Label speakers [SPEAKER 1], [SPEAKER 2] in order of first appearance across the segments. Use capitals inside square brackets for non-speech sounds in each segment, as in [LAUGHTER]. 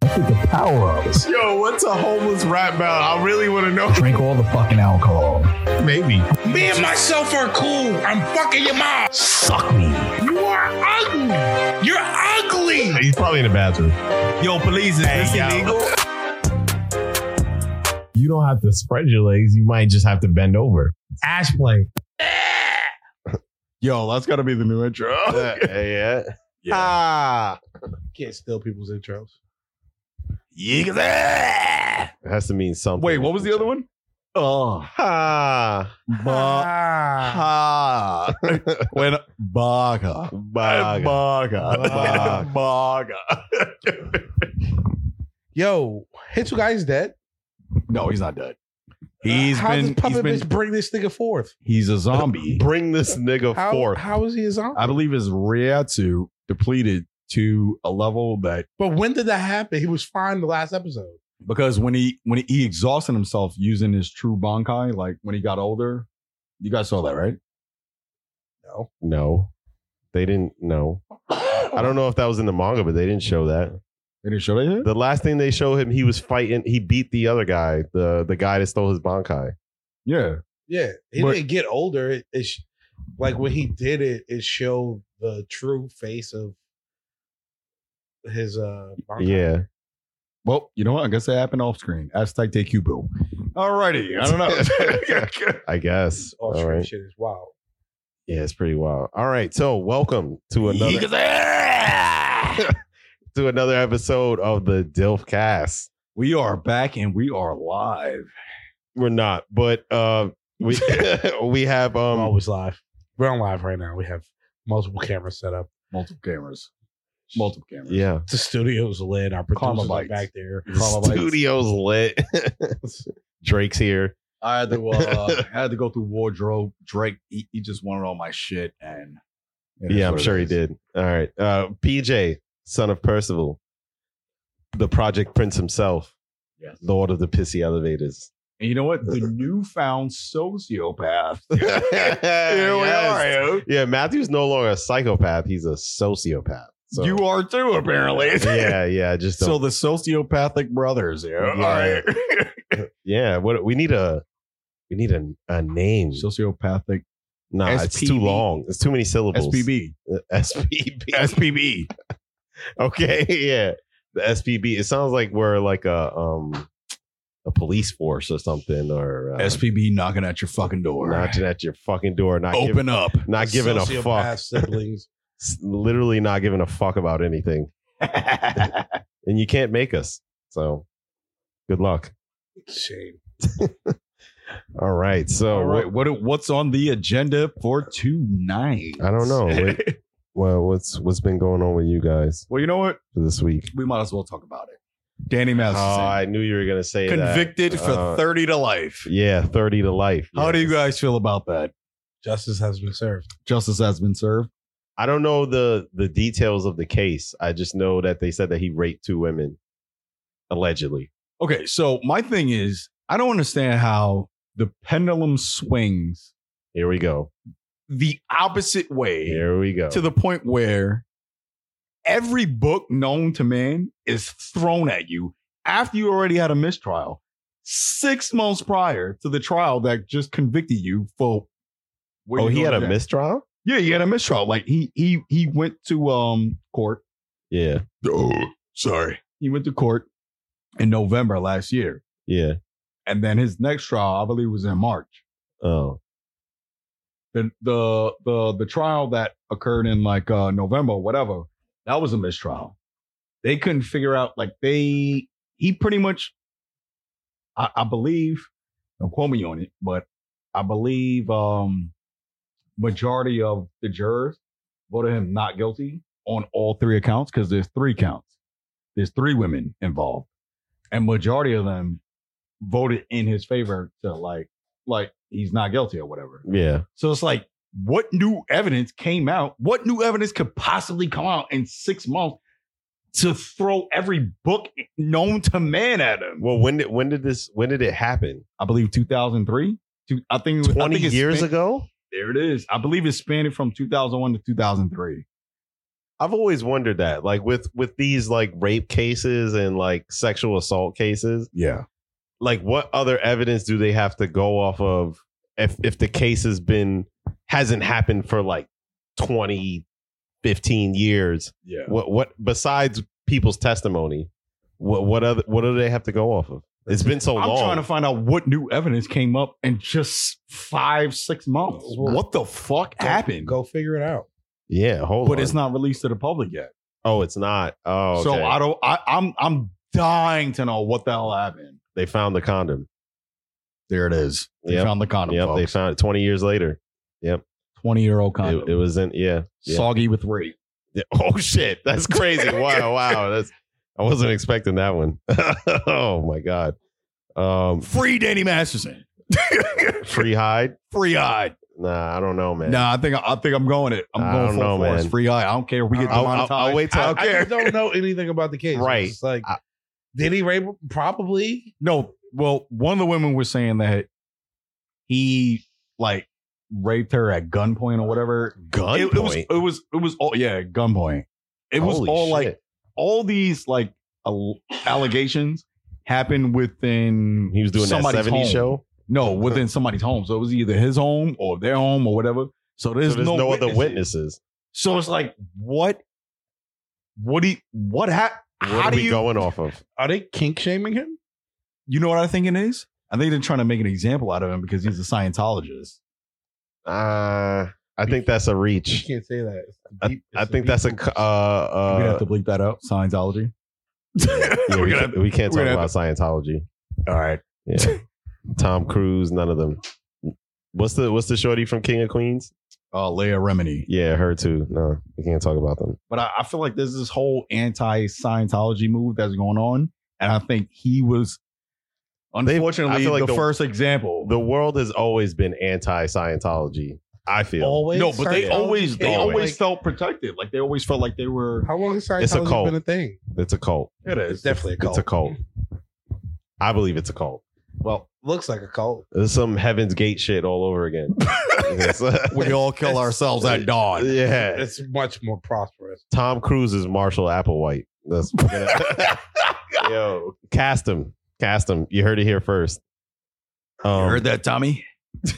[SPEAKER 1] addicted to power ups.
[SPEAKER 2] Yo, what's a homeless rap about? I really want to know.
[SPEAKER 1] Drink all the fucking alcohol.
[SPEAKER 2] Maybe.
[SPEAKER 3] Me and myself are cool. I'm fucking your mom.
[SPEAKER 1] Suck me.
[SPEAKER 3] You are ugly. You're ugly.
[SPEAKER 2] He's probably in the bathroom.
[SPEAKER 4] Yo, police, is this
[SPEAKER 2] yo.
[SPEAKER 4] illegal?
[SPEAKER 2] You don't have to spread your legs. You might just have to bend over.
[SPEAKER 4] Ash
[SPEAKER 2] [LAUGHS]
[SPEAKER 4] play.
[SPEAKER 5] Yo, that's got to be the new intro.
[SPEAKER 2] yeah.
[SPEAKER 5] Ah,
[SPEAKER 4] Can't steal people's intros.
[SPEAKER 2] Yeah. It has to mean something. Ah,
[SPEAKER 5] wait, what was the other one? Oh,
[SPEAKER 2] Ha.
[SPEAKER 5] ba-
[SPEAKER 3] Ah.
[SPEAKER 5] ha. when baga,
[SPEAKER 2] Baga.
[SPEAKER 5] baga, baga.
[SPEAKER 4] Yo, Hitsu guy's dead.
[SPEAKER 5] No, he's not dead.
[SPEAKER 4] He's
[SPEAKER 5] He's been,
[SPEAKER 4] does Uh, Puppet
[SPEAKER 5] he's been,
[SPEAKER 4] Bitch bring this nigga forth?
[SPEAKER 5] he's a
[SPEAKER 2] [CLEARS THROAT]
[SPEAKER 5] zombie.
[SPEAKER 2] Bring this nigga
[SPEAKER 4] How,
[SPEAKER 2] forth.
[SPEAKER 4] how is he a zombie?
[SPEAKER 5] I believe his Ryatsu depleted to a level that
[SPEAKER 4] but when did that happen? He was fine the last episode.
[SPEAKER 5] because when he when he exhausted himself using his true Bankai, like when he got older, you guys saw that, right?
[SPEAKER 2] No. They didn't know. I don't know if that was in the manga, but they didn't show that.
[SPEAKER 5] They didn't show that yet.
[SPEAKER 2] The last thing they show him, he was fighting. He beat the other guy, the the guy that stole his bankai.
[SPEAKER 5] yeah,
[SPEAKER 4] Yeah, he
[SPEAKER 5] But-
[SPEAKER 4] didn't get older. It, it sh- like when he did it, it showed the true face of his uh Bankai.
[SPEAKER 2] Yeah.
[SPEAKER 5] Well, you know what? I guess that happened off screen. Aztec take you, boo. All righty. I don't know.
[SPEAKER 2] I guess.
[SPEAKER 5] Oh,
[SPEAKER 4] All
[SPEAKER 2] All right.
[SPEAKER 4] shit is wild.
[SPEAKER 2] Yeah, it's pretty wild. All right. So, welcome to another to another episode of the Dilf Cast.
[SPEAKER 5] [LAUGHS] we are back and we are live.
[SPEAKER 2] We're not, but uh we [LAUGHS] we have
[SPEAKER 4] I'm
[SPEAKER 2] um
[SPEAKER 4] always live. We're on live right now. We have multiple cameras set up.
[SPEAKER 5] Multiple cameras. Multiple cameras.
[SPEAKER 2] yeah.
[SPEAKER 4] The studio's lit. Our producers are
[SPEAKER 5] Carmelites.
[SPEAKER 4] back there.
[SPEAKER 2] The
[SPEAKER 5] Probably.
[SPEAKER 2] studio's lit. [LAUGHS] Drake's here.
[SPEAKER 5] I had
[SPEAKER 2] [LAUGHS]
[SPEAKER 5] to uh, I had to go through wardrobe. Drake, he, he just wanted all my shit and it is
[SPEAKER 2] yeah, I'm
[SPEAKER 5] what it
[SPEAKER 2] sure he
[SPEAKER 5] is.
[SPEAKER 2] did. All right. Uh PJ, son of Percival, the Project Prince himself,
[SPEAKER 5] Yes.
[SPEAKER 2] Lord of the Pissy Elevators. [LAUGHS]
[SPEAKER 5] And you know what? The newfound sociopath.
[SPEAKER 2] [LAUGHS] Here
[SPEAKER 5] we are.
[SPEAKER 2] Yeah, Matthew's no longer a psychopath. He's a sociopath. So.
[SPEAKER 5] You are too, apparently.
[SPEAKER 2] [LAUGHS]
[SPEAKER 5] [LAUGHS]
[SPEAKER 2] yeah, yeah. I Just
[SPEAKER 5] So
[SPEAKER 2] so
[SPEAKER 5] the sociopathic brothers, yeah.
[SPEAKER 2] Yeah.
[SPEAKER 5] All right.
[SPEAKER 2] yeah. What we need a we need a, a name.
[SPEAKER 5] Sociopathic
[SPEAKER 2] nah, it's too
[SPEAKER 5] SPB.
[SPEAKER 2] long. It's too many syllables.
[SPEAKER 5] SPB.
[SPEAKER 2] Uh, [LAUGHS] SPB.
[SPEAKER 5] SPB.
[SPEAKER 2] okay, yeah. The SPB. It sounds like we're like a um a police force or something or uh,
[SPEAKER 5] SPB knocking at your fucking door.
[SPEAKER 2] knocking at your fucking door. Not
[SPEAKER 5] Open
[SPEAKER 2] [LAUGHS]
[SPEAKER 5] up.
[SPEAKER 2] Giving, not giving a fuck.
[SPEAKER 4] Sociopath Siblings.
[SPEAKER 2] S- Literally not giving a fuck about anything. And you can't make us. So good luck.
[SPEAKER 4] Shame.
[SPEAKER 2] All right. So
[SPEAKER 5] All right. What what's on the agenda for tonight?
[SPEAKER 2] I don't know. Wait, well, what's what's been going on with you guys
[SPEAKER 5] [LAUGHS] well, you know what?
[SPEAKER 2] for this week?
[SPEAKER 5] We might as well talk about it. Danny
[SPEAKER 2] Oh,
[SPEAKER 5] Masterson
[SPEAKER 2] I knew you were gonna say that.
[SPEAKER 5] convicted for
[SPEAKER 2] Uh,
[SPEAKER 5] thirty to life.
[SPEAKER 2] Yeah, thirty to life.
[SPEAKER 5] How do you
[SPEAKER 2] Yes.
[SPEAKER 5] guys feel about that?
[SPEAKER 4] Justice has been served.
[SPEAKER 5] Justice has been served.
[SPEAKER 2] I don't know the the details of the case. I just know that they said that he raped two women, allegedly.
[SPEAKER 5] Okay, so my thing is, I don't understand how the pendulum swings
[SPEAKER 2] Here we go.
[SPEAKER 5] the opposite way.
[SPEAKER 2] Here we go.
[SPEAKER 5] to the point where every book known to man is thrown at you after you already had a mistrial six months prior to the trial that just convicted you for. what
[SPEAKER 2] oh,
[SPEAKER 5] you
[SPEAKER 2] he
[SPEAKER 5] doing
[SPEAKER 2] had a
[SPEAKER 5] today.
[SPEAKER 2] mistrial.
[SPEAKER 5] Yeah, he had a mistrial. Like he he he went to um court.
[SPEAKER 2] Yeah,
[SPEAKER 5] Oh, sorry. He went to court in November last year,
[SPEAKER 2] yeah.
[SPEAKER 5] and then his next trial, I believe, was in March.
[SPEAKER 2] Oh,
[SPEAKER 5] The the the the trial that occurred in like uh November, whatever, that was a mistrial. They couldn't figure out like they he pretty much I, I believe, don't quote me on it, but I believe um majority of the jurors voted him not guilty on all three accounts because there's three counts. There's three women involved. And majority of them voted in his favor to like like he's not guilty or whatever.
[SPEAKER 2] yeah.
[SPEAKER 5] So it's like, what new evidence came out? What new evidence could possibly come out in six months to throw every book known to man at him?
[SPEAKER 2] Well, when did when did this when did it happen?
[SPEAKER 5] I believe 2003. Two, I think it was- I
[SPEAKER 2] Twenty
[SPEAKER 5] think it
[SPEAKER 2] years
[SPEAKER 5] span-
[SPEAKER 2] ago.
[SPEAKER 5] There it is. I believe it spanned it from 2001 to 2003.
[SPEAKER 2] I've always wondered that, like with with these like rape cases and like sexual assault cases,
[SPEAKER 5] Yeah.
[SPEAKER 2] like what other evidence do they have to go off of if if the case has been hasn't happened for like 20 15 years
[SPEAKER 5] Yeah.
[SPEAKER 2] what what besides people's testimony what what other what do they have to go off of it's been so
[SPEAKER 5] I'm
[SPEAKER 2] long
[SPEAKER 5] trying to find out what new evidence came up in just five, six months. What the fuck happened?
[SPEAKER 4] Go figure it out.
[SPEAKER 2] yeah hold
[SPEAKER 5] But
[SPEAKER 2] on.
[SPEAKER 5] it's not released to the public yet.
[SPEAKER 2] oh it's not oh
[SPEAKER 5] So
[SPEAKER 2] okay.
[SPEAKER 5] I don't. I, I'm I'm dying to know what the hell happened.
[SPEAKER 2] they found the condom
[SPEAKER 5] There it is. They
[SPEAKER 2] Yep.
[SPEAKER 5] found the condom.
[SPEAKER 2] yep they
[SPEAKER 5] folks.
[SPEAKER 2] found it 20 years later
[SPEAKER 5] twenty year old condom.
[SPEAKER 2] it, it was in yeah, [LAUGHS] yeah.
[SPEAKER 5] soggy with rape.
[SPEAKER 2] Yeah. Oh shit, that's
[SPEAKER 5] [LAUGHS]
[SPEAKER 2] crazy! wow, wow, that's I wasn't expecting that one. [LAUGHS] oh my god, um,
[SPEAKER 5] Free Danny Masterson. [LAUGHS]
[SPEAKER 2] free hide?
[SPEAKER 5] Free eyed.
[SPEAKER 2] Nah, I don't know, man.
[SPEAKER 5] Nah, I think I think I'm going it. I'm
[SPEAKER 2] I
[SPEAKER 5] going
[SPEAKER 2] don't
[SPEAKER 5] full
[SPEAKER 2] know,
[SPEAKER 5] force.
[SPEAKER 2] man.
[SPEAKER 5] Free eye. I don't care if we get
[SPEAKER 2] I'll- I'll-
[SPEAKER 5] demonetized.
[SPEAKER 2] I'll wait till-
[SPEAKER 5] I don't
[SPEAKER 4] I
[SPEAKER 5] care.
[SPEAKER 4] just don't know anything about the case.
[SPEAKER 2] Right.
[SPEAKER 4] It's like,
[SPEAKER 2] I-
[SPEAKER 4] did he rape him? Probably.
[SPEAKER 5] No, well, one of the women was saying that he like raped her at gunpoint or whatever.
[SPEAKER 2] Gunpoint.
[SPEAKER 5] It, it was it was it was all yeah, gunpoint. It was
[SPEAKER 2] Holy
[SPEAKER 5] all like
[SPEAKER 2] shit.
[SPEAKER 5] all these like al- allegations happened within
[SPEAKER 2] he was doing that
[SPEAKER 5] somebody's
[SPEAKER 2] 70s
[SPEAKER 5] home.
[SPEAKER 2] show.
[SPEAKER 5] No, within somebody's home. So it was either his home or their home or whatever. So
[SPEAKER 2] So
[SPEAKER 5] there's,
[SPEAKER 2] there's no, other
[SPEAKER 5] witnesses.
[SPEAKER 2] witnesses.
[SPEAKER 5] So it's like what what do you what hap
[SPEAKER 2] What
[SPEAKER 5] how
[SPEAKER 2] are
[SPEAKER 5] do
[SPEAKER 2] we
[SPEAKER 5] [LAUGHS] you
[SPEAKER 2] going off of?
[SPEAKER 4] Are they kink shaming
[SPEAKER 2] [LAUGHS]
[SPEAKER 4] him?
[SPEAKER 5] you know what I think it is? I think they're trying to make an example out of him because he's a Scientologist.
[SPEAKER 2] Uh, I think that's a
[SPEAKER 4] You
[SPEAKER 2] reach.
[SPEAKER 4] can't say that. It's a deep-
[SPEAKER 2] I
[SPEAKER 4] it's
[SPEAKER 2] think that's a
[SPEAKER 4] deep-
[SPEAKER 2] c- uh
[SPEAKER 5] We're gonna
[SPEAKER 2] uh.
[SPEAKER 5] have to bleep that out. Scientology.
[SPEAKER 2] yeah, we,
[SPEAKER 5] gonna-
[SPEAKER 2] can't- we
[SPEAKER 5] [LAUGHS]
[SPEAKER 2] can't
[SPEAKER 5] we're gonna
[SPEAKER 2] talk about Scientology.
[SPEAKER 5] All right.
[SPEAKER 2] Yeah, Tom Cruise, none of them. What's the what's the shorty from King of Queens?
[SPEAKER 5] Uh, Leia Remini.
[SPEAKER 2] Yeah, her too. No, we can't talk about them.
[SPEAKER 5] But I, I feel like there's this whole anti-Scientology move that's going on, and I think he was
[SPEAKER 2] I
[SPEAKER 5] unfortunately
[SPEAKER 2] feel like
[SPEAKER 5] the,
[SPEAKER 2] the-
[SPEAKER 5] first example.
[SPEAKER 2] The world has always been anti-Scientology. I feel
[SPEAKER 4] Always.
[SPEAKER 5] no, but they
[SPEAKER 4] Scientology-
[SPEAKER 5] always they
[SPEAKER 2] Always.
[SPEAKER 5] always felt protected. Like they always felt like they were.
[SPEAKER 4] How long has
[SPEAKER 2] It's a
[SPEAKER 4] Scientology
[SPEAKER 2] cult.
[SPEAKER 4] been a thing?
[SPEAKER 2] it's a cult.
[SPEAKER 5] It
[SPEAKER 4] It's definitely a cult.
[SPEAKER 2] It's a cult. I believe it's a cult.
[SPEAKER 4] Well, looks like a cult.
[SPEAKER 2] There's some Heaven's Gate shit all over again. It's, uh, [LAUGHS]
[SPEAKER 5] We all kill ourselves at dawn. [LAUGHS]
[SPEAKER 2] yeah,
[SPEAKER 4] It's much more prosperous.
[SPEAKER 2] Tom Cruise is Marshall Applewhite. That's yo. Cast him, cast him. You heard it here first.
[SPEAKER 5] [LAUGHS]
[SPEAKER 2] Um,
[SPEAKER 5] you
[SPEAKER 2] [LAUGHS]
[SPEAKER 5] heard that, Tommy?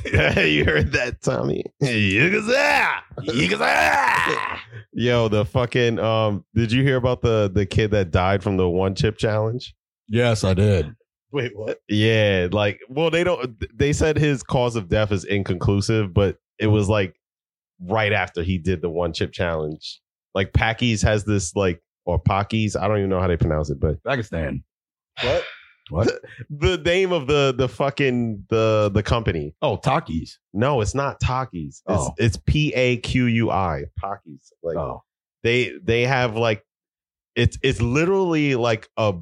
[SPEAKER 2] you heard that, Tommy? Yigazah! Yigazah! Yo, the fucking um did you hear about the the kid that died from the one chip challenge?
[SPEAKER 5] Yes, I did.
[SPEAKER 4] Wait, what?
[SPEAKER 2] Yeah, like well they don't they said his cause of death is inconclusive, but it was like right after he did the one chip challenge. Like Packies has this like or Pockies, I don't even know how they pronounce it, but
[SPEAKER 5] Pakistan.
[SPEAKER 4] What?
[SPEAKER 2] the name of the the fucking the the company.
[SPEAKER 5] Oh, Takis.
[SPEAKER 2] No, it's not Takis. It's
[SPEAKER 5] Oh.
[SPEAKER 2] it's P A Q U I. Takis. Like
[SPEAKER 5] Oh,
[SPEAKER 2] they they have like it's it's literally like a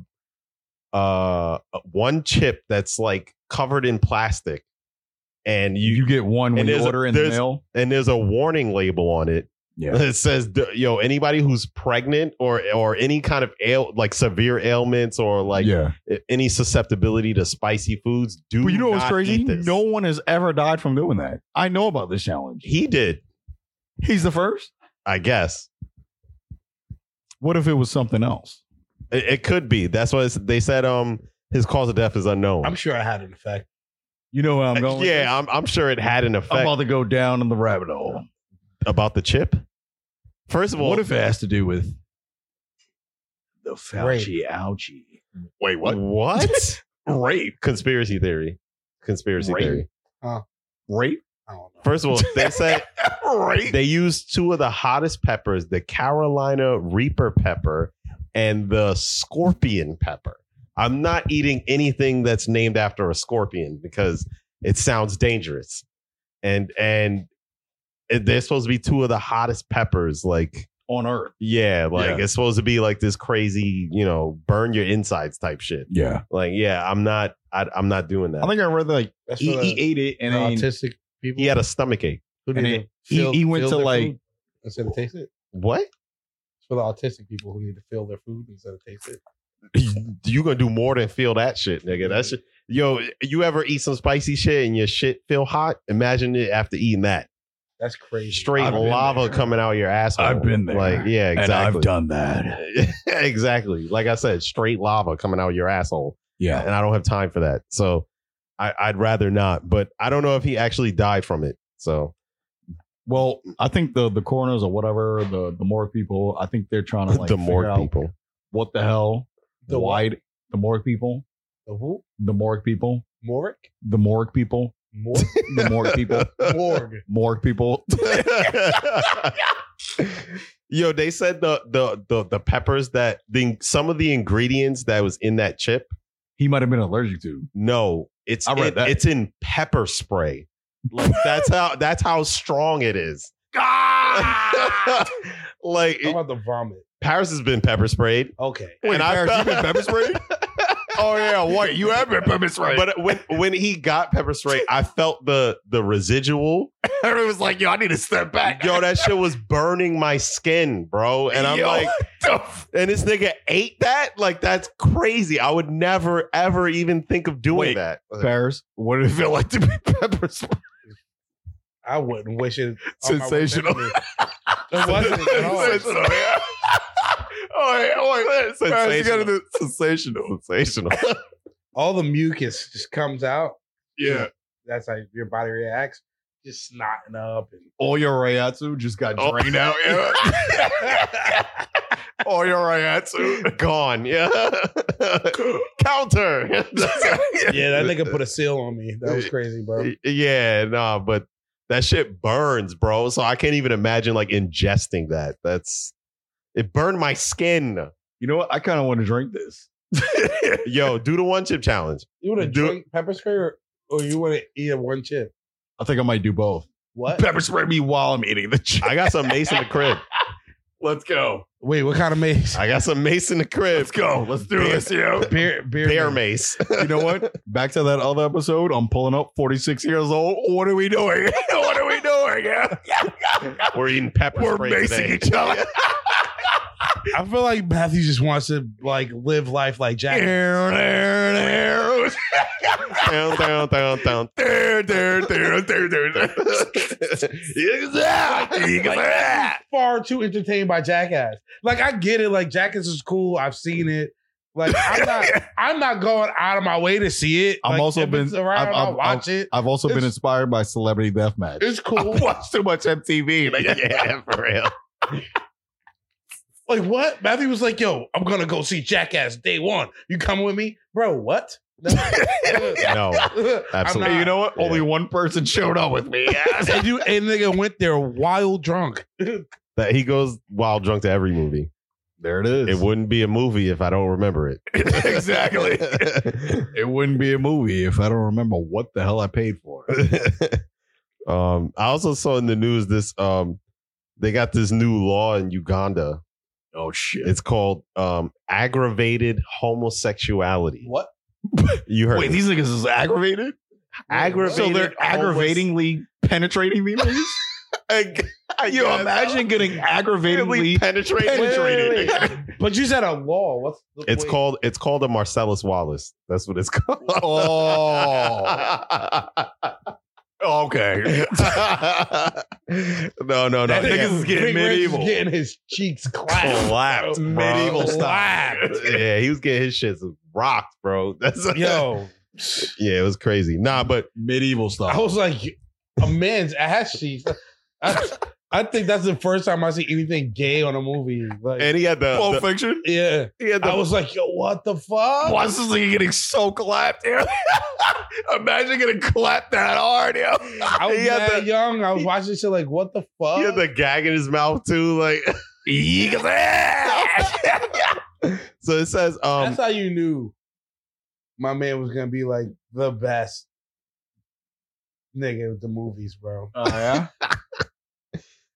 [SPEAKER 2] uh one chip that's like covered in plastic and
[SPEAKER 5] you,
[SPEAKER 2] you
[SPEAKER 5] get one when
[SPEAKER 2] and
[SPEAKER 5] you
[SPEAKER 2] there's a-
[SPEAKER 5] order in the
[SPEAKER 2] there's-
[SPEAKER 5] mail.
[SPEAKER 2] and there's a warning label on it
[SPEAKER 5] Yeah.
[SPEAKER 2] [LAUGHS] that says yo anybody who's pregnant or or any kind of ail like severe ailments or like
[SPEAKER 5] yeah.
[SPEAKER 2] any susceptibility to spicy foods do
[SPEAKER 5] But you know what's
[SPEAKER 2] not
[SPEAKER 5] crazy?
[SPEAKER 2] eat this.
[SPEAKER 5] No one has ever died from doing that. I know about this challenge.
[SPEAKER 2] he did
[SPEAKER 5] He's the first.
[SPEAKER 2] i guess
[SPEAKER 5] What if it was something else?
[SPEAKER 2] It, it could be. That's what it's- they said. Um, his cause of death is unknown.
[SPEAKER 4] I'm sure I had an effect.
[SPEAKER 5] You know where I'm going. with this?
[SPEAKER 2] Uh, yeah, I'm, I'm sure it had an effect
[SPEAKER 5] I'm
[SPEAKER 2] about,
[SPEAKER 5] about to go down in the rabbit hole.
[SPEAKER 2] the chip. First of all,
[SPEAKER 5] what if it has to do with the Fauci
[SPEAKER 4] Rape.
[SPEAKER 5] ouchie? Wait,
[SPEAKER 2] what?
[SPEAKER 5] [LAUGHS] rape.
[SPEAKER 2] Conspiracy theory. Conspiracy
[SPEAKER 5] Rape.
[SPEAKER 2] theory.
[SPEAKER 5] Rape?
[SPEAKER 4] I don't know.
[SPEAKER 2] First of all, they said
[SPEAKER 5] Rape.
[SPEAKER 2] they used two of the hottest peppers, the Carolina Reaper pepper and the scorpion pepper. I'm not eating anything that's named after a scorpion because it sounds dangerous. And and they're supposed to be two of the hottest peppers like
[SPEAKER 5] On Earth.
[SPEAKER 2] Yeah, like
[SPEAKER 5] Yeah.
[SPEAKER 2] it's supposed to be like this crazy, you know, burn your insides type shit.
[SPEAKER 5] Yeah.
[SPEAKER 2] Like, yeah, I'm not, I, I'm not doing that.
[SPEAKER 5] I think I read like
[SPEAKER 4] That's
[SPEAKER 2] E
[SPEAKER 5] he,
[SPEAKER 4] for
[SPEAKER 5] he
[SPEAKER 4] the-
[SPEAKER 5] ate it and
[SPEAKER 4] the
[SPEAKER 5] then
[SPEAKER 4] autistic people.
[SPEAKER 2] he had a stomach ache.
[SPEAKER 4] who
[SPEAKER 5] and
[SPEAKER 4] need
[SPEAKER 5] it-
[SPEAKER 4] to
[SPEAKER 5] he-
[SPEAKER 4] feel-
[SPEAKER 5] he went
[SPEAKER 4] feel
[SPEAKER 5] to,
[SPEAKER 4] their
[SPEAKER 5] like-
[SPEAKER 4] food instead of taste it.
[SPEAKER 2] What? [LAUGHS]
[SPEAKER 4] It's for the autistic people who need to feel their food instead of taste it.
[SPEAKER 2] You gonna do more than feel that shit, nigga? That shit. Yo, you ever eat some spicy shit and your shit feel hot? Imagine it after eating that.
[SPEAKER 4] That's crazy.
[SPEAKER 2] straight
[SPEAKER 5] I've been
[SPEAKER 2] lava
[SPEAKER 5] there.
[SPEAKER 2] coming out your asshole.
[SPEAKER 5] I've been there.
[SPEAKER 2] Like, yeah, exactly.
[SPEAKER 5] done
[SPEAKER 2] [LAUGHS]
[SPEAKER 5] that.
[SPEAKER 2] exactly. Like I said, straight lava coming out your asshole.
[SPEAKER 5] Yeah.
[SPEAKER 2] And I don't have time for that. So I, I'd rather not. But I don't know if he actually died from it. So
[SPEAKER 5] Well, I think the the coroners or whatever, the the more people, I think they're trying to like
[SPEAKER 2] the
[SPEAKER 5] figure
[SPEAKER 2] more
[SPEAKER 5] out [LAUGHS]
[SPEAKER 2] people. [LAUGHS]
[SPEAKER 5] what the hell,
[SPEAKER 4] The
[SPEAKER 5] the
[SPEAKER 4] what?
[SPEAKER 5] wide, the morgue people,
[SPEAKER 4] The who?
[SPEAKER 5] the morgue people,
[SPEAKER 4] Morg?
[SPEAKER 5] the morgue people,
[SPEAKER 4] Morg?
[SPEAKER 5] the morgue people,
[SPEAKER 4] Morg.
[SPEAKER 5] [LAUGHS] morgue people.
[SPEAKER 2] Yo, they said the the the the peppers that the some of the ingredients that was in that chip.
[SPEAKER 5] He might have been allergic to.
[SPEAKER 2] No, it's
[SPEAKER 5] I read
[SPEAKER 2] in-
[SPEAKER 5] that.
[SPEAKER 2] it's in pepper spray. Like that's how that's how strong it is. [LAUGHS] like
[SPEAKER 4] How
[SPEAKER 5] [LAUGHS]
[SPEAKER 2] it-
[SPEAKER 4] about the vomit?
[SPEAKER 2] Paris has been pepper sprayed.
[SPEAKER 4] Okay.
[SPEAKER 2] Wait, and I
[SPEAKER 5] Paris,
[SPEAKER 2] found-
[SPEAKER 5] you been pepper
[SPEAKER 2] [LAUGHS]
[SPEAKER 5] sprayed? oh yeah, what you [LAUGHS] have been pepper sprayed?
[SPEAKER 2] But when when he got pepper spray, I felt the the residual.
[SPEAKER 5] Everyone was like, "Yo, I need to [LAUGHS] step back."
[SPEAKER 2] Yo, that shit was burning my skin, bro. And I'm
[SPEAKER 5] Yo, [LAUGHS]
[SPEAKER 2] like, and this nigga ate that. Like that's crazy. I would never ever even think of doing
[SPEAKER 5] Wait.
[SPEAKER 2] that. [LAUGHS]
[SPEAKER 5] Paris, what did it feel like to be pepper sprayed?
[SPEAKER 4] I wouldn't wish it. on my worst
[SPEAKER 5] Sensational.
[SPEAKER 4] enemy. It wasn't
[SPEAKER 2] [LAUGHS]
[SPEAKER 4] at all.
[SPEAKER 5] Sensational, yeah. Oh, yeah, oh, yeah. Paris, you gotta do sensational.
[SPEAKER 2] Sensational.
[SPEAKER 4] All the mucus just comes out.
[SPEAKER 5] Yeah.
[SPEAKER 4] That's how your body reacts. Just snotting up and
[SPEAKER 5] [LAUGHS] All your Rayatsu just got
[SPEAKER 2] Oh.
[SPEAKER 5] drained [LAUGHS] out. Yeah.
[SPEAKER 2] [LAUGHS] Oh,
[SPEAKER 5] All your Rayatsu.
[SPEAKER 2] Gone. [LAUGHS] Yeah. Counter.
[SPEAKER 4] [LAUGHS] yeah, that nigga
[SPEAKER 2] [LAUGHS]
[SPEAKER 4] put a seal on me. That was crazy, bro.
[SPEAKER 2] Yeah, nah, but that shit burns, bro. So I can't even imagine like ingesting that. That's it burned my skin.
[SPEAKER 5] You know what? I kind of want to drink [LAUGHS] this.
[SPEAKER 2] Yo, do the one chip challenge.
[SPEAKER 4] You would have
[SPEAKER 2] Do-
[SPEAKER 4] drink pepper spray or, or you want to eat a one chip?
[SPEAKER 5] I think I might do both.
[SPEAKER 4] What?
[SPEAKER 5] Pepper spray me while I'm eating the chip.
[SPEAKER 2] I got some mace in the crib.
[SPEAKER 5] Let's go.
[SPEAKER 4] Wait, what kind of mace?
[SPEAKER 2] [LAUGHS] I got some mace in the crib.
[SPEAKER 5] Let's go. Let's do this, yo.
[SPEAKER 4] Beer, beer,
[SPEAKER 2] Bear mace. [LAUGHS]
[SPEAKER 5] You know what? Back to that other episode. I'm pulling up 46 years old. What are we doing? [LAUGHS] what are we doing? Yeah.
[SPEAKER 2] We're eating pepper
[SPEAKER 5] We're
[SPEAKER 2] spray
[SPEAKER 5] basing
[SPEAKER 2] today.
[SPEAKER 5] each [LAUGHS] other.
[SPEAKER 4] I feel like Matthew just wants to like live life like Jack.
[SPEAKER 2] [LAUGHS] down, down, down,
[SPEAKER 5] [LAUGHS]
[SPEAKER 2] down. [LAUGHS]
[SPEAKER 5] Exactly.
[SPEAKER 4] Far too entertained by Jackass. Like I get it. Like Jackass is cool. I've seen it. Like I'm not. I'm not going out of my way to see it.
[SPEAKER 5] I'm
[SPEAKER 4] Like,
[SPEAKER 5] also
[SPEAKER 4] if
[SPEAKER 5] been-
[SPEAKER 4] it's around.
[SPEAKER 5] I've-
[SPEAKER 4] I'll,
[SPEAKER 5] I've-
[SPEAKER 4] watch it.
[SPEAKER 5] I've also been
[SPEAKER 4] It's-
[SPEAKER 5] inspired by Celebrity Deathmatch.
[SPEAKER 4] It's cool.
[SPEAKER 5] I watch too much MTV. Like,
[SPEAKER 2] Yeah, for
[SPEAKER 5] [LAUGHS]
[SPEAKER 2] real.
[SPEAKER 4] Like what? Matthew was like, "Yo, I'm gonna go see Jackass day one. You come with me,
[SPEAKER 5] [LAUGHS]
[SPEAKER 4] bro? What? [LAUGHS] No.
[SPEAKER 2] No, absolutely.
[SPEAKER 4] not.
[SPEAKER 5] you know what?
[SPEAKER 2] Yeah.
[SPEAKER 5] Only one person showed up with me.
[SPEAKER 4] and you and nigga went there wild drunk.
[SPEAKER 2] That he goes wild drunk to every movie.
[SPEAKER 5] there it is.
[SPEAKER 2] It wouldn't be a movie if I don't remember it.
[SPEAKER 5] [LAUGHS] exactly. it wouldn't be a movie if I don't remember what the hell I paid for. it.
[SPEAKER 2] [LAUGHS] um, I also saw in the news this um, they got this new law in Uganda.
[SPEAKER 5] Oh shit!
[SPEAKER 2] It's called um, aggravated homosexuality.
[SPEAKER 4] What?
[SPEAKER 2] You heard?
[SPEAKER 5] Wait,
[SPEAKER 2] me.
[SPEAKER 5] these niggas is aggravated.
[SPEAKER 2] aggravated.
[SPEAKER 5] So they're aggravatingly penetrating me. [LAUGHS] niggas? you
[SPEAKER 2] guess.
[SPEAKER 5] imagine [LAUGHS] getting
[SPEAKER 2] Really
[SPEAKER 5] aggravatedly
[SPEAKER 2] penetrated.
[SPEAKER 5] penetrated?
[SPEAKER 4] But you said a law. What's the
[SPEAKER 2] It's
[SPEAKER 4] wait.
[SPEAKER 2] called. It's called a Marcellus Wallace. That's what it's [LAUGHS] called.
[SPEAKER 5] Oh, [LAUGHS] okay.
[SPEAKER 2] no, no, no.
[SPEAKER 4] That
[SPEAKER 5] niggas is getting
[SPEAKER 4] Ring Rich
[SPEAKER 5] medieval. [LAUGHS]
[SPEAKER 4] Is getting his cheeks clapped.
[SPEAKER 2] Collapsed, bro.
[SPEAKER 5] Medieval style.
[SPEAKER 4] Clapped.
[SPEAKER 2] [LAUGHS] Yeah, he was getting his shit rocked, bro. [LAUGHS] That's
[SPEAKER 4] Yo,
[SPEAKER 2] yeah, it was crazy. Nah, but
[SPEAKER 5] Medieval
[SPEAKER 4] I
[SPEAKER 5] style.
[SPEAKER 4] was like, a man's ass cheeks. I, I think that's the first time I see anything gay on a movie. Like,
[SPEAKER 2] and he had the,
[SPEAKER 5] Pulp
[SPEAKER 2] the-
[SPEAKER 5] Fiction.
[SPEAKER 4] yeah,
[SPEAKER 2] he had
[SPEAKER 4] I
[SPEAKER 2] the
[SPEAKER 4] was like, yo, what the
[SPEAKER 5] [LAUGHS]
[SPEAKER 4] fuck?
[SPEAKER 5] Why is this nigga getting so [LAUGHS] clapped? Yo? [LAUGHS] Imagine getting clapped that hard, yo.
[SPEAKER 4] I was
[SPEAKER 2] [LAUGHS] he had
[SPEAKER 4] mad
[SPEAKER 2] the-
[SPEAKER 4] young. I was watching shit like, what the fuck?
[SPEAKER 2] he had the gag in his mouth too. Like,
[SPEAKER 5] [LAUGHS]
[SPEAKER 2] [LAUGHS] so it says, um,
[SPEAKER 4] That's how you knew my man was gonna be like the best nigga with the movies, bro.
[SPEAKER 5] Oh, yeah?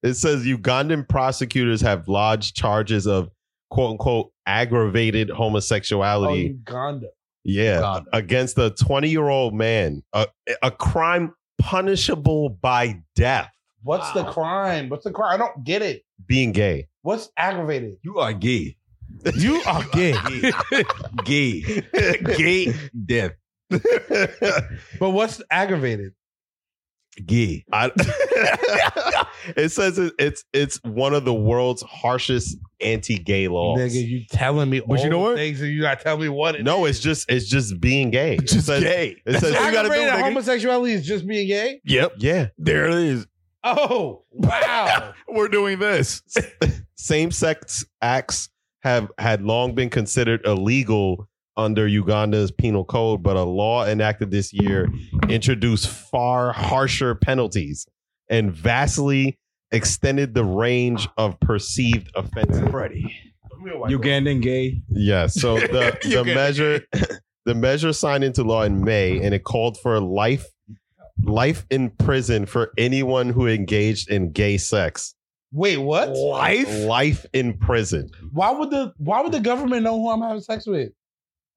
[SPEAKER 2] it says Ugandan prosecutors have lodged charges of quote unquote aggravated
[SPEAKER 4] Oh,
[SPEAKER 2] homosexuality.
[SPEAKER 4] Uganda.
[SPEAKER 2] yeah, against a 20 year old man, a, a crime punishable by death,
[SPEAKER 4] What's the
[SPEAKER 5] Wow.
[SPEAKER 4] crime? What's the crime? I don't get it.
[SPEAKER 2] being gay.
[SPEAKER 4] What's aggravated?
[SPEAKER 5] You are [LAUGHS] gay.
[SPEAKER 4] You are gay.
[SPEAKER 5] gay. Gay death.
[SPEAKER 4] but what's aggravated?
[SPEAKER 5] Gee.
[SPEAKER 2] [LAUGHS] I, [LAUGHS] it says it, it's it's one of the world's harshest anti-gay laws.
[SPEAKER 4] Nigga, you telling me
[SPEAKER 5] But
[SPEAKER 4] all
[SPEAKER 5] you know
[SPEAKER 4] the
[SPEAKER 5] what?
[SPEAKER 4] things and you not tell me what it
[SPEAKER 2] no,
[SPEAKER 4] is.
[SPEAKER 2] it's just it's just being gay. It
[SPEAKER 6] Just
[SPEAKER 2] says-
[SPEAKER 6] gay.
[SPEAKER 2] It says
[SPEAKER 6] That's- you gotta do,
[SPEAKER 4] Aggravated
[SPEAKER 6] nigga.
[SPEAKER 4] homosexuality is just being gay?
[SPEAKER 6] Yep.
[SPEAKER 2] yeah,
[SPEAKER 6] There it is.
[SPEAKER 4] Oh, wow.
[SPEAKER 6] We're doing this.
[SPEAKER 2] same-sex acts have had long been considered illegal under Uganda's penal code, but a law enacted this year introduced far harsher penalties and vastly extended the range of perceived offenses.
[SPEAKER 6] Ready.
[SPEAKER 5] Ugandan gay.
[SPEAKER 2] Yeah. [LAUGHS] So the
[SPEAKER 6] You
[SPEAKER 2] the
[SPEAKER 6] can-
[SPEAKER 2] measure [LAUGHS] the measure signed into law in May, and it called for life life in prison for anyone who engaged in gay sex.
[SPEAKER 4] Wait, what?
[SPEAKER 6] Life?
[SPEAKER 2] Life in prison.
[SPEAKER 4] Why would the why would the government know who I'm having sex with?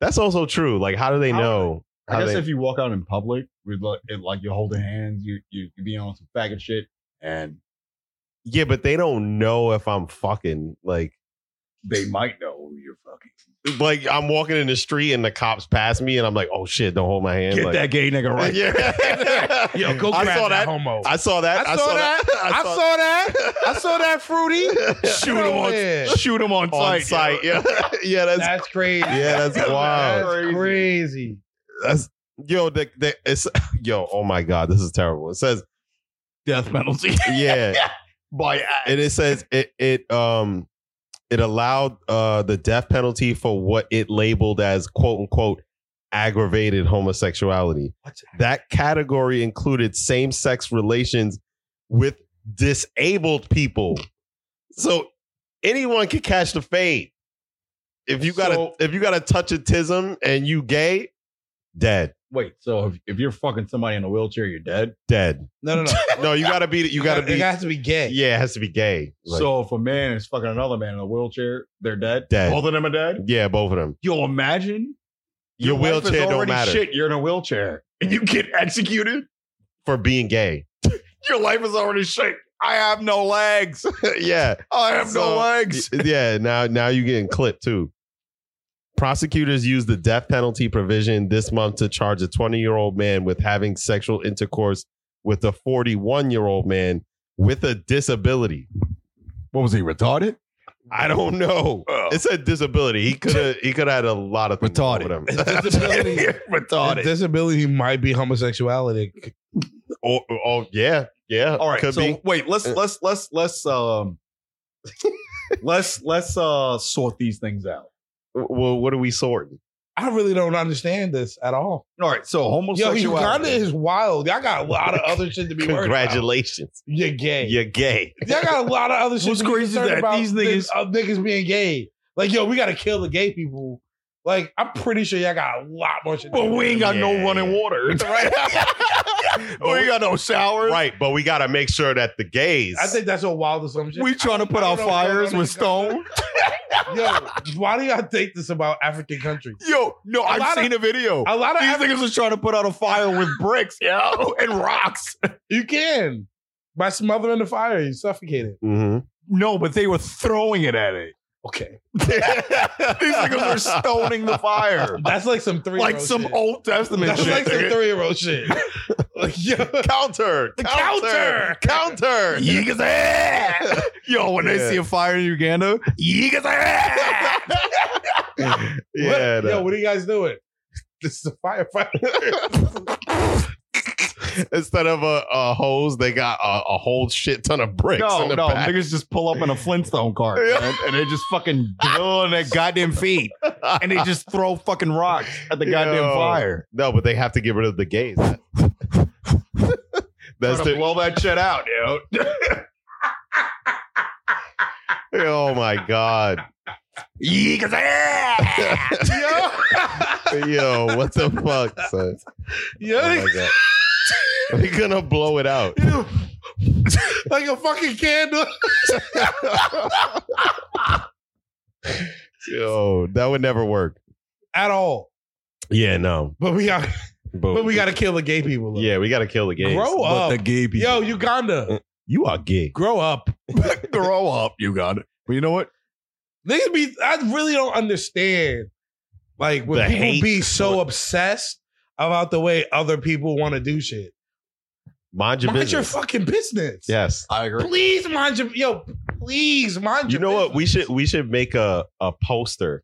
[SPEAKER 2] That's also true. Like, how do they
[SPEAKER 5] How-
[SPEAKER 2] know?
[SPEAKER 5] I
[SPEAKER 2] How
[SPEAKER 5] guess
[SPEAKER 2] they-
[SPEAKER 5] if you walk out in public, with like, it, like you're holding hands, you you you be on some faggot shit, and
[SPEAKER 2] yeah, but they don't know if I'm fucking like
[SPEAKER 5] they might know who you're fucking.
[SPEAKER 2] like I'm walking in the street and the cops pass me and I'm like, oh shit, don't hold my hand.
[SPEAKER 6] Get
[SPEAKER 2] like, [LAUGHS]
[SPEAKER 6] that gay nigga right.
[SPEAKER 2] Yeah.
[SPEAKER 4] Yo, go
[SPEAKER 2] I
[SPEAKER 4] grab
[SPEAKER 2] saw that.
[SPEAKER 4] homo.
[SPEAKER 2] I saw that.
[SPEAKER 4] I saw I saw
[SPEAKER 2] [LAUGHS]
[SPEAKER 4] that. Oh, I saw that fruity.
[SPEAKER 6] [LAUGHS] Shoot him on
[SPEAKER 4] Yeah.
[SPEAKER 6] shoot him on,
[SPEAKER 2] on
[SPEAKER 6] sight.
[SPEAKER 2] site. Yeah, [LAUGHS] yeah, that's
[SPEAKER 4] That's crazy.
[SPEAKER 2] yeah, that's wild.
[SPEAKER 4] That's crazy.
[SPEAKER 2] That's yo, the, the, it's [LAUGHS] yo, oh my god, this is terrible. It says,
[SPEAKER 6] Death penalty. [LAUGHS]
[SPEAKER 2] yeah,
[SPEAKER 6] By
[SPEAKER 2] and it says it it um it allowed uh the death penalty for what it labeled as quote unquote aggravated homosexuality.
[SPEAKER 4] What's that?
[SPEAKER 2] That category included same sex relations with disabled people. So anyone can catch the fade. If you got
[SPEAKER 5] So-
[SPEAKER 2] a if you got a touch of tism and you gay, dead,
[SPEAKER 5] Wait, so if, if you're fucking somebody in a wheelchair, you're dead.
[SPEAKER 2] dead.
[SPEAKER 4] No, no, no.
[SPEAKER 2] No, you gotta be [LAUGHS] you gotta
[SPEAKER 4] It
[SPEAKER 2] be
[SPEAKER 4] has to be gay.
[SPEAKER 2] yeah, it has to be gay. Like,
[SPEAKER 5] so if a man is fucking another man in a wheelchair, they're dead.
[SPEAKER 2] Dead.
[SPEAKER 5] Both of them are dead.
[SPEAKER 2] yeah, both of them.
[SPEAKER 5] You'll imagine
[SPEAKER 2] Your,
[SPEAKER 5] life is
[SPEAKER 2] wheelchair don't
[SPEAKER 5] already
[SPEAKER 2] matter
[SPEAKER 5] Shit, you're in a wheelchair.
[SPEAKER 6] and you get executed.
[SPEAKER 2] for
[SPEAKER 4] [LAUGHS]
[SPEAKER 2] being gay.
[SPEAKER 6] Your life is already shit. I have no legs.
[SPEAKER 2] yeah.
[SPEAKER 6] I have
[SPEAKER 2] So-
[SPEAKER 6] no legs.
[SPEAKER 2] Yeah, now now you're getting clipped too. Prosecutors used the death penalty provision this month to charge a 20-year-old man with having sexual intercourse with a 41-year-old man with a disability.
[SPEAKER 5] What was he retarded?
[SPEAKER 2] I don't know.
[SPEAKER 6] Oh.
[SPEAKER 2] It said disability. He
[SPEAKER 4] [LAUGHS]
[SPEAKER 2] could have he could have had a lot of things wrong with him. [LAUGHS]
[SPEAKER 6] Retarded.
[SPEAKER 4] Disability might be homosexuality.
[SPEAKER 2] Oh, oh, yeah, yeah.
[SPEAKER 5] All right.
[SPEAKER 2] could
[SPEAKER 5] so
[SPEAKER 2] be. Uh,
[SPEAKER 5] wait, let's let's let's let's um
[SPEAKER 2] [LAUGHS]
[SPEAKER 5] let's let's uh sort these things out.
[SPEAKER 2] Well, what are we sorting?
[SPEAKER 4] I really don't understand this at all.
[SPEAKER 5] All right. So
[SPEAKER 4] Yo,
[SPEAKER 5] homosexuality.
[SPEAKER 4] Uganda is wild. Y'all got a lot of other shit to be worried about.
[SPEAKER 2] Congratulations.
[SPEAKER 4] You're gay.
[SPEAKER 2] You're gay.
[SPEAKER 4] Y'all got a lot of other shit
[SPEAKER 6] What's
[SPEAKER 4] to be
[SPEAKER 6] crazy is
[SPEAKER 4] concerned
[SPEAKER 6] that
[SPEAKER 4] about
[SPEAKER 6] these
[SPEAKER 4] than,
[SPEAKER 6] niggas-
[SPEAKER 4] uh, niggas being gay. Like, yo, we got to kill the gay people. Like, I'm pretty sure y'all got a lot more shit. to
[SPEAKER 6] But
[SPEAKER 4] do.
[SPEAKER 6] we ain't got no
[SPEAKER 2] Yeah.
[SPEAKER 6] running
[SPEAKER 2] [LAUGHS]
[SPEAKER 6] water. [LAUGHS] we ain't got no showers.
[SPEAKER 2] Right, but we got to make sure that the gays.
[SPEAKER 4] I think that's a wild assumption.
[SPEAKER 6] We trying to put
[SPEAKER 4] I
[SPEAKER 6] out
[SPEAKER 4] don't know,
[SPEAKER 6] fires
[SPEAKER 4] bro.
[SPEAKER 6] with stone.
[SPEAKER 4] yo, why do y'all think this about African countries?
[SPEAKER 6] Yo, no, i I've
[SPEAKER 4] lot of-
[SPEAKER 6] seen a video.
[SPEAKER 4] A lot of
[SPEAKER 6] These
[SPEAKER 4] Afri-
[SPEAKER 6] niggas was trying to put out a fire
[SPEAKER 5] [LAUGHS]
[SPEAKER 6] with bricks, yo, and rocks.
[SPEAKER 4] you can by smothering the fire, you suffocate it.
[SPEAKER 2] Mhm.
[SPEAKER 6] No, but they were throwing it at it.
[SPEAKER 4] Okay,
[SPEAKER 6] These niggas were
[SPEAKER 5] [LAUGHS]
[SPEAKER 6] stoning the fire.
[SPEAKER 4] that's like some three
[SPEAKER 6] Like some
[SPEAKER 4] shit.
[SPEAKER 6] Old Testament
[SPEAKER 4] That's
[SPEAKER 6] shit.
[SPEAKER 4] like some
[SPEAKER 6] nigga.
[SPEAKER 4] three year
[SPEAKER 6] [LAUGHS]
[SPEAKER 4] old shit. like, yo,
[SPEAKER 2] counter, counter, counter.
[SPEAKER 6] Yeegas ah! Yo, when
[SPEAKER 2] Yeah.
[SPEAKER 6] they see a fire in Uganda, yeegas
[SPEAKER 2] [LAUGHS]
[SPEAKER 6] ah!
[SPEAKER 2] yeah,
[SPEAKER 4] what, yo, what are you guys doing? [LAUGHS] This is a
[SPEAKER 6] [LAUGHS]
[SPEAKER 4] firefighter.
[SPEAKER 2] [LAUGHS] instead of a, a hose, they got a, a whole shit ton of bricks.
[SPEAKER 5] No,
[SPEAKER 2] in the
[SPEAKER 5] no,
[SPEAKER 2] back.
[SPEAKER 5] niggas just pull up in a Flintstone cart, man, and they just fucking drill on their goddamn feet, and they just throw fucking rocks at the goddamn
[SPEAKER 2] Yo.
[SPEAKER 5] fire.
[SPEAKER 2] no, but they have to get rid of the
[SPEAKER 5] [LAUGHS]
[SPEAKER 2] gays. That's
[SPEAKER 5] Trying to
[SPEAKER 2] the,
[SPEAKER 5] blow that shit out, yo.
[SPEAKER 2] [LAUGHS] oh my god,
[SPEAKER 6] Yeegas [LAUGHS] ah!
[SPEAKER 4] yo,
[SPEAKER 2] yo, what the fuck, son?
[SPEAKER 4] [LAUGHS] yo,
[SPEAKER 2] Oh my [LAUGHS] god, we're gonna blow it out.
[SPEAKER 4] [LAUGHS] like a fucking candle.
[SPEAKER 2] Yo, that would never work.
[SPEAKER 4] At all.
[SPEAKER 2] Yeah, no,
[SPEAKER 4] But we got
[SPEAKER 2] but,
[SPEAKER 4] but we gotta kill the gay people. though.
[SPEAKER 2] yeah, we gotta kill the gays.
[SPEAKER 4] Grow up.
[SPEAKER 6] gay
[SPEAKER 4] Yo, Uganda,
[SPEAKER 2] You are gay.
[SPEAKER 4] grow up.
[SPEAKER 6] grow up, Uganda. But you know what?
[SPEAKER 4] Niggas be I really don't understand. Like when
[SPEAKER 2] The
[SPEAKER 4] people
[SPEAKER 2] hate
[SPEAKER 4] be so obsessed about the way other people want to do shit.
[SPEAKER 2] Mind your
[SPEAKER 4] Mind your
[SPEAKER 2] business.
[SPEAKER 4] fucking business.
[SPEAKER 2] yes.
[SPEAKER 6] I agree.
[SPEAKER 4] Please mind your yo. Please mind
[SPEAKER 2] You
[SPEAKER 4] your.
[SPEAKER 2] know what? We should we should make a a poster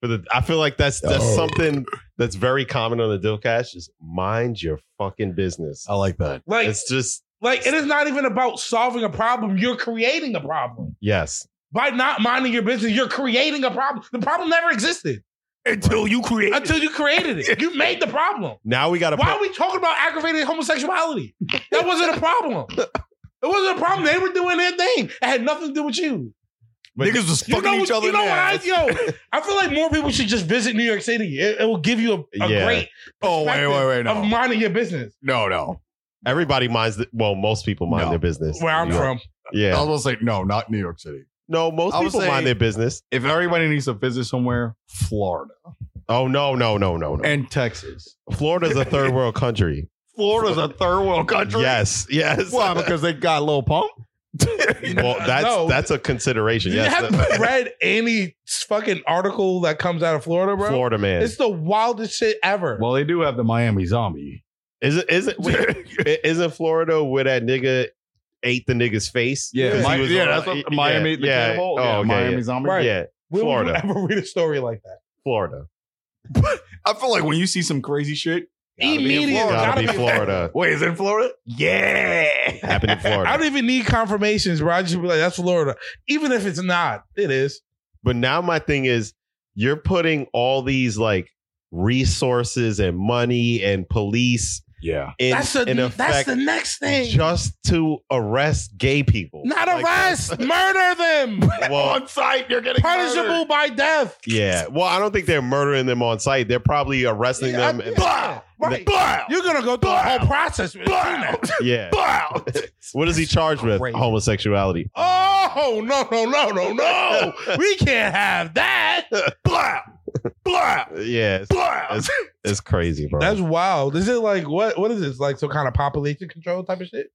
[SPEAKER 2] for the. I feel like that's that's
[SPEAKER 6] Oh.
[SPEAKER 2] something that's very common on the Dill Cash. Is mind your fucking business.
[SPEAKER 6] I like that.
[SPEAKER 4] like
[SPEAKER 2] It's just
[SPEAKER 4] like it is not even about solving a problem. You're creating a problem
[SPEAKER 2] yes.
[SPEAKER 4] by not minding your business. You're creating a problem. The problem never existed
[SPEAKER 6] Until you create.
[SPEAKER 4] until you created it. You made the problem.
[SPEAKER 2] Now we got to.
[SPEAKER 4] Why are we talking about aggravated homosexuality? That wasn't a problem. It wasn't a problem. They were doing their thing. It had nothing to do with you.
[SPEAKER 6] Niggas was
[SPEAKER 4] You
[SPEAKER 6] fucking
[SPEAKER 4] know,
[SPEAKER 6] each
[SPEAKER 4] what,
[SPEAKER 6] other
[SPEAKER 4] you know
[SPEAKER 6] in the
[SPEAKER 4] what I
[SPEAKER 6] ass.
[SPEAKER 4] yo, I feel like more people should just visit New York City. It, it will give you a, a
[SPEAKER 2] Yeah.
[SPEAKER 4] great
[SPEAKER 6] Oh, wait, wait, wait.
[SPEAKER 4] of
[SPEAKER 6] No.
[SPEAKER 4] minding your business.
[SPEAKER 6] No, no.
[SPEAKER 2] Everybody minds. The, well, most people mind
[SPEAKER 6] No.
[SPEAKER 2] their business.
[SPEAKER 4] Where I'm
[SPEAKER 2] Yeah.
[SPEAKER 4] from.
[SPEAKER 2] Yeah.
[SPEAKER 6] I was going to say, no, not New York City.
[SPEAKER 2] No, most
[SPEAKER 6] I would
[SPEAKER 2] people
[SPEAKER 6] say-
[SPEAKER 2] mind their business.
[SPEAKER 5] If everybody needs to visit somewhere, Florida
[SPEAKER 2] Oh no, no, no, no, no.
[SPEAKER 5] and Texas.
[SPEAKER 2] Florida's a third world country.
[SPEAKER 5] Florida's a third world country.
[SPEAKER 2] Yes, yes.
[SPEAKER 5] Why? Because they got Lil Pump.
[SPEAKER 2] [LAUGHS] well, that's
[SPEAKER 4] No.
[SPEAKER 2] that's a consideration.
[SPEAKER 4] You
[SPEAKER 2] Yes,
[SPEAKER 4] haven't read any fucking article that comes out of Florida, bro.
[SPEAKER 2] Florida man.
[SPEAKER 4] It's the wildest shit ever.
[SPEAKER 5] Well, they do have the Miami Zombie.
[SPEAKER 2] Is it is
[SPEAKER 4] [LAUGHS]
[SPEAKER 2] it wait, i- isn't Florida where that nigga ate the nigga's face?
[SPEAKER 5] Yeah,
[SPEAKER 2] Because he
[SPEAKER 5] Mi-
[SPEAKER 2] was
[SPEAKER 5] yeah,
[SPEAKER 2] on- e-,
[SPEAKER 5] that's what, Miami.
[SPEAKER 2] Yeah,
[SPEAKER 5] the
[SPEAKER 2] yeah.
[SPEAKER 5] cannibal.
[SPEAKER 2] Oh,
[SPEAKER 5] yeah,
[SPEAKER 2] okay,
[SPEAKER 5] Miami
[SPEAKER 2] yeah.
[SPEAKER 5] Zombie.
[SPEAKER 4] Right.
[SPEAKER 2] Yeah,
[SPEAKER 4] we
[SPEAKER 2] Florida.
[SPEAKER 4] Would ever read a story like that?
[SPEAKER 2] Florida.
[SPEAKER 6] I feel like when you see some crazy shit, gotta be in
[SPEAKER 4] Immediately,
[SPEAKER 6] Florida.
[SPEAKER 2] Gotta
[SPEAKER 4] gotta
[SPEAKER 2] be
[SPEAKER 4] be
[SPEAKER 2] Florida.
[SPEAKER 6] Wait, is it in Florida? Yeah.
[SPEAKER 2] Happened in
[SPEAKER 4] I
[SPEAKER 2] Florida.
[SPEAKER 4] don't even need confirmations, bro. I just be like, that's Florida. Even if it's not, it is.
[SPEAKER 2] But now my thing is you're putting all these like resources and money and police
[SPEAKER 5] Yeah.
[SPEAKER 2] in,
[SPEAKER 4] that's a,
[SPEAKER 2] in
[SPEAKER 4] that's
[SPEAKER 2] effect
[SPEAKER 4] the next thing.
[SPEAKER 2] just to arrest gay people.
[SPEAKER 4] Not
[SPEAKER 2] Like,
[SPEAKER 4] arrest, [LAUGHS] murder them.
[SPEAKER 2] [LAUGHS] Well,
[SPEAKER 6] On site, you're getting murdered.
[SPEAKER 4] Punishable by death.
[SPEAKER 2] yeah. Well, I don't think they're murdering them on site. They're probably arresting
[SPEAKER 4] Yeah,
[SPEAKER 2] them.
[SPEAKER 4] I- [LAUGHS]
[SPEAKER 2] and-
[SPEAKER 4] yeah, right.
[SPEAKER 6] Bow.
[SPEAKER 4] You're gonna go through the whole process. with
[SPEAKER 6] Bow.
[SPEAKER 5] [LAUGHS]
[SPEAKER 4] that.
[SPEAKER 2] yeah.
[SPEAKER 6] Bow.
[SPEAKER 2] What is he charged with?
[SPEAKER 4] Crazy.
[SPEAKER 2] Homosexuality.
[SPEAKER 4] Oh no no no no [LAUGHS] no! we can't have that.
[SPEAKER 6] Bow. Bow.
[SPEAKER 2] Yeah, it's,
[SPEAKER 6] Bow.
[SPEAKER 2] it's crazy, bro.
[SPEAKER 4] That's wild. Is it like what? What is this? Like some kind of population control type of shit?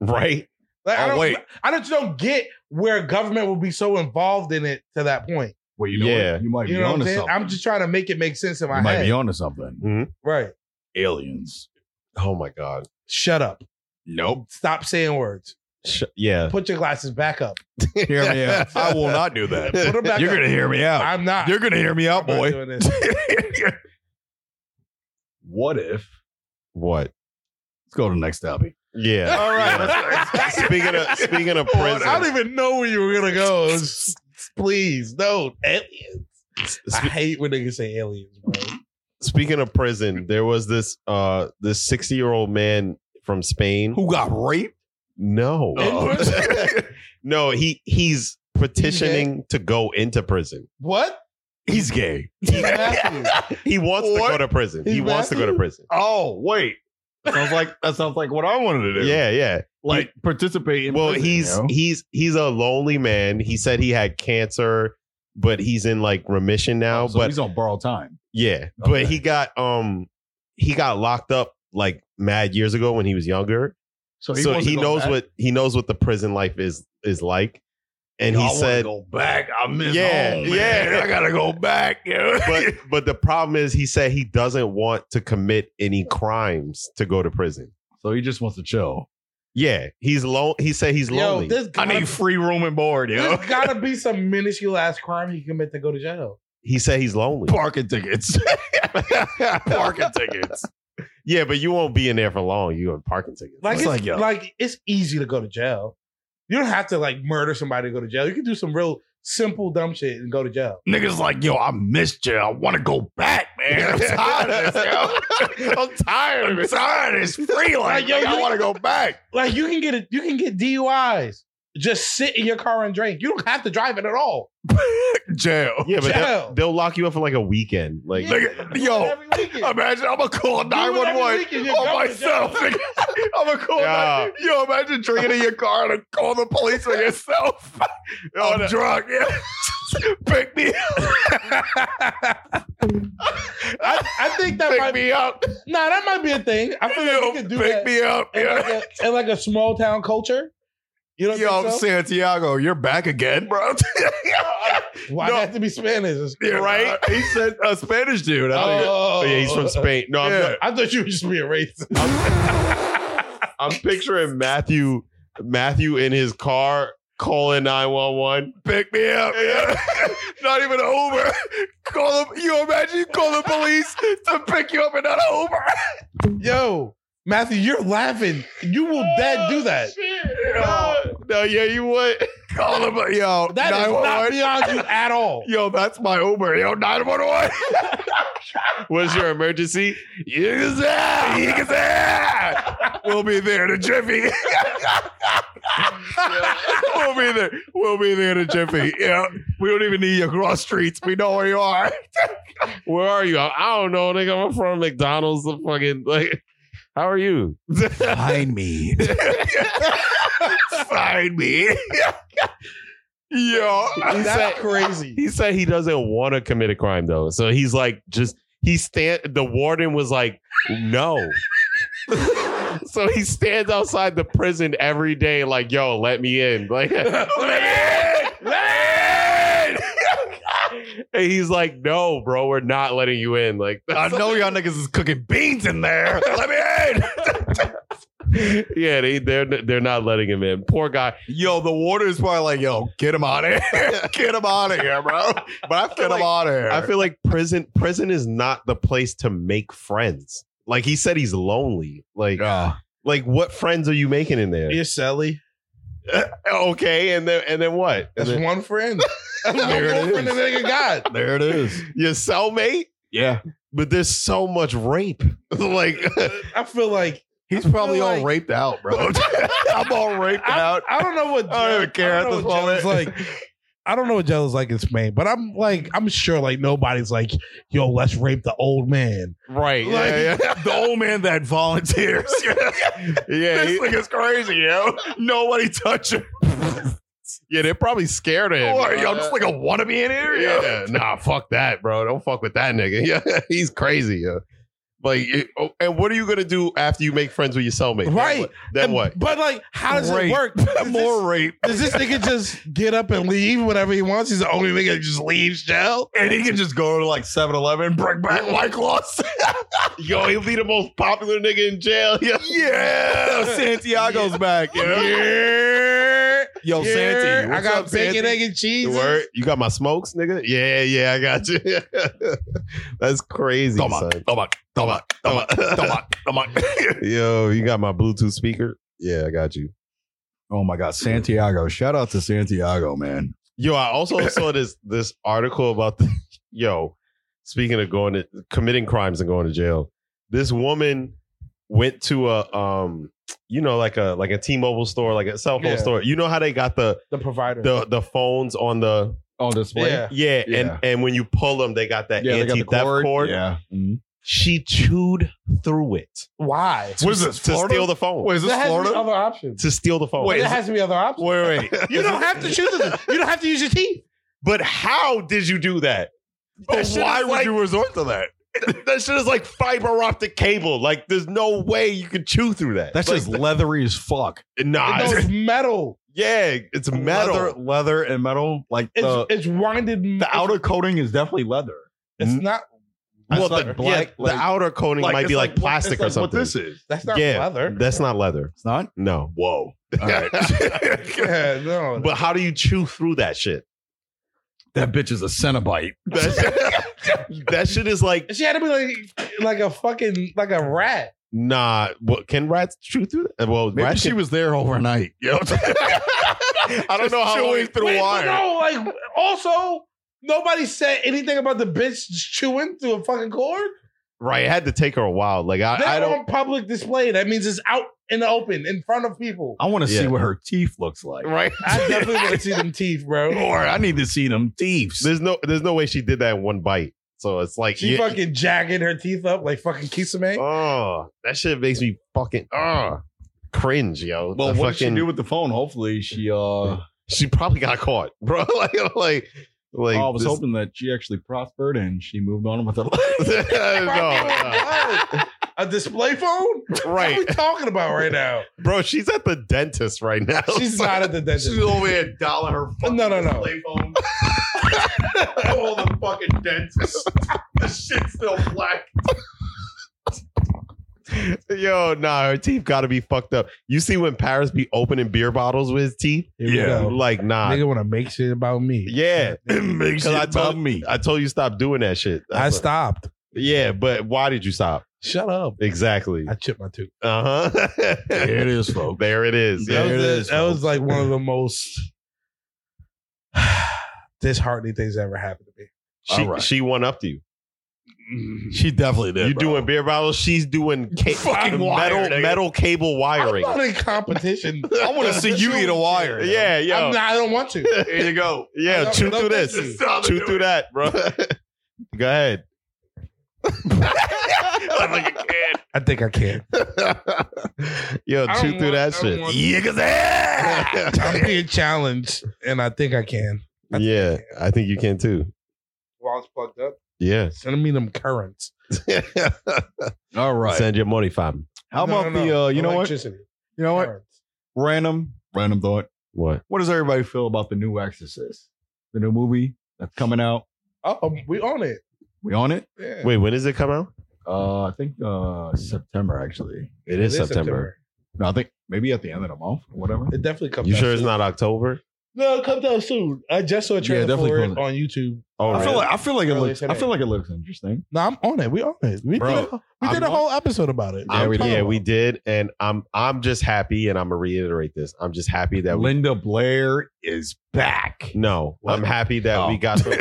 [SPEAKER 2] right.
[SPEAKER 4] Like, I
[SPEAKER 6] Oh,
[SPEAKER 4] don't,
[SPEAKER 6] wait.
[SPEAKER 4] I just don't get where government would be so involved in it to that point.
[SPEAKER 5] Well, you know
[SPEAKER 2] Yeah.
[SPEAKER 5] what? You might
[SPEAKER 4] You
[SPEAKER 5] be
[SPEAKER 4] know what I'm
[SPEAKER 5] onto
[SPEAKER 4] saying?
[SPEAKER 5] something.
[SPEAKER 4] I'm just trying to make it make sense in my
[SPEAKER 5] you might
[SPEAKER 4] head.
[SPEAKER 5] be onto something.
[SPEAKER 4] right.
[SPEAKER 5] Aliens.
[SPEAKER 2] Oh my god.
[SPEAKER 4] Shut up.
[SPEAKER 5] Nope.
[SPEAKER 4] Stop saying words.
[SPEAKER 2] Sh- yeah.
[SPEAKER 4] Put your glasses back
[SPEAKER 5] [LAUGHS]
[SPEAKER 4] up.
[SPEAKER 5] Hear me
[SPEAKER 2] [LAUGHS]
[SPEAKER 5] [LAUGHS] out.
[SPEAKER 6] I will not do that.
[SPEAKER 5] [LAUGHS]
[SPEAKER 4] Put them back
[SPEAKER 6] You're
[SPEAKER 4] up.
[SPEAKER 6] going to hear me out.
[SPEAKER 4] I'm not.
[SPEAKER 6] You're going to hear me out,
[SPEAKER 4] I'm not
[SPEAKER 6] boy.
[SPEAKER 5] [LAUGHS]
[SPEAKER 4] doing this.
[SPEAKER 5] What if?
[SPEAKER 2] What?
[SPEAKER 5] Let's go to the next topic.
[SPEAKER 4] [LAUGHS]
[SPEAKER 2] Yeah.
[SPEAKER 6] All right.
[SPEAKER 2] speaking of speaking of prison,
[SPEAKER 4] I don't even know where you were gonna go.
[SPEAKER 5] [LAUGHS]
[SPEAKER 4] It was- Please don't aliens. I hate when niggas say aliens, bro.
[SPEAKER 2] speaking of prison, there was this uh this sixty year old man from Spain.
[SPEAKER 6] Who got raped?
[SPEAKER 2] No,
[SPEAKER 5] Oh. [LAUGHS]
[SPEAKER 4] In prison?
[SPEAKER 2] no, he he's petitioning to go into prison.
[SPEAKER 4] what?
[SPEAKER 6] He's
[SPEAKER 5] [LAUGHS]
[SPEAKER 6] gay.
[SPEAKER 4] He's Matthew.
[SPEAKER 2] He wants to
[SPEAKER 6] What?
[SPEAKER 2] go to prison. He
[SPEAKER 4] He's
[SPEAKER 2] wants to go to prison.
[SPEAKER 5] Oh, wait. Sounds like that sounds like what I wanted to do.
[SPEAKER 2] Yeah, yeah.
[SPEAKER 5] Like participate in
[SPEAKER 2] well,
[SPEAKER 5] prison,
[SPEAKER 2] he's
[SPEAKER 5] you know?
[SPEAKER 2] he's he's a lonely man. He said he had cancer, but he's in like remission now.
[SPEAKER 5] Oh, so
[SPEAKER 2] but
[SPEAKER 5] he's on borrowed time.
[SPEAKER 2] Yeah, but
[SPEAKER 5] Okay.
[SPEAKER 2] he got um he got locked up like mad years ago when he was younger.
[SPEAKER 5] So
[SPEAKER 2] so
[SPEAKER 5] wants to
[SPEAKER 2] he
[SPEAKER 5] go
[SPEAKER 2] knows
[SPEAKER 5] back.
[SPEAKER 2] what he knows what the prison life is is like. And
[SPEAKER 6] Yo, I
[SPEAKER 2] he
[SPEAKER 6] wanna
[SPEAKER 2] said
[SPEAKER 6] "Go back. I miss
[SPEAKER 2] Yeah,
[SPEAKER 6] home.
[SPEAKER 2] yeah.
[SPEAKER 6] Yeah, [LAUGHS] I gotta go back." Yeah.
[SPEAKER 2] [LAUGHS] but but the problem is he said he doesn't want to commit any crimes to go to prison.
[SPEAKER 5] So he just wants to chill.
[SPEAKER 2] Yeah, he's lone he said he's
[SPEAKER 4] Yo,
[SPEAKER 2] lonely.
[SPEAKER 4] this
[SPEAKER 6] I
[SPEAKER 4] gotta,
[SPEAKER 6] need
[SPEAKER 5] [LAUGHS]
[SPEAKER 6] free room and board. Yo,
[SPEAKER 4] [LAUGHS] there's gotta be some minuscule ass crime he commit to go to jail.
[SPEAKER 2] he said he's lonely.
[SPEAKER 6] parking tickets. [LAUGHS] parking tickets.
[SPEAKER 2] Yeah, but you won't be in there for long. You on parking tickets.
[SPEAKER 4] Like
[SPEAKER 6] It's
[SPEAKER 4] it's,
[SPEAKER 6] like,
[SPEAKER 4] like,
[SPEAKER 6] yo.
[SPEAKER 4] it's easy to go to jail. You don't have to like murder somebody to go to jail. You can do some real simple dumb shit and go to jail.
[SPEAKER 6] Niggas like, yo, I missed you. I want to go back, man. I'm tired of this. Yo. I'm tired of it. tired of this freelance.
[SPEAKER 4] Like, yo,
[SPEAKER 6] I
[SPEAKER 4] you-
[SPEAKER 6] want to go back.
[SPEAKER 4] Like you can get it, you can get DUIs. Just sit in your car and drink. You don't have to drive it at all.
[SPEAKER 6] Jail.
[SPEAKER 2] yeah, but they'll,
[SPEAKER 4] jail.
[SPEAKER 2] they'll lock you up for like a weekend. Like
[SPEAKER 4] Yeah.
[SPEAKER 6] Nigga,
[SPEAKER 4] Do it
[SPEAKER 6] yo,
[SPEAKER 4] every weekend.
[SPEAKER 6] imagine I'm gonna call
[SPEAKER 4] Do it every
[SPEAKER 6] 911
[SPEAKER 4] weekend. You're
[SPEAKER 6] on
[SPEAKER 4] going to
[SPEAKER 6] myself.
[SPEAKER 4] jail.
[SPEAKER 6] nigga. I'm gonna call.
[SPEAKER 2] Yeah.
[SPEAKER 6] nine- Yo, imagine drinking in your car and call the police on
[SPEAKER 4] [LAUGHS]
[SPEAKER 6] yourself.
[SPEAKER 2] oh,
[SPEAKER 6] I'm drunk. Yeah. [LAUGHS] Pick me up.
[SPEAKER 4] [LAUGHS] I, I think that
[SPEAKER 6] Pick
[SPEAKER 4] might be
[SPEAKER 6] me up.
[SPEAKER 4] nah, that might be a thing. I feel like
[SPEAKER 6] Yo,
[SPEAKER 4] you could do
[SPEAKER 6] pick
[SPEAKER 4] that
[SPEAKER 6] me up.
[SPEAKER 4] in,
[SPEAKER 6] Yeah.
[SPEAKER 4] like a, in like a small town culture. You know,
[SPEAKER 6] Yo,
[SPEAKER 4] think so?
[SPEAKER 6] Santiago, you're back again,
[SPEAKER 4] Uh,
[SPEAKER 6] bro. [LAUGHS]
[SPEAKER 4] why
[SPEAKER 6] no.
[SPEAKER 4] it have to be Spanish? It's-
[SPEAKER 6] Yeah, right?
[SPEAKER 5] He said a Spanish dude.
[SPEAKER 2] I think-
[SPEAKER 4] Oh, [LAUGHS]
[SPEAKER 2] oh, yeah, he's from Spain. No, I'm
[SPEAKER 6] Yeah.
[SPEAKER 2] not-
[SPEAKER 4] [LAUGHS] I thought you were just being racist.
[SPEAKER 2] I'm picturing Matthew Matthew in his car calling 911.
[SPEAKER 6] Pick me up. [LAUGHS] not even an Uber. [LAUGHS] Call them. You imagine you call the police to pick you up and not an Uber.
[SPEAKER 4] Yo, Matthew, you're laughing. You will dead do that.
[SPEAKER 2] No, yeah, you would.
[SPEAKER 6] Call them. Yo,
[SPEAKER 4] That is not
[SPEAKER 6] 911.
[SPEAKER 4] beyond you at
[SPEAKER 6] [LAUGHS]
[SPEAKER 4] all.
[SPEAKER 6] Yo, that's my Uber. Yo, 911.
[SPEAKER 2] What's your emergency?
[SPEAKER 6] Yiggazah! Yiggazah! We'll be there to Jiffy. [LAUGHS] we'll be there. We'll be there to Jiffy. Yeah. We don't even need your cross streets. We know where you are.
[SPEAKER 2] Where are you? I, I don't know, nigga. I'm from McDonald's. The fucking like, how are you?
[SPEAKER 4] [LAUGHS]
[SPEAKER 1] Find me.
[SPEAKER 6] [LAUGHS] Find me. Yo.
[SPEAKER 4] That's crazy.
[SPEAKER 2] He said he doesn't want to commit a crime though, so he's like just he stand. The warden was like, no. [LAUGHS] so he stands outside the prison every day, like, yo, let me in, [LAUGHS] like.
[SPEAKER 6] Let me in! Let me in!
[SPEAKER 2] And he's like, no, bro, we're not letting you in. Like, [LAUGHS]
[SPEAKER 6] I know y'all niggas is cooking beans in there. Let me in.
[SPEAKER 2] yeah, they they're they're not letting him in. Poor guy.
[SPEAKER 6] Yo, the water is probably like, yo, get him out of here. get him out of here, bro.
[SPEAKER 2] But I
[SPEAKER 6] Get
[SPEAKER 2] feel
[SPEAKER 6] him
[SPEAKER 2] like
[SPEAKER 6] out of here.
[SPEAKER 2] I feel like prison prison is not the place to make friends. Like he said, he's lonely. Like like what friends are you making in there?
[SPEAKER 4] You're Sally.
[SPEAKER 2] [LAUGHS] Okay, and then and then what? And
[SPEAKER 4] That's
[SPEAKER 2] then-
[SPEAKER 6] [LAUGHS]
[SPEAKER 4] one friend. That's one
[SPEAKER 6] There it
[SPEAKER 4] more friend
[SPEAKER 6] is.
[SPEAKER 4] than that nigga got.
[SPEAKER 6] there it is.
[SPEAKER 2] your cellmate.
[SPEAKER 5] Yeah.
[SPEAKER 2] But there's so much rape. [LAUGHS] like
[SPEAKER 4] I feel like
[SPEAKER 6] He's
[SPEAKER 4] I
[SPEAKER 6] probably
[SPEAKER 4] feel
[SPEAKER 6] all
[SPEAKER 4] like-
[SPEAKER 6] raped out,
[SPEAKER 2] [LAUGHS]
[SPEAKER 6] bro. [LAUGHS] I'm all raped
[SPEAKER 4] I-
[SPEAKER 6] out.
[SPEAKER 4] I don't know what
[SPEAKER 6] [LAUGHS] I don't even care
[SPEAKER 4] don't
[SPEAKER 6] at
[SPEAKER 4] know what
[SPEAKER 6] this
[SPEAKER 4] jail is
[SPEAKER 6] moment.
[SPEAKER 4] Like I don't know what jail is like in Spain, but I'm like I'm sure like nobody's like, yo, let's rape the old man.
[SPEAKER 2] right.
[SPEAKER 6] Like,
[SPEAKER 2] [LAUGHS] yeah,
[SPEAKER 6] the old man that volunteers. [LAUGHS]
[SPEAKER 2] yeah. yeah,
[SPEAKER 6] this
[SPEAKER 2] he-
[SPEAKER 6] thing is crazy, yo. Nobody touch him.
[SPEAKER 2] yeah, they're probably scared of him. Uh,
[SPEAKER 6] Or, yo, just like a wannabe in here. yo.
[SPEAKER 2] yeah, [LAUGHS] nah, fuck that, bro. Don't fuck with that nigga. [LAUGHS] Yeah, he's crazy. Yeah. Like, it- oh, and what are you gonna do after you make friends with your cellmate? Then
[SPEAKER 4] Right.
[SPEAKER 2] what- Then
[SPEAKER 4] And-
[SPEAKER 2] [LAUGHS] what?
[SPEAKER 4] But like, how does
[SPEAKER 6] Rape.
[SPEAKER 4] it work? Does
[SPEAKER 6] [LAUGHS] More
[SPEAKER 4] this,
[SPEAKER 6] rape.
[SPEAKER 4] does this nigga just get up and leave whenever he wants? He's the only nigga that just leaves jail.
[SPEAKER 6] And he can just go to like 7 Eleven, bring back White
[SPEAKER 4] [LAUGHS]
[SPEAKER 6] Claws.
[SPEAKER 2] Yo, he'll be the most popular nigga in jail. Yeah. [LAUGHS]
[SPEAKER 6] yeah. Santiago's back. yo. Yo,
[SPEAKER 4] Yeah,
[SPEAKER 6] Santi.
[SPEAKER 4] I
[SPEAKER 6] what's
[SPEAKER 4] got
[SPEAKER 6] up,
[SPEAKER 4] bacon,
[SPEAKER 6] Santi?
[SPEAKER 4] egg, and cheese.
[SPEAKER 2] You Word, you got my smokes, nigga. Yeah, yeah, I got you. [LAUGHS] That's crazy,
[SPEAKER 6] Tomac,
[SPEAKER 2] son.
[SPEAKER 6] tomac, tomac, [LAUGHS] tomac, tomac, tomac.
[SPEAKER 2] Yo, you got my Bluetooth speaker. Yeah, I got you.
[SPEAKER 5] Oh my God. Santiago. Shout out to Santiago, man.
[SPEAKER 2] Yo, I also saw this this article about the [LAUGHS] yo. Speaking of going to committing crimes and going to jail, this woman went to a um, you know, like a like a T-Mobile store, like a cell phone
[SPEAKER 4] Yeah.
[SPEAKER 2] store. You know how they got the
[SPEAKER 4] The provider.
[SPEAKER 2] the the phones on the
[SPEAKER 5] On display.
[SPEAKER 4] Yeah.
[SPEAKER 2] yeah,
[SPEAKER 5] Yeah.
[SPEAKER 2] and and when you pull them, they got that
[SPEAKER 5] Yeah, they got
[SPEAKER 2] anti
[SPEAKER 5] the
[SPEAKER 2] theft cord.
[SPEAKER 5] Yeah. Mhm.
[SPEAKER 2] She chewed through it.
[SPEAKER 4] Why?
[SPEAKER 6] What is this?
[SPEAKER 2] to
[SPEAKER 6] Florida?
[SPEAKER 2] steal the phone.
[SPEAKER 6] Wait, is this
[SPEAKER 4] there has to be
[SPEAKER 6] Florida?
[SPEAKER 4] other options.
[SPEAKER 2] to steal the phone.
[SPEAKER 6] Wait,
[SPEAKER 4] there
[SPEAKER 6] is
[SPEAKER 2] [LAUGHS]
[SPEAKER 4] has to be other options.
[SPEAKER 6] Wait, wait.
[SPEAKER 4] You don't have to choose it. You don't have to use your teeth.
[SPEAKER 2] but how did you do that?
[SPEAKER 6] But
[SPEAKER 2] That shit
[SPEAKER 6] why
[SPEAKER 2] is
[SPEAKER 6] would
[SPEAKER 2] like-
[SPEAKER 6] you resort to that?
[SPEAKER 2] That shit is like fiber optic cable. Like, there's no way you could chew through that.
[SPEAKER 5] That's
[SPEAKER 2] like,
[SPEAKER 5] just leathery as fuck.
[SPEAKER 2] nah.
[SPEAKER 4] No,
[SPEAKER 2] Ah, it's-
[SPEAKER 4] it's metal.
[SPEAKER 2] [LAUGHS] yeah, it's metal.
[SPEAKER 5] Leather, leather and metal. Like
[SPEAKER 4] It's
[SPEAKER 5] the,
[SPEAKER 4] it's winded.
[SPEAKER 5] the outer coating is definitely leather.
[SPEAKER 4] It's not.
[SPEAKER 5] It's
[SPEAKER 2] Well,
[SPEAKER 5] like
[SPEAKER 2] the,
[SPEAKER 5] black,
[SPEAKER 2] yeah, the
[SPEAKER 5] like-
[SPEAKER 2] outer coating might
[SPEAKER 5] it's
[SPEAKER 2] be like,
[SPEAKER 5] what-
[SPEAKER 2] plastic
[SPEAKER 5] it's
[SPEAKER 2] or
[SPEAKER 5] like
[SPEAKER 2] something.
[SPEAKER 5] What this is.
[SPEAKER 4] That's not
[SPEAKER 2] yeah,
[SPEAKER 4] leather.
[SPEAKER 2] that's not leather.
[SPEAKER 5] It's not?
[SPEAKER 2] No.
[SPEAKER 6] Whoa. [LAUGHS]
[SPEAKER 5] All right.
[SPEAKER 4] [LAUGHS] yeah, no.
[SPEAKER 2] [LAUGHS] But how do you chew through that shit?
[SPEAKER 5] that bitch is a Cenobite.
[SPEAKER 2] That, that shit [LAUGHS] is like
[SPEAKER 4] she had to be like like a fucking like a rat.
[SPEAKER 2] nah. What can rats chew through? That? Well,
[SPEAKER 5] Maybe
[SPEAKER 2] rats
[SPEAKER 5] she
[SPEAKER 2] can- [LAUGHS]
[SPEAKER 5] was there overnight.
[SPEAKER 6] Yo. I don't know how long through
[SPEAKER 4] Wait, but
[SPEAKER 6] wire.
[SPEAKER 4] no, like also nobody said anything about the bitch chewing through a fucking cord.
[SPEAKER 2] right. It had to take her a while. Like
[SPEAKER 4] They're
[SPEAKER 2] I,
[SPEAKER 4] [LAUGHS]
[SPEAKER 2] I don't.
[SPEAKER 4] on public display. That means it's out in the open in front of people.
[SPEAKER 5] [LAUGHS] I want to see
[SPEAKER 2] Yeah.
[SPEAKER 5] what her teeth looks like.
[SPEAKER 6] Right?
[SPEAKER 4] I [LAUGHS] definitely want to see them teeth, bro.
[SPEAKER 5] [LAUGHS] Or I need to see them thieves.
[SPEAKER 2] There's no. There's no way she did that in one bite. So it's like
[SPEAKER 4] She
[SPEAKER 2] you-
[SPEAKER 4] fucking jagging her teeth up like fucking Kisame.
[SPEAKER 2] Oh, that shit makes me fucking oh cringe, yo.
[SPEAKER 5] well,
[SPEAKER 2] The
[SPEAKER 5] what did
[SPEAKER 2] fucking,
[SPEAKER 5] she do with the phone? Hopefully, she. uh oh,
[SPEAKER 2] she probably got caught, [LAUGHS] bro. like, like, like.
[SPEAKER 5] Oh, I was
[SPEAKER 2] this-
[SPEAKER 5] hoping that she actually prospered and she moved on with her [LAUGHS] life.
[SPEAKER 2] [LAUGHS] no,
[SPEAKER 4] a display phone?
[SPEAKER 2] no.
[SPEAKER 4] What are we
[SPEAKER 2] right,
[SPEAKER 4] talking about right now?
[SPEAKER 2] bro. She's at the dentist right now. [LAUGHS]
[SPEAKER 4] She's not at the dentist.
[SPEAKER 6] She's over here dollar her fucking
[SPEAKER 4] No, no, no.
[SPEAKER 6] display phone. All the fucking dentists. The shit's still black.
[SPEAKER 2] yo, yo, nah, her teeth got to be fucked up. You see when Paris be opening beer bottles with his teeth?
[SPEAKER 4] Here we
[SPEAKER 6] Yeah.
[SPEAKER 4] go.
[SPEAKER 2] Like, nah.
[SPEAKER 4] Nigga want to make shit about me.
[SPEAKER 2] Yeah.
[SPEAKER 6] [LAUGHS] It makes
[SPEAKER 2] 'Cause
[SPEAKER 6] it
[SPEAKER 2] I
[SPEAKER 6] about
[SPEAKER 2] told-
[SPEAKER 6] me.
[SPEAKER 5] [LAUGHS]
[SPEAKER 2] I told you stop doing that shit.
[SPEAKER 4] I
[SPEAKER 2] That's a-
[SPEAKER 4] stopped.
[SPEAKER 2] yeah, but why did you stop?
[SPEAKER 4] Shut up.
[SPEAKER 2] Exactly.
[SPEAKER 4] I chipped my tooth.
[SPEAKER 2] Uh huh.
[SPEAKER 6] There it is, folks.
[SPEAKER 2] [LAUGHS] There it is.
[SPEAKER 6] There
[SPEAKER 2] Yeah.
[SPEAKER 4] that was
[SPEAKER 6] it
[SPEAKER 4] the-
[SPEAKER 6] is,
[SPEAKER 4] That was
[SPEAKER 6] folks.
[SPEAKER 4] like one of the most [SIGHS] disheartening things that ever happened to me.
[SPEAKER 2] She
[SPEAKER 6] All right.
[SPEAKER 2] she won up to you.
[SPEAKER 5] Mm-hmm.
[SPEAKER 6] She definitely did.
[SPEAKER 2] you
[SPEAKER 6] bro.
[SPEAKER 2] doing beer bottles. She's doing ca-
[SPEAKER 6] Fucking
[SPEAKER 2] metal
[SPEAKER 6] wire, nigga.
[SPEAKER 2] metal cable wiring.
[SPEAKER 4] I'm not in competition.
[SPEAKER 6] I want to see you
[SPEAKER 4] [LAUGHS]
[SPEAKER 6] eat a wire.
[SPEAKER 2] Yeah,
[SPEAKER 4] I'm
[SPEAKER 2] yo.
[SPEAKER 4] not, [LAUGHS] I don't want
[SPEAKER 2] [LAUGHS]
[SPEAKER 4] to.
[SPEAKER 6] There you go.
[SPEAKER 4] I
[SPEAKER 2] yeah,
[SPEAKER 4] don't-
[SPEAKER 2] chew
[SPEAKER 4] no,
[SPEAKER 2] through
[SPEAKER 4] thank
[SPEAKER 2] this.
[SPEAKER 4] you.
[SPEAKER 2] Chew through that, bro. Go ahead.
[SPEAKER 6] like a kid.
[SPEAKER 4] I think I can.
[SPEAKER 2] [LAUGHS] Yo,
[SPEAKER 4] I don't
[SPEAKER 2] chew
[SPEAKER 4] want-
[SPEAKER 2] through that
[SPEAKER 4] I don't
[SPEAKER 2] shit.
[SPEAKER 4] want-
[SPEAKER 6] Yeah, cause
[SPEAKER 4] [LAUGHS] I'm being challenged, and I think I can. I think
[SPEAKER 2] yeah, I think you can too.
[SPEAKER 4] While I was plugged up, [LAUGHS]
[SPEAKER 2] Yeah.
[SPEAKER 4] sending me them currents.
[SPEAKER 5] [LAUGHS] All right.
[SPEAKER 2] Send your money, fam.
[SPEAKER 5] How
[SPEAKER 4] No,
[SPEAKER 5] about
[SPEAKER 4] no, no.
[SPEAKER 5] the uh, you know what? You
[SPEAKER 4] Electricity.
[SPEAKER 5] know what?
[SPEAKER 4] Currents.
[SPEAKER 5] Random, random thought.
[SPEAKER 2] What?
[SPEAKER 5] What does everybody feel about the new Exorcist? The new movie that's coming out.
[SPEAKER 4] Oh, we own it.
[SPEAKER 5] We on it?
[SPEAKER 4] Yeah.
[SPEAKER 2] Wait, when does it come out?
[SPEAKER 5] Uh, I think uh September actually.
[SPEAKER 2] It
[SPEAKER 4] It
[SPEAKER 2] is
[SPEAKER 4] is
[SPEAKER 2] September.
[SPEAKER 5] No, I think maybe at the end of the month or whatever.
[SPEAKER 4] It definitely comes.
[SPEAKER 2] You
[SPEAKER 4] out
[SPEAKER 2] sure it's
[SPEAKER 4] soon.
[SPEAKER 2] not October?
[SPEAKER 4] No, it comes out soon. I just saw a trailer
[SPEAKER 5] definitely
[SPEAKER 4] for it
[SPEAKER 5] comes out.
[SPEAKER 4] on YouTube.
[SPEAKER 2] Oh,
[SPEAKER 5] I feel like I feel like it
[SPEAKER 4] Early
[SPEAKER 5] looks. I
[SPEAKER 4] today.
[SPEAKER 5] feel like it looks interesting.
[SPEAKER 4] No, I'm on it. We on it. We
[SPEAKER 5] Bro,
[SPEAKER 4] did, a, we
[SPEAKER 5] I'm
[SPEAKER 4] did a
[SPEAKER 5] on-
[SPEAKER 4] whole episode about it.
[SPEAKER 5] Yeah,
[SPEAKER 2] I'm-
[SPEAKER 5] we
[SPEAKER 2] yeah,
[SPEAKER 5] did.
[SPEAKER 2] we, did, and I'm I'm just happy, and I'm gonna reiterate this. I'm just happy that we
[SPEAKER 5] Linda Blair is back.
[SPEAKER 2] no,
[SPEAKER 5] What?
[SPEAKER 2] I'm happy that
[SPEAKER 5] Oh.
[SPEAKER 2] we
[SPEAKER 5] [LAUGHS]
[SPEAKER 2] got some,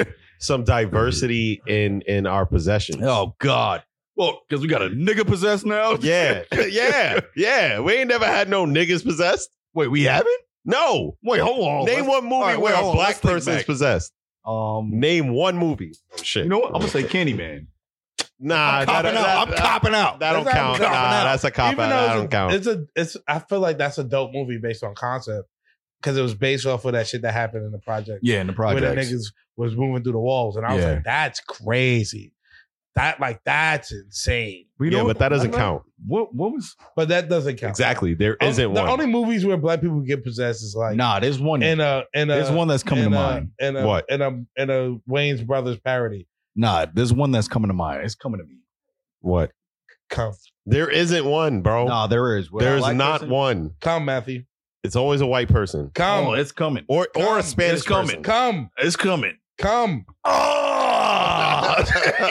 [SPEAKER 2] some diversity in in our possession.
[SPEAKER 5] Oh God! Well, because we got a nigga possessed now. [LAUGHS]
[SPEAKER 2] Yeah, yeah, yeah. We ain't never had no niggas possessed.
[SPEAKER 5] Wait, we haven't.
[SPEAKER 2] No,
[SPEAKER 5] Wait, hold on.
[SPEAKER 2] name one movie
[SPEAKER 5] all right,
[SPEAKER 2] where
[SPEAKER 5] wait,
[SPEAKER 2] a
[SPEAKER 5] hold on, let's
[SPEAKER 2] black
[SPEAKER 5] think
[SPEAKER 2] person is
[SPEAKER 5] back.
[SPEAKER 2] possessed.
[SPEAKER 5] Um,
[SPEAKER 2] Name one movie. Oh, shit.
[SPEAKER 5] you know what? I'm gonna say Candyman.
[SPEAKER 2] nah,
[SPEAKER 5] I'm copping
[SPEAKER 2] that-
[SPEAKER 5] out. I'm
[SPEAKER 2] that-
[SPEAKER 5] copping out.
[SPEAKER 2] That don't
[SPEAKER 4] That's not
[SPEAKER 2] count.
[SPEAKER 4] a
[SPEAKER 2] Nah,
[SPEAKER 4] cop out.
[SPEAKER 2] that's a cop out. That
[SPEAKER 4] it's
[SPEAKER 2] don't
[SPEAKER 4] a,
[SPEAKER 2] count.
[SPEAKER 4] It's a. It's. I feel like that's a dope movie based on concept because it was based off of that shit that happened in the project.
[SPEAKER 5] Yeah, in the
[SPEAKER 4] when the
[SPEAKER 5] project.
[SPEAKER 4] niggas was moving through the walls, and I was
[SPEAKER 5] Yeah.
[SPEAKER 4] like, "That's crazy. That like that's insane."
[SPEAKER 2] yeah, but that doesn't count.
[SPEAKER 5] What? What was?
[SPEAKER 4] But that doesn't count.
[SPEAKER 2] Exactly. There
[SPEAKER 4] Um,
[SPEAKER 2] isn't
[SPEAKER 4] the
[SPEAKER 2] one.
[SPEAKER 4] only movies where black people get possessed is like uh,
[SPEAKER 5] nah, there's one.
[SPEAKER 4] in a in a
[SPEAKER 5] there's one that's coming
[SPEAKER 4] in
[SPEAKER 5] to
[SPEAKER 4] a-
[SPEAKER 5] mind.
[SPEAKER 4] in a,
[SPEAKER 2] What?
[SPEAKER 4] in a in a Wayne's Brothers parody.
[SPEAKER 5] Nah, there's one that's coming to mind. It's coming to me.
[SPEAKER 2] what?
[SPEAKER 4] Come,
[SPEAKER 2] There isn't one, bro.
[SPEAKER 5] Nah, there is. What,
[SPEAKER 2] Oh. There's
[SPEAKER 5] black
[SPEAKER 2] not
[SPEAKER 5] person?
[SPEAKER 2] one.
[SPEAKER 4] come, Matthew,
[SPEAKER 2] It's always a white person
[SPEAKER 4] come,
[SPEAKER 5] Oh, it's coming.
[SPEAKER 2] or or
[SPEAKER 4] Come,
[SPEAKER 2] a Spanish
[SPEAKER 5] it's coming.
[SPEAKER 2] person.
[SPEAKER 4] come,
[SPEAKER 5] It's coming.
[SPEAKER 4] come.
[SPEAKER 5] Oh! [LAUGHS]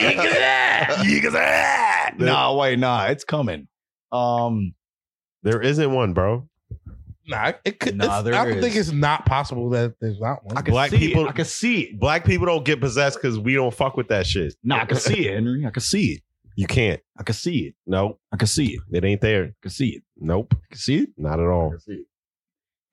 [SPEAKER 5] nah, wait, nah, it's coming. Um,
[SPEAKER 2] there isn't one, bro.
[SPEAKER 4] Nah, it could.
[SPEAKER 5] Nah,
[SPEAKER 4] it's-
[SPEAKER 5] there
[SPEAKER 4] I don't
[SPEAKER 5] is.
[SPEAKER 4] think it's not possible that there's not one.
[SPEAKER 5] I can
[SPEAKER 2] Black
[SPEAKER 5] see
[SPEAKER 2] people-
[SPEAKER 5] It. I can see it.
[SPEAKER 2] Black people don't get possessed because we don't fuck with that shit.
[SPEAKER 5] Nah, I can see it, Henry. I can see it.
[SPEAKER 2] You can't.
[SPEAKER 5] I can see it.
[SPEAKER 2] No,
[SPEAKER 5] I can see it.
[SPEAKER 2] it ain't there.
[SPEAKER 5] I can see it.
[SPEAKER 2] Nope,
[SPEAKER 5] I can see it.
[SPEAKER 2] not at all.
[SPEAKER 5] see it.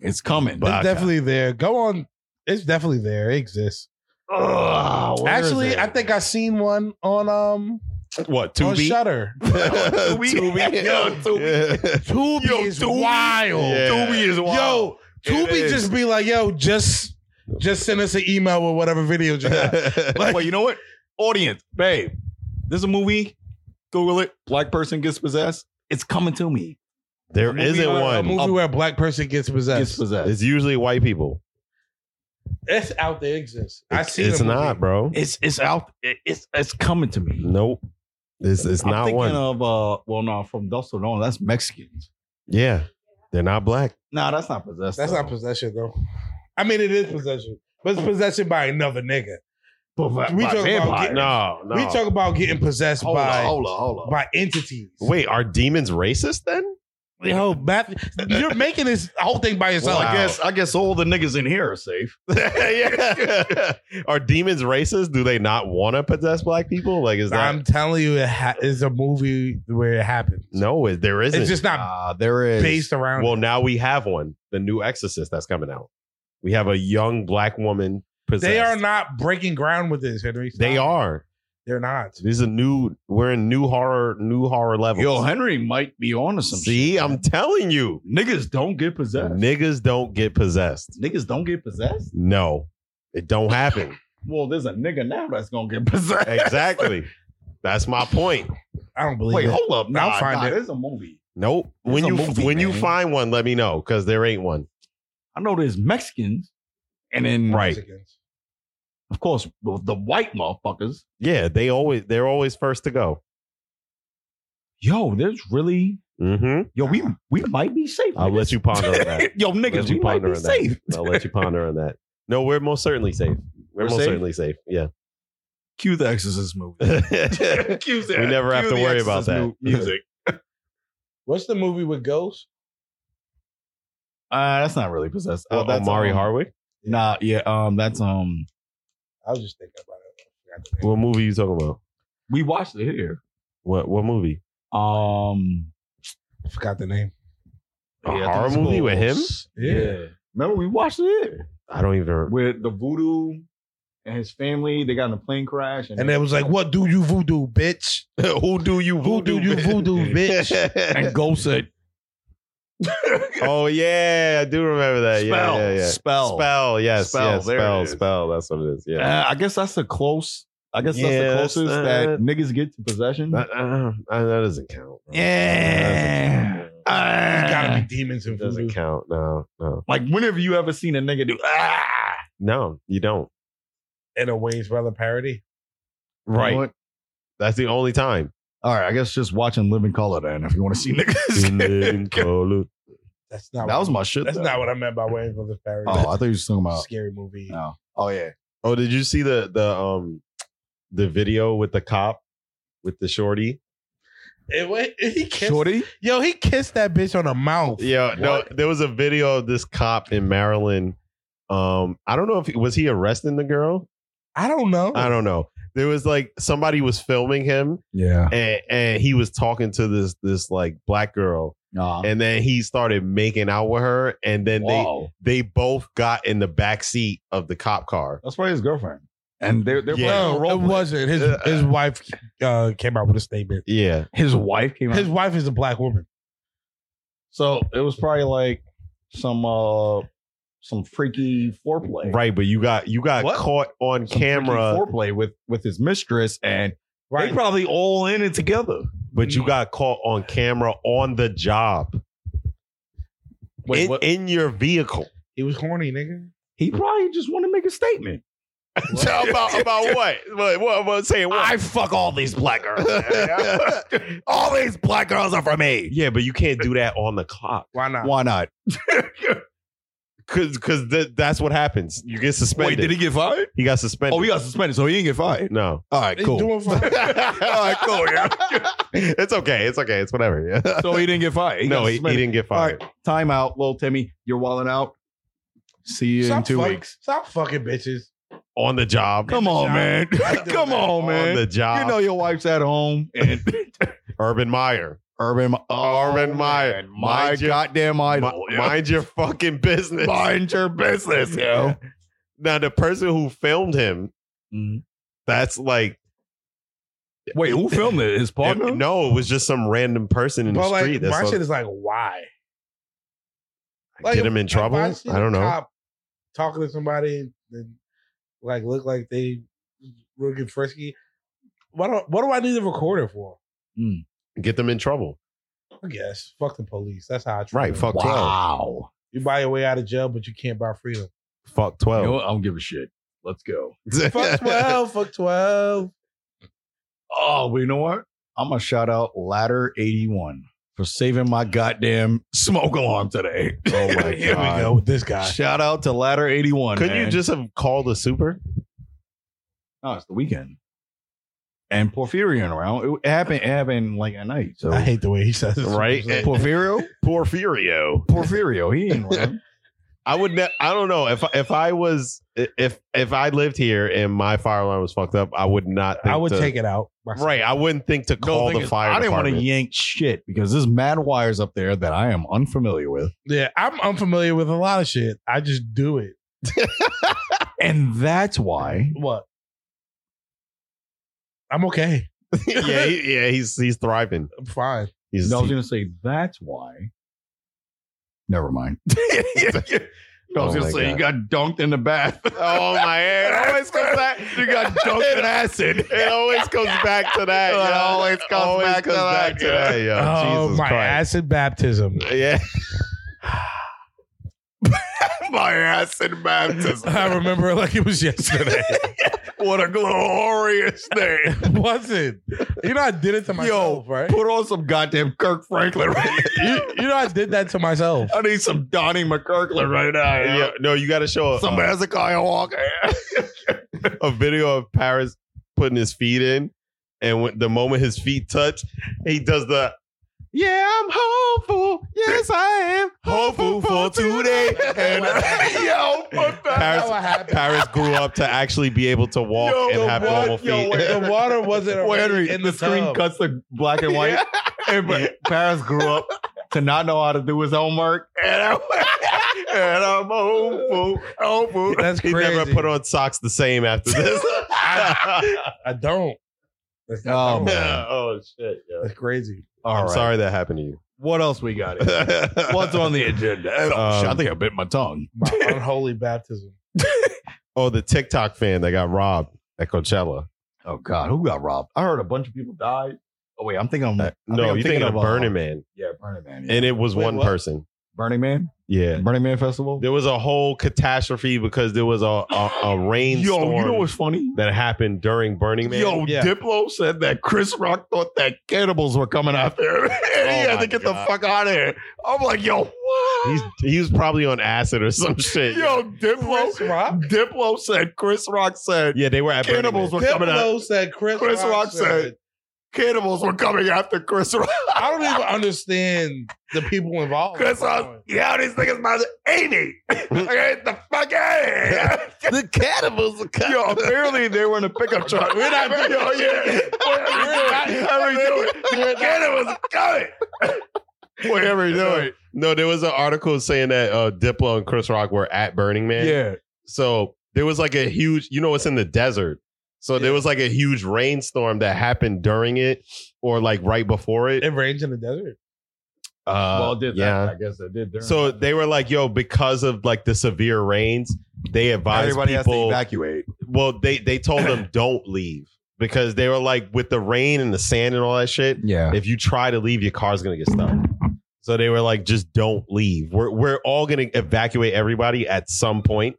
[SPEAKER 5] It's coming.
[SPEAKER 4] it's definitely there. Go on. It's definitely there. It exists.
[SPEAKER 5] Ugh, where is
[SPEAKER 4] Actually,
[SPEAKER 5] it?
[SPEAKER 4] I think I seen one on um
[SPEAKER 2] What?
[SPEAKER 4] on
[SPEAKER 2] [LAUGHS] Tubi?
[SPEAKER 4] Shutter.
[SPEAKER 2] Tubi? [LAUGHS]
[SPEAKER 6] Yo, Tubi.
[SPEAKER 2] Yeah.
[SPEAKER 4] Tubi
[SPEAKER 6] Yo,
[SPEAKER 4] is
[SPEAKER 6] Tubi?
[SPEAKER 4] wild.
[SPEAKER 2] Yeah.
[SPEAKER 6] Tubi is wild.
[SPEAKER 2] Oh,
[SPEAKER 4] Yo,
[SPEAKER 6] It
[SPEAKER 4] Tubi
[SPEAKER 6] is.
[SPEAKER 4] just be like, yo, just just send us an email with whatever videos you
[SPEAKER 2] [LAUGHS]
[SPEAKER 4] got.
[SPEAKER 5] Wait, you know what? Audience, babe, this is a movie. Google it. Black person gets possessed. It's coming to me.
[SPEAKER 2] there
[SPEAKER 5] movie
[SPEAKER 2] isn't
[SPEAKER 5] or a
[SPEAKER 4] a
[SPEAKER 2] one.
[SPEAKER 4] movie where a black person gets
[SPEAKER 5] Gets
[SPEAKER 4] possessed.
[SPEAKER 5] possessed.
[SPEAKER 2] It's usually white people.
[SPEAKER 4] It's out there. It Exists. I
[SPEAKER 2] It's-
[SPEAKER 4] see.
[SPEAKER 2] It's
[SPEAKER 4] the movie.
[SPEAKER 2] not, bro.
[SPEAKER 5] It's it's out. it- It's it's coming to me.
[SPEAKER 2] Nope. It's it's
[SPEAKER 5] I'm
[SPEAKER 2] not
[SPEAKER 5] thinking
[SPEAKER 2] one.
[SPEAKER 5] of uh well no from Dust Till Dawn. That's Mexicans.
[SPEAKER 2] yeah, they're not black.
[SPEAKER 5] Nah, that's not possessed.
[SPEAKER 4] That's not possession though. I mean, it is possession, but it's possession by another nigga.
[SPEAKER 5] possessed.
[SPEAKER 4] we talk about getting-
[SPEAKER 2] No, no.
[SPEAKER 4] We talk about getting possessed
[SPEAKER 5] hold
[SPEAKER 4] by
[SPEAKER 5] on, hold on, hold on.
[SPEAKER 4] by entities.
[SPEAKER 2] Wait, are demons racist then? [LAUGHS]
[SPEAKER 4] Yo, Matthew, you're making this whole thing by
[SPEAKER 5] Well,
[SPEAKER 4] yourself.
[SPEAKER 5] I guess I guess all the niggas in here are safe.
[SPEAKER 2] yeah. [LAUGHS] Are demons racist? Do they not want to possess black people? Like, is that
[SPEAKER 4] I'm telling you, it ha- it's a movie where it happens.
[SPEAKER 2] no? It, there isn't.
[SPEAKER 4] It's just not
[SPEAKER 5] Nah, Ah, there is
[SPEAKER 4] based around.
[SPEAKER 2] well, now we have one. The new Exorcist that's coming out. We have a young black woman possessed.
[SPEAKER 4] they are not breaking ground with this, Henry. Stop.
[SPEAKER 2] They are.
[SPEAKER 4] They're not.
[SPEAKER 2] This is a new. We're in new horror. New horror level.
[SPEAKER 5] Yo, Henry might be on to some shit.
[SPEAKER 2] See, I'm telling you,
[SPEAKER 5] Niggas don't get possessed.
[SPEAKER 2] niggas don't get possessed.
[SPEAKER 5] Niggas don't get possessed?
[SPEAKER 2] No, it don't happen.
[SPEAKER 5] Well, there's a nigga now that's gonna get [LAUGHS] possessed.
[SPEAKER 2] exactly. That's my point.
[SPEAKER 4] I don't
[SPEAKER 5] [LAUGHS]
[SPEAKER 4] believe
[SPEAKER 5] Wait,
[SPEAKER 4] it.
[SPEAKER 5] hold up. Nah,
[SPEAKER 4] I'll find
[SPEAKER 5] nah,
[SPEAKER 4] it.
[SPEAKER 5] There's a movie.
[SPEAKER 2] Nope.
[SPEAKER 5] There's
[SPEAKER 2] when
[SPEAKER 5] a
[SPEAKER 2] you
[SPEAKER 5] movie,
[SPEAKER 2] when you
[SPEAKER 5] man.
[SPEAKER 2] find one, let me know because there ain't one.
[SPEAKER 5] I know there's Mexicans, and then
[SPEAKER 2] Right.
[SPEAKER 4] Mexicans.
[SPEAKER 5] of course the the white motherfuckers.
[SPEAKER 2] Yeah, they always they're always first to go.
[SPEAKER 5] yo, there's really,
[SPEAKER 2] Mm-hmm.
[SPEAKER 5] yo, we we might be safe.
[SPEAKER 2] I'll let you ponder on that.
[SPEAKER 5] [LAUGHS] yo, niggas,
[SPEAKER 2] Let
[SPEAKER 5] we
[SPEAKER 2] you
[SPEAKER 5] might
[SPEAKER 2] ponder
[SPEAKER 5] be
[SPEAKER 2] on that.
[SPEAKER 5] safe.
[SPEAKER 2] I'll let you ponder on that. No, we're most certainly safe. We're,
[SPEAKER 5] We're
[SPEAKER 2] most
[SPEAKER 5] safe?
[SPEAKER 2] certainly safe. [LAUGHS] Yeah.
[SPEAKER 6] Cue the Exorcist
[SPEAKER 5] [LAUGHS]
[SPEAKER 6] movie.
[SPEAKER 2] we
[SPEAKER 6] Cue that.
[SPEAKER 2] never have
[SPEAKER 6] Cue
[SPEAKER 2] to
[SPEAKER 6] the
[SPEAKER 2] worry about
[SPEAKER 6] Exorcist
[SPEAKER 2] that.
[SPEAKER 6] mu- Music.
[SPEAKER 4] What's the movie with ghosts?
[SPEAKER 5] [LAUGHS] Uh, that's not really possessed.
[SPEAKER 2] Oh,
[SPEAKER 5] Uh, that's
[SPEAKER 2] Omari
[SPEAKER 5] um,
[SPEAKER 2] Harwick?
[SPEAKER 5] Nah, yeah, um, that's um,
[SPEAKER 4] I was just thinking about it. I forgot the name.
[SPEAKER 2] What movie you talking about?
[SPEAKER 5] we watched it here.
[SPEAKER 2] What what movie?
[SPEAKER 5] Um,
[SPEAKER 4] I forgot the name.
[SPEAKER 2] A
[SPEAKER 5] yeah, I think
[SPEAKER 2] horror
[SPEAKER 5] it's
[SPEAKER 2] movie
[SPEAKER 5] called-
[SPEAKER 2] with him?
[SPEAKER 5] Yeah, remember we watched it here
[SPEAKER 2] I don't even. [LAUGHS]
[SPEAKER 5] with the voodoo and his family. They got in a plane crash, and,
[SPEAKER 4] And it was like, what do you voodoo, bitch?
[SPEAKER 2] Who do you
[SPEAKER 4] Who do you voodoo, bitch?
[SPEAKER 5] [LAUGHS] and Ghost said,
[SPEAKER 2] oh yeah, I do remember that.
[SPEAKER 5] Spell,
[SPEAKER 2] [LAUGHS] yeah, yeah, yeah.
[SPEAKER 5] spell.
[SPEAKER 2] spell. Yes,
[SPEAKER 5] Spell,
[SPEAKER 2] yes,
[SPEAKER 5] there it
[SPEAKER 2] spell,
[SPEAKER 5] is.
[SPEAKER 2] spell. That's what it is. Yeah.
[SPEAKER 5] Uh, I guess that's the close. I guess
[SPEAKER 2] Yeah,
[SPEAKER 5] that's
[SPEAKER 2] that's
[SPEAKER 5] the closest
[SPEAKER 2] not-
[SPEAKER 5] that niggas get to possession.
[SPEAKER 2] That, uh, uh, that doesn't count. bro.
[SPEAKER 5] Yeah.
[SPEAKER 4] There's
[SPEAKER 5] [LAUGHS]
[SPEAKER 4] gotta
[SPEAKER 5] Uh,
[SPEAKER 4] be demons in
[SPEAKER 2] It doesn't
[SPEAKER 4] voodoo.
[SPEAKER 2] count. No, no,
[SPEAKER 5] like, when have you ever seen a nigga do? Ah!
[SPEAKER 2] no. You don't.
[SPEAKER 4] In a Wayne's Brother parody.
[SPEAKER 5] You know what?
[SPEAKER 2] That's the
[SPEAKER 5] [LAUGHS]
[SPEAKER 2] only time.
[SPEAKER 5] All right, I guess just watching Living Color then if you want to see [LAUGHS] niggas.
[SPEAKER 2] That's
[SPEAKER 4] That's not.
[SPEAKER 5] that
[SPEAKER 4] what,
[SPEAKER 5] was my shit.
[SPEAKER 4] That's
[SPEAKER 5] though.
[SPEAKER 4] not what I meant by Wayne's Brother parody.
[SPEAKER 5] Oh, I thought you was talking about.
[SPEAKER 4] scary movie.
[SPEAKER 5] No. Oh yeah.
[SPEAKER 2] Oh, did you see the the um the video with the cop with the shorty?
[SPEAKER 4] It, wa- he kissed,
[SPEAKER 5] Shorty.
[SPEAKER 4] yo, he kissed that bitch on the mouth.
[SPEAKER 2] Yeah, no, there was a video of this cop in Maryland. Um, I don't know if was he arresting the girl.
[SPEAKER 4] I don't know.
[SPEAKER 2] I don't know. There was like somebody was filming him,
[SPEAKER 5] Yeah.
[SPEAKER 2] and, and he was talking to this this like black girl,
[SPEAKER 5] Nah.
[SPEAKER 2] and then he started making out with her, and then
[SPEAKER 5] Whoa.
[SPEAKER 2] they they both got in the back seat of the cop car.
[SPEAKER 5] That's probably his girlfriend. And they're they're
[SPEAKER 2] Yeah.
[SPEAKER 5] playing a
[SPEAKER 4] no,
[SPEAKER 5] role
[SPEAKER 4] it
[SPEAKER 5] play.
[SPEAKER 4] wasn't. His
[SPEAKER 2] Uh,
[SPEAKER 4] his wife uh, came out with a statement.
[SPEAKER 2] Yeah,
[SPEAKER 5] His wife came
[SPEAKER 4] His wife is a black woman.
[SPEAKER 5] so it was probably like some uh some freaky foreplay.
[SPEAKER 2] right. But you got you got
[SPEAKER 5] What?
[SPEAKER 2] caught on
[SPEAKER 5] Some freaky
[SPEAKER 2] camera,
[SPEAKER 5] foreplay with with his mistress and
[SPEAKER 4] Right.
[SPEAKER 5] they probably all in it together.
[SPEAKER 2] but
[SPEAKER 5] Hmm.
[SPEAKER 2] you got caught on camera on the job
[SPEAKER 5] Wait,
[SPEAKER 2] in,
[SPEAKER 5] what?
[SPEAKER 2] in
[SPEAKER 5] [LAUGHS]
[SPEAKER 2] your vehicle.
[SPEAKER 4] he was horny, nigga.
[SPEAKER 5] he probably just want to make a statement.
[SPEAKER 2] [LAUGHS] about about what? What, what, what saying
[SPEAKER 6] I fuck all these black girls. all these black girls are for me.
[SPEAKER 2] yeah, but you
[SPEAKER 5] [LAUGHS]
[SPEAKER 2] can't do that on the clock
[SPEAKER 4] Why not?
[SPEAKER 5] Why not?
[SPEAKER 2] because because th- that's what happens. You get suspended. he-,
[SPEAKER 6] get fired?
[SPEAKER 2] got suspended.
[SPEAKER 5] Oh, he got suspended, so he didn't get fired.
[SPEAKER 2] no.
[SPEAKER 5] [LAUGHS] All right,
[SPEAKER 4] They
[SPEAKER 5] cool.
[SPEAKER 2] [LAUGHS]
[SPEAKER 4] doing fine.
[SPEAKER 6] cool,
[SPEAKER 2] it's okay. It's okay. It's whatever. Yeah.
[SPEAKER 5] so he didn't get fired.
[SPEAKER 2] [LAUGHS] no,
[SPEAKER 5] got
[SPEAKER 2] he, he
[SPEAKER 5] suspended.
[SPEAKER 2] didn't get
[SPEAKER 5] All
[SPEAKER 2] fired.
[SPEAKER 5] right, time out, little Timmy. You're walling out. See you in
[SPEAKER 4] Stop
[SPEAKER 5] two
[SPEAKER 4] fuck-
[SPEAKER 5] weeks.
[SPEAKER 4] Stop fucking bitches.
[SPEAKER 2] On the job.
[SPEAKER 5] Come on, man. [LAUGHS]
[SPEAKER 4] Stop doing
[SPEAKER 5] Come
[SPEAKER 4] that.
[SPEAKER 5] on,
[SPEAKER 2] On
[SPEAKER 5] man.
[SPEAKER 2] the job.
[SPEAKER 5] You know your wife's at home and
[SPEAKER 2] Urban Meyer.
[SPEAKER 5] Urban
[SPEAKER 2] Urban Meyer.
[SPEAKER 5] Oh, man, my
[SPEAKER 2] Mind your-
[SPEAKER 5] goddamn idol.
[SPEAKER 2] Mi- Mind your fucking business.
[SPEAKER 5] Mind your business, yo.
[SPEAKER 2] Now the person who filmed him,
[SPEAKER 5] Mm-hmm.
[SPEAKER 2] that's like
[SPEAKER 5] Wait, who filmed it? His partner?
[SPEAKER 2] no, it was just some random person in
[SPEAKER 4] But
[SPEAKER 2] the street.
[SPEAKER 4] like, my
[SPEAKER 2] that's
[SPEAKER 4] shit is like, why?
[SPEAKER 2] like, get him in
[SPEAKER 4] if
[SPEAKER 2] trouble. I,
[SPEAKER 4] see
[SPEAKER 2] don't
[SPEAKER 4] the
[SPEAKER 2] know.
[SPEAKER 4] cop Talking to somebody that like look like they looking frisky. Why don't? What do I need a recorder for?
[SPEAKER 2] Get them in trouble.
[SPEAKER 4] I guess fuck the police. That's how I treat
[SPEAKER 2] Right.
[SPEAKER 4] them.
[SPEAKER 2] Fuck twelve.
[SPEAKER 5] Wow.
[SPEAKER 4] You buy your way out of jail, but you can't buy
[SPEAKER 2] [LAUGHS]
[SPEAKER 4] freedom.
[SPEAKER 2] Fuck
[SPEAKER 5] You know
[SPEAKER 2] twelve.
[SPEAKER 5] what? I don't give a shit. Let's go.
[SPEAKER 2] [LAUGHS]
[SPEAKER 4] Fuck twelve. fuck twelve.
[SPEAKER 5] Oh, but you know what? I'm gonna shout out Ladder 81 for saving my goddamn smoke alarm today. [LAUGHS]
[SPEAKER 2] Oh my
[SPEAKER 4] [LAUGHS] Here
[SPEAKER 2] God.
[SPEAKER 4] we go with this guy.
[SPEAKER 5] Shout out to Ladder 81.
[SPEAKER 2] Couldn't you
[SPEAKER 5] man.
[SPEAKER 2] just have called a super?
[SPEAKER 5] No, it's the weekend. And Porfirion around. It, it happened. It happened like at night. So
[SPEAKER 4] I hate the way he says it.
[SPEAKER 2] Right?
[SPEAKER 5] Porfirio,
[SPEAKER 2] Porfirio.
[SPEAKER 5] Porfirio, he ain't
[SPEAKER 2] [LAUGHS]
[SPEAKER 5] around.
[SPEAKER 2] I would. Ne- I don't know if if I was if if I lived here and my fire alarm was fucked up, I would not. Think
[SPEAKER 4] I would
[SPEAKER 2] to,
[SPEAKER 4] take it out. myself.
[SPEAKER 2] Right, I wouldn't think to call
[SPEAKER 5] thing
[SPEAKER 2] the
[SPEAKER 5] is,
[SPEAKER 2] fire.
[SPEAKER 5] I didn't want to
[SPEAKER 2] department.
[SPEAKER 5] yank shit because there's mad wires up there that I am unfamiliar with,
[SPEAKER 4] Yeah, I'm unfamiliar with a lot of shit. I just do it.
[SPEAKER 5] and that's why.
[SPEAKER 4] What? I'm okay.
[SPEAKER 2] [LAUGHS] yeah, he, yeah, he's he's thriving.
[SPEAKER 4] I'm fine.
[SPEAKER 2] He's [LAUGHS]
[SPEAKER 5] No, I was gonna say that's why. Never mind. I was
[SPEAKER 2] Oh
[SPEAKER 5] gonna
[SPEAKER 2] my
[SPEAKER 5] say you
[SPEAKER 2] God.
[SPEAKER 5] got dunked in the bath.
[SPEAKER 2] Oh my! It always comes back.
[SPEAKER 5] you got dunked in acid.
[SPEAKER 2] It always comes back to that.
[SPEAKER 5] It
[SPEAKER 2] yo.
[SPEAKER 5] always comes back to that, yeah.
[SPEAKER 2] yo.
[SPEAKER 4] oh
[SPEAKER 2] Jesus
[SPEAKER 4] my
[SPEAKER 2] [LAUGHS] Christ.
[SPEAKER 4] acid baptism.
[SPEAKER 2] Yeah.
[SPEAKER 6] my ass in baptism.
[SPEAKER 4] I remember it like it was yesterday.
[SPEAKER 6] What a glorious day.
[SPEAKER 4] was it? You know, I did it to myself, right?
[SPEAKER 5] Put on some goddamn Kirk Franklin. Right?
[SPEAKER 4] [LAUGHS] You, you know, I did that
[SPEAKER 5] [LAUGHS]
[SPEAKER 4] to myself.
[SPEAKER 5] I need some Donnie McKirkland right now.
[SPEAKER 2] Yeah, Uh, no, you got to show a,
[SPEAKER 6] Some
[SPEAKER 2] a,
[SPEAKER 6] Hezekiah Walker.
[SPEAKER 2] a video of Paris putting his feet in, and when, the moment his feet touch, he does the
[SPEAKER 5] [LAUGHS] Yeah, I'm hopeful. Yes, I am.
[SPEAKER 2] hopeful for today.
[SPEAKER 5] [LAUGHS]
[SPEAKER 2] And
[SPEAKER 6] yo, put that.
[SPEAKER 4] That's what
[SPEAKER 2] Paris,
[SPEAKER 4] happened.
[SPEAKER 2] Paris grew up to actually be able to walk
[SPEAKER 6] Yo,
[SPEAKER 2] and
[SPEAKER 6] the
[SPEAKER 2] have
[SPEAKER 6] one-
[SPEAKER 2] normal
[SPEAKER 6] yo,
[SPEAKER 2] feet.
[SPEAKER 6] wait,
[SPEAKER 4] The
[SPEAKER 5] [LAUGHS]
[SPEAKER 2] [LAUGHS]
[SPEAKER 4] water wasn't
[SPEAKER 5] Well,
[SPEAKER 4] already
[SPEAKER 5] Henry,
[SPEAKER 4] in
[SPEAKER 5] the,
[SPEAKER 4] the,
[SPEAKER 5] screen
[SPEAKER 4] tub.
[SPEAKER 5] cuts to black and white. [LAUGHS] and but Paris grew up to not know how to do his [LAUGHS] homework.
[SPEAKER 6] And I'm, and I'm hopeful. Hopeful.
[SPEAKER 4] That's
[SPEAKER 2] He
[SPEAKER 4] crazy.
[SPEAKER 2] never put on socks the same after this.
[SPEAKER 5] [LAUGHS]
[SPEAKER 2] [LAUGHS]
[SPEAKER 4] I don't. That's, not
[SPEAKER 5] Oh,
[SPEAKER 4] normal.
[SPEAKER 5] man.
[SPEAKER 2] oh shit! yo.
[SPEAKER 4] That's crazy.
[SPEAKER 5] [LAUGHS] All
[SPEAKER 2] I'm
[SPEAKER 5] right.
[SPEAKER 2] sorry that happened to you.
[SPEAKER 5] What else we [LAUGHS] got? here? What's on the agenda? Oh, shit, I think I bit my tongue.
[SPEAKER 4] My unholy baptism.
[SPEAKER 2] oh, the TikTok fan that got robbed at Coachella.
[SPEAKER 5] Oh God, who got robbed? I heard a bunch of people died. Oh wait, I'm thinking. I'm, I think
[SPEAKER 2] no,
[SPEAKER 5] I'm
[SPEAKER 2] you're thinking, of
[SPEAKER 5] uh,
[SPEAKER 2] Burning Man,
[SPEAKER 5] Yeah, Burning Man. yeah.
[SPEAKER 2] and it was
[SPEAKER 4] Wait,
[SPEAKER 2] one
[SPEAKER 4] what?
[SPEAKER 2] person.
[SPEAKER 5] Burning Man.
[SPEAKER 2] Yeah,
[SPEAKER 5] Burning Man Festival.
[SPEAKER 2] there was a whole catastrophe because there was a a, a rainstorm
[SPEAKER 5] Yo, you know what's funny?
[SPEAKER 2] that happened during Burning Man.
[SPEAKER 5] Yo,
[SPEAKER 4] Yeah.
[SPEAKER 5] Diplo said that Chris Rock thought that cannibals were coming out there. [LAUGHS] and he
[SPEAKER 2] Oh
[SPEAKER 5] had
[SPEAKER 2] my
[SPEAKER 5] to get
[SPEAKER 2] God.
[SPEAKER 5] the fuck out of here. I'm like, yo, what?
[SPEAKER 2] he's he was probably on acid
[SPEAKER 5] [LAUGHS]
[SPEAKER 2] or some shit.
[SPEAKER 5] yo, Diplo.
[SPEAKER 4] Chris Rock.
[SPEAKER 5] Diplo said, Chris Rock said,
[SPEAKER 2] yeah, they were at Burning
[SPEAKER 5] cannibals
[SPEAKER 2] Man.
[SPEAKER 5] were coming out.
[SPEAKER 4] Diplo said Chris,
[SPEAKER 5] Chris Rock said- Cannibals were coming after Chris Rock.
[SPEAKER 4] I
[SPEAKER 5] [LAUGHS]
[SPEAKER 4] don't even Oh understand the people involved.
[SPEAKER 6] Chris Ross, yeah, these niggas about to eat me. Okay, the fuck out of here.
[SPEAKER 2] The cannibals are coming.
[SPEAKER 5] Yo, apparently they were in a pickup truck.
[SPEAKER 6] We're not doing yo, yeah. What are we doing? How we doing? The cannibals coming.
[SPEAKER 5] Whatever you doing.
[SPEAKER 2] No, there was an article saying that uh, Diplo and Chris Rock were at Burning Man.
[SPEAKER 5] Yeah.
[SPEAKER 2] So there was like a huge, you know, it's in the desert. So there was like a huge rainstorm that happened during it or like right before it.
[SPEAKER 4] It rains in the desert.
[SPEAKER 2] Uh,
[SPEAKER 5] well, it did
[SPEAKER 2] yeah.
[SPEAKER 5] that. I guess it did. during-
[SPEAKER 2] So they were like, yo, because of like the severe rains, they advised
[SPEAKER 5] everybody has to
[SPEAKER 2] people.
[SPEAKER 5] evacuate.
[SPEAKER 2] well, they, they told
[SPEAKER 5] [COUGHS]
[SPEAKER 2] them don't leave because they were like, with the rain and the sand and all that shit,
[SPEAKER 5] Yeah.
[SPEAKER 2] if you try to leave, your car's gonna get stuck. So they were like, just don't leave. We're we're all gonna evacuate everybody at some point,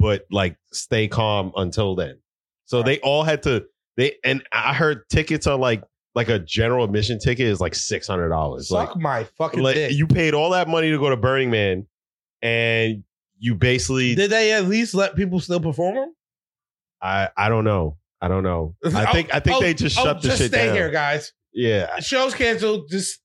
[SPEAKER 2] but like stay calm until then. So they all had to they and I heard tickets are like like a general admission ticket is like six hundred dollars. Like,
[SPEAKER 4] Suck my fucking
[SPEAKER 2] like,
[SPEAKER 4] dick.
[SPEAKER 2] you paid all that money to go to Burning Man and you basically
[SPEAKER 4] Did they at least let people still perform?
[SPEAKER 2] I I don't know. I
[SPEAKER 4] [LAUGHS]
[SPEAKER 2] don't know. I think I think
[SPEAKER 4] Oh,
[SPEAKER 2] they just
[SPEAKER 4] oh,
[SPEAKER 2] shut the
[SPEAKER 4] just
[SPEAKER 2] shit
[SPEAKER 4] stay
[SPEAKER 2] down.
[SPEAKER 4] here, guys.
[SPEAKER 2] Yeah.
[SPEAKER 4] Show's canceled. Just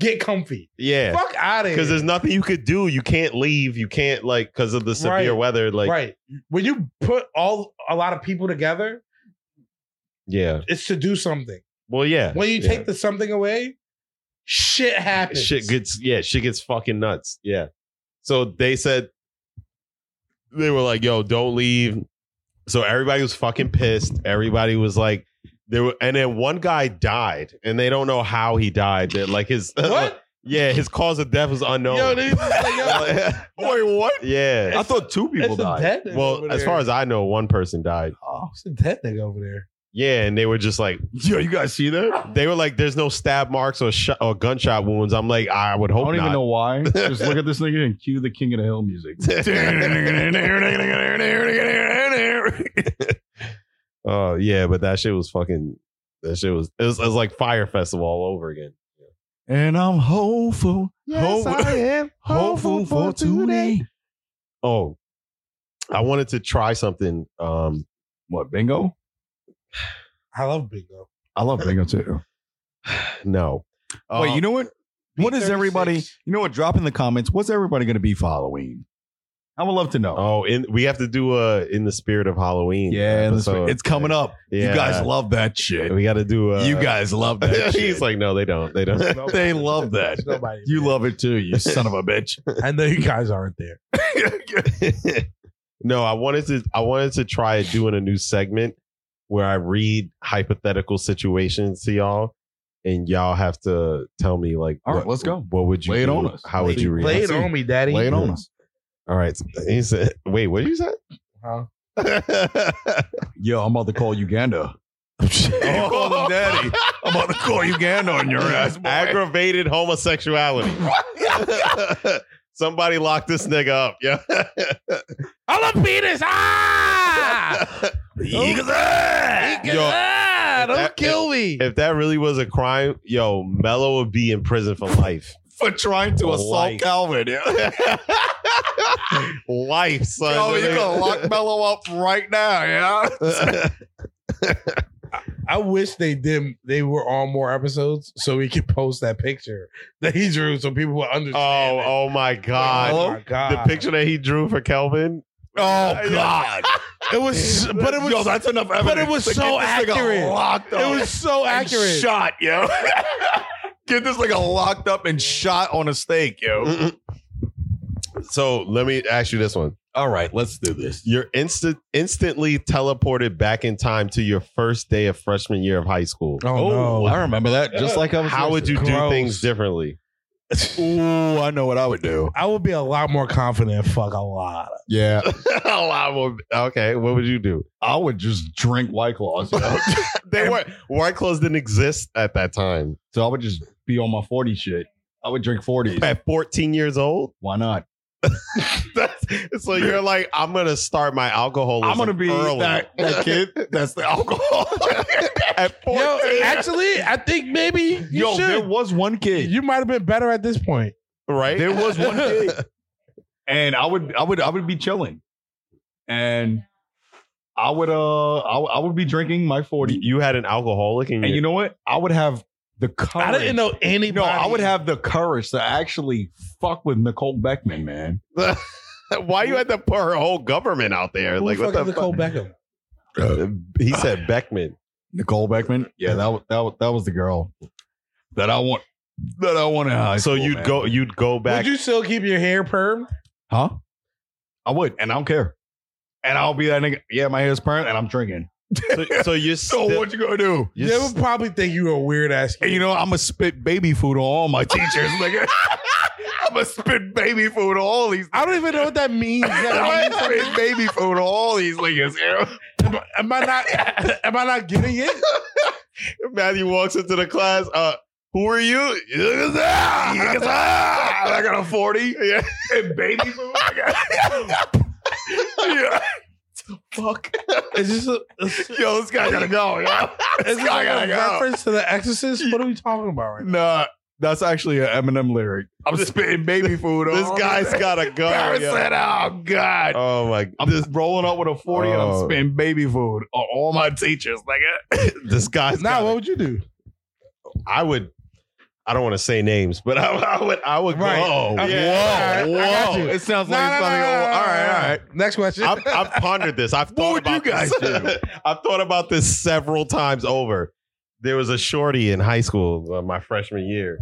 [SPEAKER 4] get comfy.
[SPEAKER 2] Yeah.
[SPEAKER 4] Fuck out of here.
[SPEAKER 2] because there's nothing you could do. You can't leave. You can't like because of the
[SPEAKER 4] Right.
[SPEAKER 2] severe weather. Like,
[SPEAKER 4] right. When you put all a lot of people together,
[SPEAKER 2] yeah.
[SPEAKER 4] it's to do something.
[SPEAKER 2] Well, yeah.
[SPEAKER 4] When you
[SPEAKER 2] Yeah.
[SPEAKER 4] take the something away, shit happens.
[SPEAKER 2] shit gets yeah, shit gets fucking nuts. Yeah. So they said they were like, "Yo, don't leave." So everybody was fucking pissed. Everybody was like, "There," were, and then one guy died, and they don't know how he died. That like his [LAUGHS] uh,
[SPEAKER 4] What?
[SPEAKER 2] yeah, his cause of death was unknown.
[SPEAKER 4] Yo, they just like,
[SPEAKER 2] [LAUGHS]
[SPEAKER 4] yo,
[SPEAKER 5] Wait, what?
[SPEAKER 2] yeah.
[SPEAKER 5] I thought two people
[SPEAKER 4] it's a
[SPEAKER 5] died.
[SPEAKER 4] dead nigga
[SPEAKER 2] Well,
[SPEAKER 4] over
[SPEAKER 2] as
[SPEAKER 4] there.
[SPEAKER 2] far as I know, one person died.
[SPEAKER 5] Oh.
[SPEAKER 4] it's a dead nigga over there.
[SPEAKER 2] Yeah, and they were just like,
[SPEAKER 5] Yo, you guys see that?
[SPEAKER 2] they were like, "There's no stab marks or sh- or gunshot wounds." I'm like, I would
[SPEAKER 5] I
[SPEAKER 2] hope
[SPEAKER 5] don't even
[SPEAKER 2] not.
[SPEAKER 5] know [LAUGHS] why. Just look at this nigga and cue the King of the Hill music.
[SPEAKER 2] [LAUGHS] Oh yeah, but that shit was fucking. That shit was it, was. it was like Fire Festival all over again.
[SPEAKER 5] And I'm hopeful. [LAUGHS]
[SPEAKER 2] [LAUGHS] am Oh, I wanted to try something. Um,
[SPEAKER 5] What, bingo?
[SPEAKER 4] I love Bingo.
[SPEAKER 5] I love bingo too.
[SPEAKER 2] no.
[SPEAKER 5] Wait, you know what? What is
[SPEAKER 4] B36.
[SPEAKER 5] everybody? You know what? Drop in the comments. What's everybody going to be following? I would love to know.
[SPEAKER 2] Oh, in, we have to do a in the spirit of Halloween.
[SPEAKER 5] yeah, this- it's coming up.
[SPEAKER 2] Yeah.
[SPEAKER 5] You guys love that shit.
[SPEAKER 2] We got to do. A,
[SPEAKER 5] you guys love [LAUGHS] that.
[SPEAKER 2] [LAUGHS] He's
[SPEAKER 5] shit.
[SPEAKER 2] like, no, they don't. [LAUGHS]
[SPEAKER 5] [LAUGHS]
[SPEAKER 2] They don't.
[SPEAKER 5] they love that.
[SPEAKER 4] There's Nobody
[SPEAKER 5] You
[SPEAKER 4] there.
[SPEAKER 5] love it too, you son of a
[SPEAKER 4] [LAUGHS]
[SPEAKER 5] bitch.
[SPEAKER 4] I know you guys aren't there.
[SPEAKER 2] no, I wanted to I wanted to try doing a new segment where I read hypothetical situations to y'all and y'all have to tell me like
[SPEAKER 5] All right,
[SPEAKER 2] what-
[SPEAKER 5] let's go.
[SPEAKER 2] What would you
[SPEAKER 5] Lay it
[SPEAKER 2] do?
[SPEAKER 5] on us.
[SPEAKER 2] How would
[SPEAKER 5] Lay-
[SPEAKER 2] you
[SPEAKER 4] Play it
[SPEAKER 2] read?
[SPEAKER 4] on me, daddy.
[SPEAKER 5] Lay it on us.
[SPEAKER 2] All right. so he said wait, what did
[SPEAKER 5] [LAUGHS]
[SPEAKER 2] you say?
[SPEAKER 4] Huh?
[SPEAKER 5] Yo, I'm about to call
[SPEAKER 4] [LAUGHS]
[SPEAKER 5] Uganda.
[SPEAKER 6] You call them daddy.
[SPEAKER 5] [LAUGHS] I'm about to
[SPEAKER 2] [LAUGHS]
[SPEAKER 5] call Uganda on your Oh, ass.
[SPEAKER 2] Aggravated homosexuality. [LAUGHS] Somebody lock this nigga up. Yeah.
[SPEAKER 4] I love penis. [LAUGHS] Ah!
[SPEAKER 2] Yo,
[SPEAKER 4] ah! Don't
[SPEAKER 2] that-
[SPEAKER 4] kill me.
[SPEAKER 2] [LAUGHS] if that really was a crime, yo, Mello would be in prison for life.
[SPEAKER 6] for trying to assault
[SPEAKER 2] Like-
[SPEAKER 6] Calvin.
[SPEAKER 4] [LAUGHS]
[SPEAKER 6] Yeah.
[SPEAKER 2] life, son.
[SPEAKER 5] Oh,
[SPEAKER 6] Yo, you're gonna lock Mello up right now, yeah.
[SPEAKER 5] [LAUGHS]
[SPEAKER 2] Oh,
[SPEAKER 4] I wish they did. They were on more episodes so we could post that picture that he drew so people would understand.
[SPEAKER 2] oh, oh my God.
[SPEAKER 4] my god!
[SPEAKER 2] The picture that he drew for Kelvin.
[SPEAKER 5] [LAUGHS]
[SPEAKER 6] Oh God.
[SPEAKER 4] It was, but it was,
[SPEAKER 6] Yo, that's enough evidence.
[SPEAKER 4] it was
[SPEAKER 6] to
[SPEAKER 4] so
[SPEAKER 6] get this nigga
[SPEAKER 4] accurate.
[SPEAKER 6] Locked up.
[SPEAKER 4] it was so
[SPEAKER 6] and
[SPEAKER 4] accurate.
[SPEAKER 6] Shot, yo. [LAUGHS] Get this like a locked up and shot on a stake, yo.
[SPEAKER 2] So let me ask you this one.
[SPEAKER 6] All right, let's do this.
[SPEAKER 2] You're instant instantly teleported back in time to your first day of freshman year of high school.
[SPEAKER 6] Oh, I remember that. Just like I was.
[SPEAKER 2] How would you do
[SPEAKER 4] Gross.
[SPEAKER 2] things differently?
[SPEAKER 6] Ooh, I know what I would do.
[SPEAKER 4] I would be a lot more confident. Fuck a lot.
[SPEAKER 5] Yeah,
[SPEAKER 2] a lot more. Okay, what would you do?
[SPEAKER 5] I would just drink White
[SPEAKER 6] [LAUGHS]
[SPEAKER 5] Claws. you know?
[SPEAKER 2] They were White Claws didn't exist at that time.
[SPEAKER 5] so I would just be on my 40 shit. I would drink 40s.
[SPEAKER 2] At 14 years old, [LAUGHS]
[SPEAKER 5] Why not?
[SPEAKER 2] That's, so you're like, I'm gonna start my alcoholism.
[SPEAKER 5] I'm gonna be
[SPEAKER 2] early.
[SPEAKER 5] that, that kid.
[SPEAKER 6] That's the
[SPEAKER 5] [LAUGHS]
[SPEAKER 6] alcohol.
[SPEAKER 2] at 14.
[SPEAKER 4] Yo, actually, I think maybe you
[SPEAKER 5] Yo, there
[SPEAKER 4] should.
[SPEAKER 5] was one kid.
[SPEAKER 4] You might have been better at this point.
[SPEAKER 2] right?
[SPEAKER 5] There was one kid, and I would, I would, I would be chilling, and I would, uh, I, w- I would be drinking my 40.
[SPEAKER 2] you had an alcoholic, and,
[SPEAKER 5] And you know what? I would have the courage.
[SPEAKER 4] I didn't know anybody.
[SPEAKER 5] No, I would have the courage to actually fuck with Nicole Beckman, man.
[SPEAKER 2] [LAUGHS] why you had to put her whole government out there?
[SPEAKER 4] Who
[SPEAKER 2] like,
[SPEAKER 4] the
[SPEAKER 2] what
[SPEAKER 4] fuck
[SPEAKER 2] the
[SPEAKER 4] is Nicole Beckham?
[SPEAKER 2] fuck? He said
[SPEAKER 4] [LAUGHS]
[SPEAKER 2] Beckman.
[SPEAKER 5] Nicole Beckman. Yeah, that was that was that was the girl that I want. That I want in high
[SPEAKER 2] so
[SPEAKER 5] school,
[SPEAKER 2] you'd
[SPEAKER 5] man.
[SPEAKER 2] go, you'd go back.
[SPEAKER 4] Would you still keep your hair perm?
[SPEAKER 5] huh? I would, and I don't care. And I'll be that nigga. Yeah, my hair's perm, and I'm drinking.
[SPEAKER 2] so, [LAUGHS] so you're
[SPEAKER 6] so
[SPEAKER 2] still-
[SPEAKER 6] what you gonna do?
[SPEAKER 2] you're
[SPEAKER 4] they
[SPEAKER 2] s-
[SPEAKER 4] would probably think you were a weird ass.
[SPEAKER 6] And you know, I'm gonna spit baby food on all my teachers, nigga. I'm gonna spit baby food on all these.
[SPEAKER 4] I don't even know what that [LAUGHS] means.
[SPEAKER 6] I'm
[SPEAKER 4] Like,
[SPEAKER 6] gonna spit baby food on all these niggas. yo.
[SPEAKER 4] am, I- am I not? Am I not getting it?
[SPEAKER 2] Matthew walks into the class. Uh, who are you? "Ah!"
[SPEAKER 6] I got a 40 yeah. and baby food. I got- [LAUGHS] yeah. Fuck.
[SPEAKER 4] Is this a, is,
[SPEAKER 6] Yo, this guy gotta go. Yo.
[SPEAKER 4] is this
[SPEAKER 6] This guy
[SPEAKER 4] like a
[SPEAKER 6] gotta go.
[SPEAKER 4] reference to The Exorcist? What are we talking about right now?
[SPEAKER 5] Nah, that's actually an Eminem lyric.
[SPEAKER 6] I'm spitting baby food on
[SPEAKER 2] This guy's gotta go.
[SPEAKER 6] Paris
[SPEAKER 2] yo.
[SPEAKER 6] said, oh, God.
[SPEAKER 2] Oh my!
[SPEAKER 5] I'm just rolling up with a forty, and
[SPEAKER 2] Oh.
[SPEAKER 5] I'm spitting baby food.
[SPEAKER 6] on all my teachers, nigga.
[SPEAKER 2] This guy's.
[SPEAKER 4] Now,
[SPEAKER 2] gotta
[SPEAKER 4] what would you do?
[SPEAKER 2] I would. I don't want to say names, but I, [LAUGHS] I would. I would
[SPEAKER 4] Right.
[SPEAKER 2] go.
[SPEAKER 4] Okay.
[SPEAKER 2] Yeah.
[SPEAKER 4] All right, I got you.
[SPEAKER 5] It sounds
[SPEAKER 4] No,
[SPEAKER 5] like
[SPEAKER 4] no, no,
[SPEAKER 5] something.
[SPEAKER 4] no, no, no,
[SPEAKER 5] all right,
[SPEAKER 4] no,
[SPEAKER 5] all
[SPEAKER 4] no.
[SPEAKER 5] right.
[SPEAKER 4] Next question.
[SPEAKER 2] I've, I've pondered this. I've thought
[SPEAKER 6] would you
[SPEAKER 2] about
[SPEAKER 6] guys
[SPEAKER 2] this. [LAUGHS] I've thought about this several times over. There was a shorty in high school, uh, my freshman year,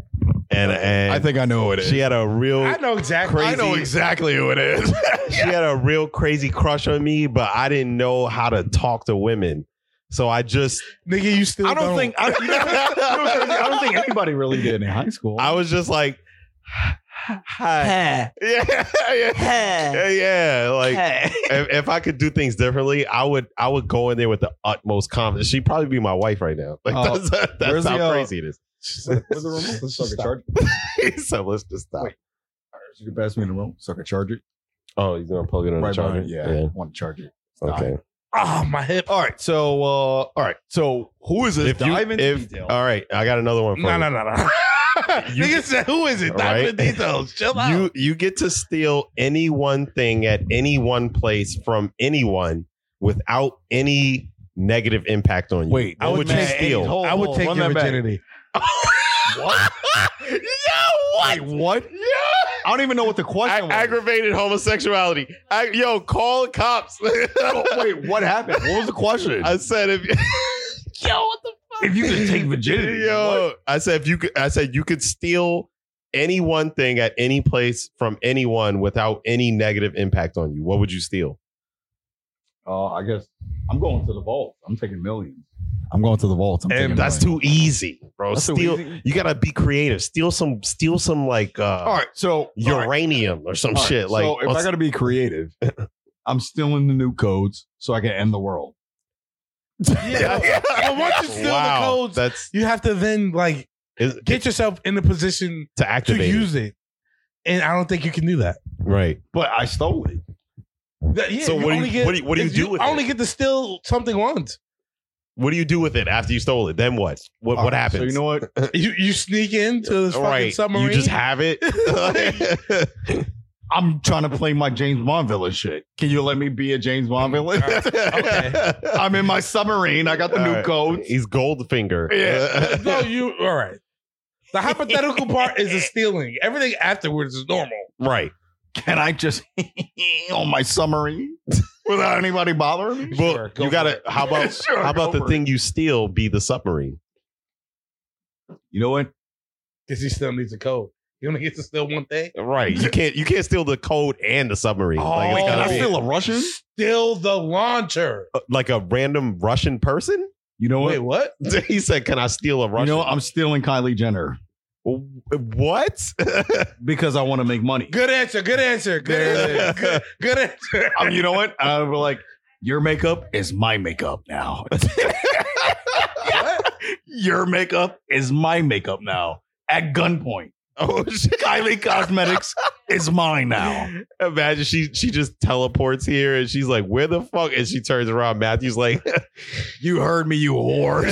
[SPEAKER 2] and and
[SPEAKER 5] I think I know what it is.
[SPEAKER 2] she had a
[SPEAKER 4] [LAUGHS]
[SPEAKER 2] real
[SPEAKER 4] I know exactly.
[SPEAKER 2] Crazy.
[SPEAKER 6] I know exactly who it is.
[SPEAKER 2] she had a real crazy crush on me, but I didn't know how to talk to women, so I just
[SPEAKER 4] Nigga, you still
[SPEAKER 5] I
[SPEAKER 4] don't,
[SPEAKER 5] don't think I, you know, you know what's crazy?
[SPEAKER 2] [LAUGHS]
[SPEAKER 5] I don't think anybody really did in high school.
[SPEAKER 2] I was just like, hi, [LAUGHS] yeah, yeah, yeah, yeah, like. if, if I could do things differently, I would I would go in there with the utmost confidence. She'd probably be my wife right now. Like
[SPEAKER 5] Oh,
[SPEAKER 2] that's, that's
[SPEAKER 5] where's
[SPEAKER 2] how
[SPEAKER 5] the, uh,
[SPEAKER 2] crazy it is.
[SPEAKER 5] Where's the [LAUGHS] remote? Let's sucker charge.
[SPEAKER 2] [LAUGHS] so let's just stop.
[SPEAKER 5] Wait. You can pass me the remote. Sucker charge it.
[SPEAKER 2] Oh, he's gonna plug it on
[SPEAKER 5] Right
[SPEAKER 2] the charger.
[SPEAKER 5] behind. Yeah, I want to charge it.
[SPEAKER 2] Okay.
[SPEAKER 4] Oh, my hip.
[SPEAKER 5] All right. So, uh, all right. So, who is this?
[SPEAKER 2] If you,
[SPEAKER 5] Dive into
[SPEAKER 2] if,
[SPEAKER 5] detail.
[SPEAKER 2] all right, I got another one for
[SPEAKER 4] No,
[SPEAKER 2] you.
[SPEAKER 4] no, no, no.
[SPEAKER 2] You-
[SPEAKER 4] Nigga said, who is it? Dive into
[SPEAKER 2] Right?
[SPEAKER 4] details. Oh, Chill out.
[SPEAKER 2] You you get to steal any one thing at any one place from anyone without any negative impact on you.
[SPEAKER 5] Wait,
[SPEAKER 2] I
[SPEAKER 5] what
[SPEAKER 2] would
[SPEAKER 5] man-
[SPEAKER 2] just steal.
[SPEAKER 5] hold-
[SPEAKER 4] I would
[SPEAKER 5] hold-
[SPEAKER 4] take
[SPEAKER 5] run
[SPEAKER 4] your
[SPEAKER 5] that back.
[SPEAKER 4] virginity.
[SPEAKER 5] [LAUGHS] What?
[SPEAKER 2] Yo, what?
[SPEAKER 5] what? I don't even know what the
[SPEAKER 2] I-
[SPEAKER 5] question was.
[SPEAKER 2] aggravated homosexuality. I, yo,
[SPEAKER 5] [LAUGHS]
[SPEAKER 2] call cops. [LAUGHS]
[SPEAKER 5] Wait, what happened? What was the [LAUGHS] question?
[SPEAKER 2] I said if [LAUGHS] yo, what the fuck?
[SPEAKER 5] If you could take virginity,
[SPEAKER 2] yo, I said if you could, I said you could steal any one thing at any place from anyone without any negative impact on you. What would you steal?
[SPEAKER 5] uh, I guess I'm going to the vault. I'm taking millions. I'm going to the vault. I'm taking
[SPEAKER 2] And that's
[SPEAKER 5] millions.
[SPEAKER 2] too easy, bro.
[SPEAKER 5] That's too
[SPEAKER 2] steal.
[SPEAKER 5] easy?
[SPEAKER 2] You gotta be creative. Steal some. Steal some like uh,
[SPEAKER 5] All right. So, all right.
[SPEAKER 2] uranium or some
[SPEAKER 5] All right,
[SPEAKER 2] shit. Like
[SPEAKER 5] so if I
[SPEAKER 2] [LAUGHS]
[SPEAKER 5] got to be creative, I'm stealing the new codes so I can end the world.
[SPEAKER 2] [LAUGHS]
[SPEAKER 4] Yeah.
[SPEAKER 5] [LAUGHS]
[SPEAKER 4] But once you steal
[SPEAKER 2] wow,
[SPEAKER 4] the codes,
[SPEAKER 2] that's
[SPEAKER 4] you have to then like
[SPEAKER 2] is,
[SPEAKER 4] get yourself in the position
[SPEAKER 2] to
[SPEAKER 4] to
[SPEAKER 2] activate. it.
[SPEAKER 4] use it. and I don't think you can do that.
[SPEAKER 2] Right.
[SPEAKER 5] But I stole it.
[SPEAKER 4] That- yeah,
[SPEAKER 2] So what do you-
[SPEAKER 4] only
[SPEAKER 2] what do you- what do you do with
[SPEAKER 4] I
[SPEAKER 2] it?
[SPEAKER 4] only get to steal something once. [LAUGHS]
[SPEAKER 2] What do you do with it after you stole it? Then what? What what happens?
[SPEAKER 5] Oh, So you know what?
[SPEAKER 4] You you sneak into this fucking
[SPEAKER 2] right.
[SPEAKER 4] submarine.
[SPEAKER 2] You
[SPEAKER 4] [LAUGHS]
[SPEAKER 2] just have it.
[SPEAKER 5] I'm trying to play my James Bond villain shit. Can you let me be a James Bond
[SPEAKER 2] [LAUGHS]
[SPEAKER 5] villain? [LAUGHS] I'm in my submarine. I got the
[SPEAKER 2] All
[SPEAKER 5] new
[SPEAKER 2] right.
[SPEAKER 5] code.
[SPEAKER 2] [LAUGHS] He's Goldfinger.
[SPEAKER 6] Yeah.
[SPEAKER 4] no, you all right. The hypothetical part is the stealing. Everything afterwards is normal.
[SPEAKER 2] [LAUGHS] right.
[SPEAKER 5] Can I just [LAUGHS] on my submarine without anybody bothering me?
[SPEAKER 2] Well,
[SPEAKER 4] Sure, go
[SPEAKER 2] you
[SPEAKER 4] for
[SPEAKER 2] gotta.
[SPEAKER 4] it.
[SPEAKER 2] How
[SPEAKER 5] [LAUGHS]
[SPEAKER 2] about
[SPEAKER 6] Sure,
[SPEAKER 2] how about
[SPEAKER 6] go
[SPEAKER 2] the
[SPEAKER 6] for
[SPEAKER 2] thing you steal be the submarine?
[SPEAKER 5] You know what?
[SPEAKER 4] Because he still needs a code. You only get to steal one thing.
[SPEAKER 2] Right. You can't. You can't steal the code and the submarine. like, it's
[SPEAKER 5] wait, can Oh,
[SPEAKER 2] gotta
[SPEAKER 5] I
[SPEAKER 2] be-
[SPEAKER 5] steal a Russian?
[SPEAKER 4] Steal the launcher.
[SPEAKER 2] like a random Russian person. [LAUGHS]
[SPEAKER 5] You know what?
[SPEAKER 4] Wait, what?
[SPEAKER 2] he said, "Can I steal a
[SPEAKER 5] you
[SPEAKER 2] Russian?"
[SPEAKER 5] know what? I'm stealing Kylie Jenner
[SPEAKER 2] what? [LAUGHS]
[SPEAKER 5] because I want to make money.
[SPEAKER 4] Good answer. Good answer. Good
[SPEAKER 2] There it
[SPEAKER 4] answer. Good, good
[SPEAKER 2] [LAUGHS]
[SPEAKER 4] answer.
[SPEAKER 5] Um, you know what? I'm like, your makeup is my makeup now. Your makeup is my makeup now. At gunpoint.
[SPEAKER 2] oh shit.
[SPEAKER 5] Kylie Cosmetics is mine now.
[SPEAKER 2] Imagine she she just teleports here and she's like, "Where the fuck?" And she turns around. Matthew's like, [LAUGHS]
[SPEAKER 5] You heard me, you whore.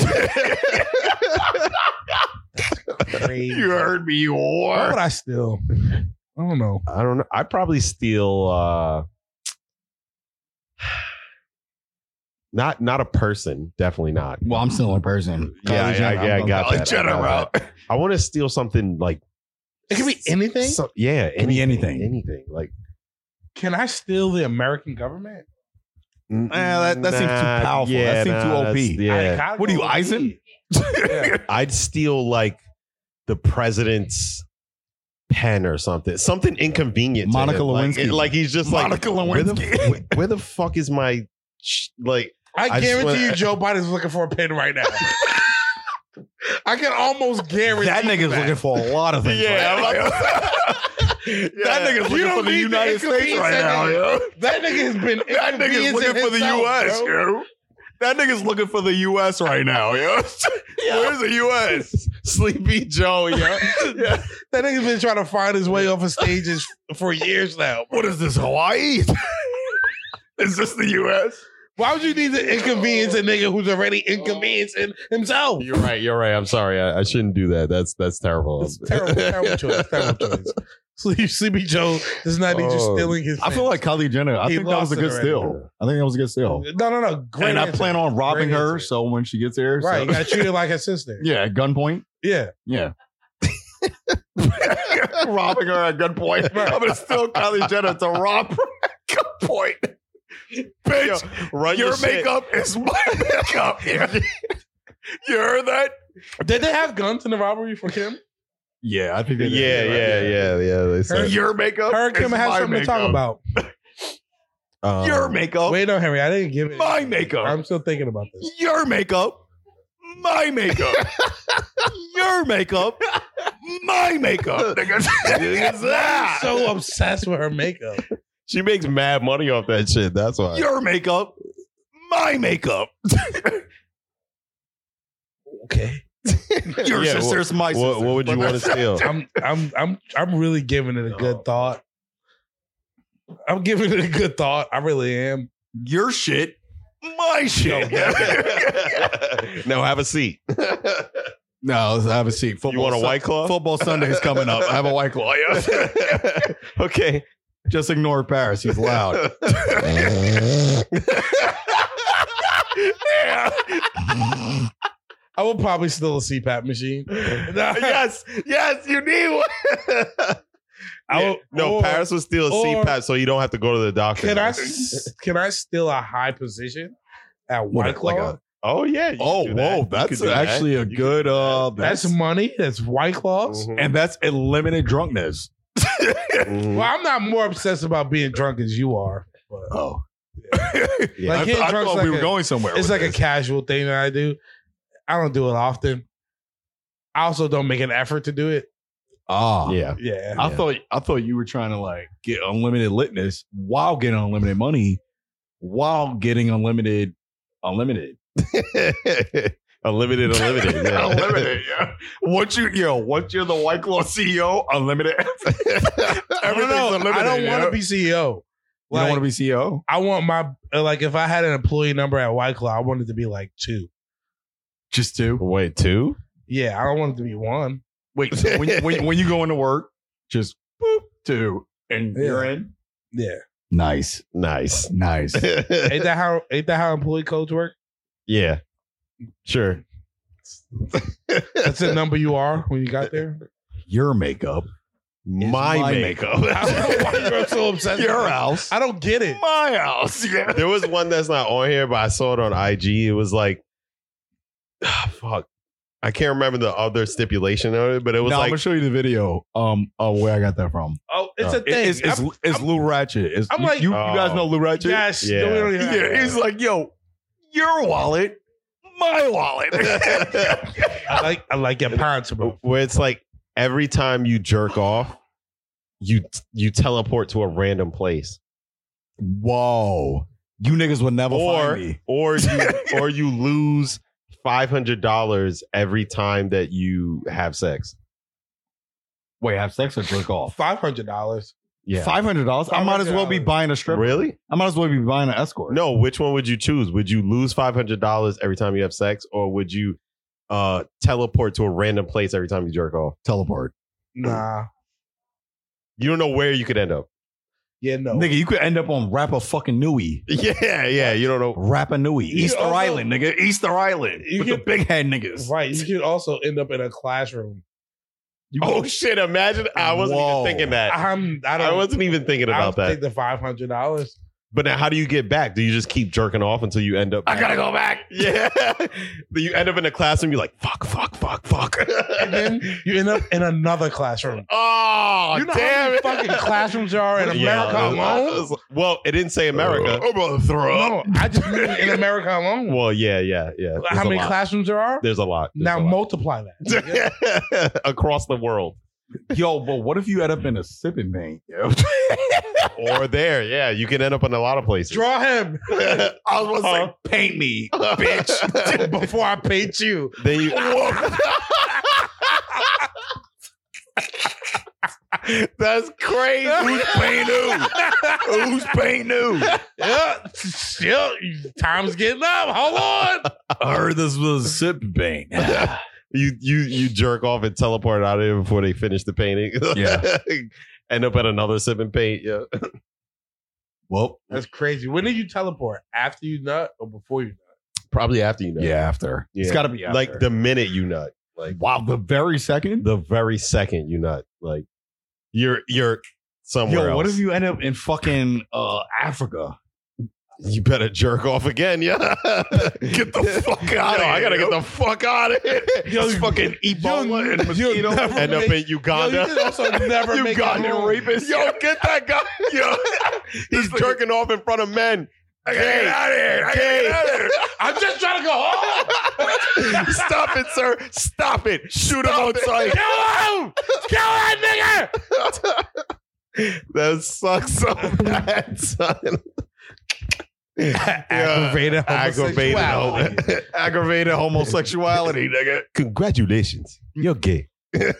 [SPEAKER 5] [LAUGHS]
[SPEAKER 4] Crazy.
[SPEAKER 5] You heard me, you
[SPEAKER 4] What
[SPEAKER 5] whore.
[SPEAKER 4] would I steal? I don't know.
[SPEAKER 2] "I don't know. I probably steal uh, [SIGHS] not not a person. Definitely not.
[SPEAKER 5] Well, I'm still a person.
[SPEAKER 2] Yeah,
[SPEAKER 5] Kylie
[SPEAKER 2] yeah,
[SPEAKER 5] Jenner,
[SPEAKER 2] yeah, I
[SPEAKER 5] I'm-
[SPEAKER 2] got
[SPEAKER 5] I'm-
[SPEAKER 2] that. I got that. I want to steal something like
[SPEAKER 4] It could be anything.
[SPEAKER 2] so- yeah,
[SPEAKER 5] Can be anything.
[SPEAKER 2] anything like.
[SPEAKER 4] Can I steal the American government?
[SPEAKER 2] mm,
[SPEAKER 5] Eh, that- that seems too powerful. That seems too
[SPEAKER 2] that's-
[SPEAKER 5] OP.
[SPEAKER 2] Yeah.
[SPEAKER 4] I gotta
[SPEAKER 5] What are
[SPEAKER 4] go
[SPEAKER 5] you,
[SPEAKER 4] with
[SPEAKER 5] Eisen?
[SPEAKER 4] Yeah.
[SPEAKER 2] I'd steal like the president's pen or something, something inconvenient. to
[SPEAKER 5] Monica
[SPEAKER 2] him. Like-
[SPEAKER 5] Lewinsky.
[SPEAKER 2] Like, he's just
[SPEAKER 5] Monica
[SPEAKER 2] like Where the,
[SPEAKER 5] [LAUGHS]
[SPEAKER 2] where, where the fuck is my sh- like?
[SPEAKER 4] I
[SPEAKER 2] I just
[SPEAKER 4] guarantee
[SPEAKER 2] wanna-
[SPEAKER 4] you, Joe Biden's looking for a pin right now. I can almost guarantee
[SPEAKER 5] That nigga's looking for a lot of things.
[SPEAKER 6] Yeah,
[SPEAKER 5] right now. [LAUGHS]
[SPEAKER 6] That
[SPEAKER 2] Yeah.
[SPEAKER 6] nigga's
[SPEAKER 4] You
[SPEAKER 6] looking
[SPEAKER 4] don't
[SPEAKER 6] for the
[SPEAKER 4] need to
[SPEAKER 6] United States
[SPEAKER 4] inconvenience
[SPEAKER 6] right
[SPEAKER 4] that
[SPEAKER 6] now, yo.
[SPEAKER 4] That nigga has been.
[SPEAKER 6] That nigga's
[SPEAKER 4] inconveniencing
[SPEAKER 6] looking for the
[SPEAKER 4] himself,
[SPEAKER 6] U.S.,
[SPEAKER 4] bro.
[SPEAKER 6] yo. That nigga's looking for the U.S. right now, yo. [LAUGHS] Where's the
[SPEAKER 4] [LAUGHS]
[SPEAKER 6] U.S.? Sleepy Joe, yo.
[SPEAKER 4] That nigga's been trying to find his way off of stages for years now.
[SPEAKER 6] What is this, Hawaii? [LAUGHS] is this the U.S.?
[SPEAKER 4] Why would you need to inconvenience a nigga who's already inconveniencing himself?
[SPEAKER 2] [LAUGHS] You're right. You're right. I'm sorry. I, I shouldn't do that. That's that's terrible. [LAUGHS]
[SPEAKER 4] It's terrible, terrible choice. Terrible choice. Sleep, Sleepy Joe does not need you
[SPEAKER 2] Oh.
[SPEAKER 4] stealing his.
[SPEAKER 5] I feel
[SPEAKER 4] fans.
[SPEAKER 5] like Kylie Jenner. I
[SPEAKER 4] He
[SPEAKER 5] think that was
[SPEAKER 4] lost
[SPEAKER 5] a good
[SPEAKER 4] it
[SPEAKER 5] steal. I think that was a good steal.
[SPEAKER 4] no, no, no. Great
[SPEAKER 5] and I
[SPEAKER 4] answer.
[SPEAKER 5] plan on robbing
[SPEAKER 4] Great
[SPEAKER 5] her.
[SPEAKER 4] answer.
[SPEAKER 5] So when she gets here, so-
[SPEAKER 4] Right,
[SPEAKER 5] [LAUGHS]
[SPEAKER 4] you got treated like her sister.
[SPEAKER 5] yeah, at gunpoint.
[SPEAKER 4] Yeah,
[SPEAKER 6] [LAUGHS]
[SPEAKER 5] Yeah,
[SPEAKER 6] Robbing her at gunpoint. I'm gonna steal Kylie Jenner
[SPEAKER 5] [LAUGHS]
[SPEAKER 6] to rob her at gunpoint. Bitch,
[SPEAKER 2] Run
[SPEAKER 6] your
[SPEAKER 2] shit.
[SPEAKER 6] makeup is
[SPEAKER 5] [LAUGHS]
[SPEAKER 6] my makeup. yo. you heard that?
[SPEAKER 4] did they have guns in the robbery for Kim?
[SPEAKER 5] yeah, I think.
[SPEAKER 2] Yeah,
[SPEAKER 5] they did.
[SPEAKER 2] yeah, yeah, yeah. They said,
[SPEAKER 6] Your
[SPEAKER 5] Oh,
[SPEAKER 6] makeup.
[SPEAKER 4] Her and Kim
[SPEAKER 6] is
[SPEAKER 4] had
[SPEAKER 6] my
[SPEAKER 4] something to talk
[SPEAKER 6] makeup.
[SPEAKER 4] about.
[SPEAKER 2] um,
[SPEAKER 6] Your
[SPEAKER 5] Oh.
[SPEAKER 6] makeup.
[SPEAKER 4] Wait, no, Henry, I didn't give it.
[SPEAKER 6] My makeup.
[SPEAKER 4] I'm still thinking about this.
[SPEAKER 6] Your makeup. My
[SPEAKER 5] [LAUGHS]
[SPEAKER 6] makeup. Your makeup. My
[SPEAKER 5] [LAUGHS]
[SPEAKER 6] makeup. Nigga. [LAUGHS]
[SPEAKER 4] I'm so obsessed with her makeup.
[SPEAKER 2] She makes mad money off that shit. That's why.
[SPEAKER 6] Your makeup. My
[SPEAKER 5] [LAUGHS]
[SPEAKER 6] makeup.
[SPEAKER 4] Okay,
[SPEAKER 5] Your
[SPEAKER 2] Yeah,
[SPEAKER 5] sister's my sister.
[SPEAKER 2] What, what would you want to [LAUGHS] steal?
[SPEAKER 4] I'm, I'm, I'm, I'm really giving it a good thought. I'm giving it a good thought. I really am.
[SPEAKER 6] Your shit. My shit.
[SPEAKER 2] [LAUGHS] no, have a seat.
[SPEAKER 5] [LAUGHS] No, I have a seat. Football
[SPEAKER 2] You want a
[SPEAKER 5] Sun-
[SPEAKER 2] white claw?
[SPEAKER 5] Football Sunday's coming up. I have a white claw.
[SPEAKER 2] [LAUGHS]
[SPEAKER 5] yeah.
[SPEAKER 2] okay.
[SPEAKER 5] Just ignore Paris. He's
[SPEAKER 2] [LAUGHS]
[SPEAKER 5] loud.
[SPEAKER 6] yeah.
[SPEAKER 4] I will probably steal a CPAP machine.
[SPEAKER 6] Yes. Yes. You need one.
[SPEAKER 2] [LAUGHS]
[SPEAKER 4] I will,
[SPEAKER 2] No,
[SPEAKER 4] or
[SPEAKER 2] Paris was still a
[SPEAKER 4] or-
[SPEAKER 2] CPAP, so you don't have to go to the doctor.
[SPEAKER 4] Can I s- can I steal a high position at
[SPEAKER 5] What,
[SPEAKER 4] White Claw?
[SPEAKER 5] like a-
[SPEAKER 2] [LAUGHS] oh yeah. you
[SPEAKER 5] Oh,
[SPEAKER 2] can do that.
[SPEAKER 5] whoa,
[SPEAKER 2] You
[SPEAKER 5] that's
[SPEAKER 2] could do that.
[SPEAKER 5] actually a
[SPEAKER 2] You
[SPEAKER 5] good. Uh,
[SPEAKER 4] that's, money. That's White Claws.
[SPEAKER 2] Mhm.
[SPEAKER 5] and that's unlimited
[SPEAKER 2] [LAUGHS]
[SPEAKER 5] drunkenness.
[SPEAKER 2] Mhm.
[SPEAKER 4] Well, I'm not more obsessed about being drunk as you are. But
[SPEAKER 5] Oh,
[SPEAKER 2] Yeah.
[SPEAKER 4] Like,
[SPEAKER 5] I,
[SPEAKER 4] getting
[SPEAKER 5] I
[SPEAKER 4] drunk's
[SPEAKER 5] thought
[SPEAKER 4] like
[SPEAKER 5] we were
[SPEAKER 4] a-
[SPEAKER 5] going somewhere.
[SPEAKER 4] it's
[SPEAKER 5] with
[SPEAKER 4] like
[SPEAKER 5] this.
[SPEAKER 4] a casual thing that I do. I don't do it often. I also don't make an effort to do it.
[SPEAKER 5] ah. [LAUGHS]
[SPEAKER 2] yeah.
[SPEAKER 4] Yeah.
[SPEAKER 5] I thought I thought you were trying to like get unlimited litness while getting unlimited money, while getting unlimited unlimited.
[SPEAKER 2] Unlimited, [LAUGHS] unlimited.
[SPEAKER 5] [LAUGHS]
[SPEAKER 2] Yeah.
[SPEAKER 6] unlimited. Yeah. Once you, yo, once you're the White Claw
[SPEAKER 5] E
[SPEAKER 6] CEO,
[SPEAKER 2] [LAUGHS]
[SPEAKER 6] unlimited.
[SPEAKER 4] I don't
[SPEAKER 6] Everything's
[SPEAKER 4] know.
[SPEAKER 6] unlimited.
[SPEAKER 4] I don't
[SPEAKER 6] yo.
[SPEAKER 4] want to be
[SPEAKER 5] E
[SPEAKER 4] CEO.
[SPEAKER 5] You don't
[SPEAKER 4] Like,
[SPEAKER 5] want to be E CEO.
[SPEAKER 4] I want my uh, like if I had an employee number at White Claw, I want it to be like two.
[SPEAKER 5] Just two.
[SPEAKER 2] [LAUGHS] Wait, two?
[SPEAKER 4] Yeah, I don't want it to be one.
[SPEAKER 5] Wait, so [LAUGHS] when, you- when, you- when you go into work, just boop, two, and you're in. [LAUGHS]
[SPEAKER 4] Yeah,
[SPEAKER 5] Nice, [LAUGHS]
[SPEAKER 2] Nice. [LAUGHS]
[SPEAKER 5] nice.
[SPEAKER 4] ain't that how ain't that how employee codes work?
[SPEAKER 2] yeah. Sure.
[SPEAKER 4] That's the number you are when you got there.
[SPEAKER 5] Your makeup,
[SPEAKER 2] My,
[SPEAKER 5] my
[SPEAKER 2] makeup.
[SPEAKER 5] [LAUGHS]
[SPEAKER 4] I don't know why you're so obsessed. with
[SPEAKER 6] Your
[SPEAKER 4] it. [LAUGHS]
[SPEAKER 6] house.
[SPEAKER 4] I don't get it.
[SPEAKER 6] My house. Yeah.
[SPEAKER 2] there was one that's not on here, but I saw it on IG. It was like, [SIGHS] fuck. I can't remember the other stipulation on it, but it was
[SPEAKER 5] No, I'm
[SPEAKER 2] like,
[SPEAKER 5] gonna show you the video. Um, of where I got that from.
[SPEAKER 4] Oh, it's
[SPEAKER 5] Uh,
[SPEAKER 4] a thing.
[SPEAKER 5] It's, it's,
[SPEAKER 4] I'm-
[SPEAKER 5] it's
[SPEAKER 4] I'm-
[SPEAKER 5] Lou Ratchet. It's,
[SPEAKER 4] I'm
[SPEAKER 5] you-
[SPEAKER 4] like-
[SPEAKER 5] you, you guys
[SPEAKER 2] Oh.
[SPEAKER 5] know Lou Ratchet.
[SPEAKER 4] yes,
[SPEAKER 2] Yeah.
[SPEAKER 4] we don't even have
[SPEAKER 6] Yeah.
[SPEAKER 4] that.
[SPEAKER 6] He's like, yo, your wallet, my
[SPEAKER 5] [LAUGHS]
[SPEAKER 6] wallet.
[SPEAKER 4] I like I like your parents, bro.
[SPEAKER 2] where it's like every time you jerk off, you you teleport to a random place,
[SPEAKER 5] Whoa, you niggas would never
[SPEAKER 2] or
[SPEAKER 5] find me.
[SPEAKER 4] [LAUGHS]
[SPEAKER 2] or you or you lose five hundred dollars every time that you have sex.
[SPEAKER 5] Wait, have sex or jerk off?
[SPEAKER 4] Five hundred dollars.
[SPEAKER 2] Yeah,
[SPEAKER 5] Five hundred dollars. I might as well be
[SPEAKER 4] $500.
[SPEAKER 5] buying a stripper.
[SPEAKER 2] really?
[SPEAKER 5] I might as well be buying an escort.
[SPEAKER 2] No. Which one would you choose? Would you lose five hundred dollars every time you have sex, or would you uh teleport to a random place every time you jerk off?
[SPEAKER 5] teleport,
[SPEAKER 4] Nah.
[SPEAKER 2] You don't know where you could end up. [LAUGHS]
[SPEAKER 4] Yeah, no.
[SPEAKER 5] nigga. You could end up on Rapa fucking Nui,
[SPEAKER 2] Yeah, yeah. You don't know.
[SPEAKER 5] Rapa Nui, Easter
[SPEAKER 4] also-
[SPEAKER 5] Island, nigga, Easter Island
[SPEAKER 4] You
[SPEAKER 5] with
[SPEAKER 4] could-
[SPEAKER 5] the big head niggas.
[SPEAKER 4] Right. You could also end up in a classroom.
[SPEAKER 2] Oh shit! Imagine I wasn't
[SPEAKER 5] Whoa.
[SPEAKER 2] even thinking that.
[SPEAKER 4] I'm I don't
[SPEAKER 2] I wasn't even thinking
[SPEAKER 4] I
[SPEAKER 2] about
[SPEAKER 4] don't
[SPEAKER 2] that.
[SPEAKER 4] think the five hundred dollars.
[SPEAKER 2] But now, how do you get back? Do you just keep jerking off until you end up?
[SPEAKER 6] I gotta go back.
[SPEAKER 2] [LAUGHS] Yeah. Then you end up in a classroom. You're like, fuck, fuck, fuck, fuck.
[SPEAKER 6] [LAUGHS]
[SPEAKER 4] And
[SPEAKER 2] [LAUGHS]
[SPEAKER 4] then you end up in another classroom.
[SPEAKER 6] Oh,
[SPEAKER 4] you know how
[SPEAKER 6] damn
[SPEAKER 4] many
[SPEAKER 6] it.
[SPEAKER 4] fucking classrooms there are in
[SPEAKER 2] [LAUGHS] Yeah,
[SPEAKER 4] America
[SPEAKER 2] I was- I
[SPEAKER 4] alone?
[SPEAKER 2] was- well, it didn't say
[SPEAKER 6] America.
[SPEAKER 2] America.
[SPEAKER 6] I'm about to Oh, throw up.
[SPEAKER 4] No, I just mean in
[SPEAKER 2] [LAUGHS]
[SPEAKER 4] America alone.
[SPEAKER 2] Well, yeah, yeah, yeah. There's
[SPEAKER 4] how
[SPEAKER 2] a
[SPEAKER 4] many
[SPEAKER 2] lot.
[SPEAKER 4] classrooms there are?
[SPEAKER 2] There's a lot. There's
[SPEAKER 4] now
[SPEAKER 2] a lot.
[SPEAKER 4] multiply that.
[SPEAKER 2] [LAUGHS] across the world
[SPEAKER 5] Yo, but what if you end up in a sipping vein?
[SPEAKER 4] [LAUGHS]
[SPEAKER 5] Yo,
[SPEAKER 2] or there. Yeah, you can end up in a lot of places.
[SPEAKER 4] Draw him [LAUGHS]
[SPEAKER 6] I
[SPEAKER 2] [LAUGHS]
[SPEAKER 6] was about to
[SPEAKER 4] Uh-huh.
[SPEAKER 6] say,
[SPEAKER 5] paint me.
[SPEAKER 4] [LAUGHS]
[SPEAKER 6] bitch.
[SPEAKER 4] before I paint
[SPEAKER 2] [LAUGHS]
[SPEAKER 4] you.
[SPEAKER 2] Then you,
[SPEAKER 6] That's crazy. Who's paying who? Who's paying who?
[SPEAKER 4] Yeah, yeah, time's getting up. Hold on.
[SPEAKER 2] [LAUGHS]
[SPEAKER 5] I heard this was a sipping vein.
[SPEAKER 2] you you you jerk off and teleport out of here before they finish the painting.
[SPEAKER 5] Yeah.
[SPEAKER 2] [LAUGHS] end up at another sip and paint. Yeah. [LAUGHS]
[SPEAKER 5] well,
[SPEAKER 4] That's crazy. When did you teleport? After you nut or before you nut?
[SPEAKER 2] Probably after you know.
[SPEAKER 5] yeah, after
[SPEAKER 2] Yeah.
[SPEAKER 5] it's got to be after.
[SPEAKER 2] Like the minute you nut. Like
[SPEAKER 5] wow, the very second.
[SPEAKER 2] the very second you nut. Like you're you're somewhere
[SPEAKER 5] Yo,
[SPEAKER 2] else.
[SPEAKER 5] what if you end up in fucking uh, Africa?
[SPEAKER 2] You better jerk off again, yeah.
[SPEAKER 6] Get the fuck
[SPEAKER 2] [LAUGHS] Yo,
[SPEAKER 6] out of here.
[SPEAKER 2] I gotta get
[SPEAKER 6] yo.
[SPEAKER 2] the fuck out of here.
[SPEAKER 6] Yo,
[SPEAKER 5] [LAUGHS]
[SPEAKER 2] It's fucking Ebola and
[SPEAKER 4] You'll
[SPEAKER 2] mosquito.
[SPEAKER 4] never
[SPEAKER 2] End up
[SPEAKER 4] make-
[SPEAKER 2] in Uganda.
[SPEAKER 4] Yo, you can also
[SPEAKER 2] [LAUGHS]
[SPEAKER 4] never make it
[SPEAKER 6] Ugandan
[SPEAKER 4] home.
[SPEAKER 6] rapist. Yo, get that guy. Yo,
[SPEAKER 2] He's jerking off in front of men.
[SPEAKER 6] I gotta get out of here. I gotta get out of here.
[SPEAKER 4] [LAUGHS] I'm just trying to go home.
[SPEAKER 2] [LAUGHS] Stop it, sir. Stop it. Shoot him outside.
[SPEAKER 4] Kill him!
[SPEAKER 5] [LAUGHS]
[SPEAKER 4] Kill that nigga!
[SPEAKER 2] [LAUGHS] That sucks so bad, son.
[SPEAKER 4] Aggravated
[SPEAKER 2] Aggravated,
[SPEAKER 4] homosexuality.
[SPEAKER 2] homo-
[SPEAKER 5] [LAUGHS]
[SPEAKER 2] aggravated [LAUGHS] homosexuality, nigga. Congratulations. You're gay. [LAUGHS] yeah.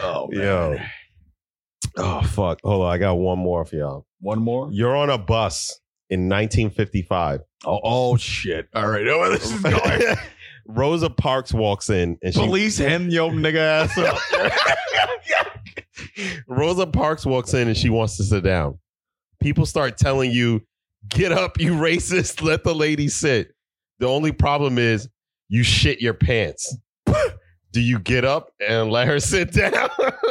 [SPEAKER 5] Oh,
[SPEAKER 2] Yo. Oh, fuck. Hold on. I got one more for y'all.
[SPEAKER 5] one more.
[SPEAKER 2] You're on a bus in 1955.
[SPEAKER 5] Oh, oh shit! All right, yo, this is going.
[SPEAKER 2] [LAUGHS] Rosa Parks walks in and
[SPEAKER 5] [LAUGHS]
[SPEAKER 2] she
[SPEAKER 5] Police him, yo, nigga ass up.
[SPEAKER 2] [LAUGHS] Rosa Parks walks in and she wants to sit down. People start telling you, get up, you racist, let the lady sit. The only problem is you shit your pants. [LAUGHS] do you get up and let her sit down? [LAUGHS]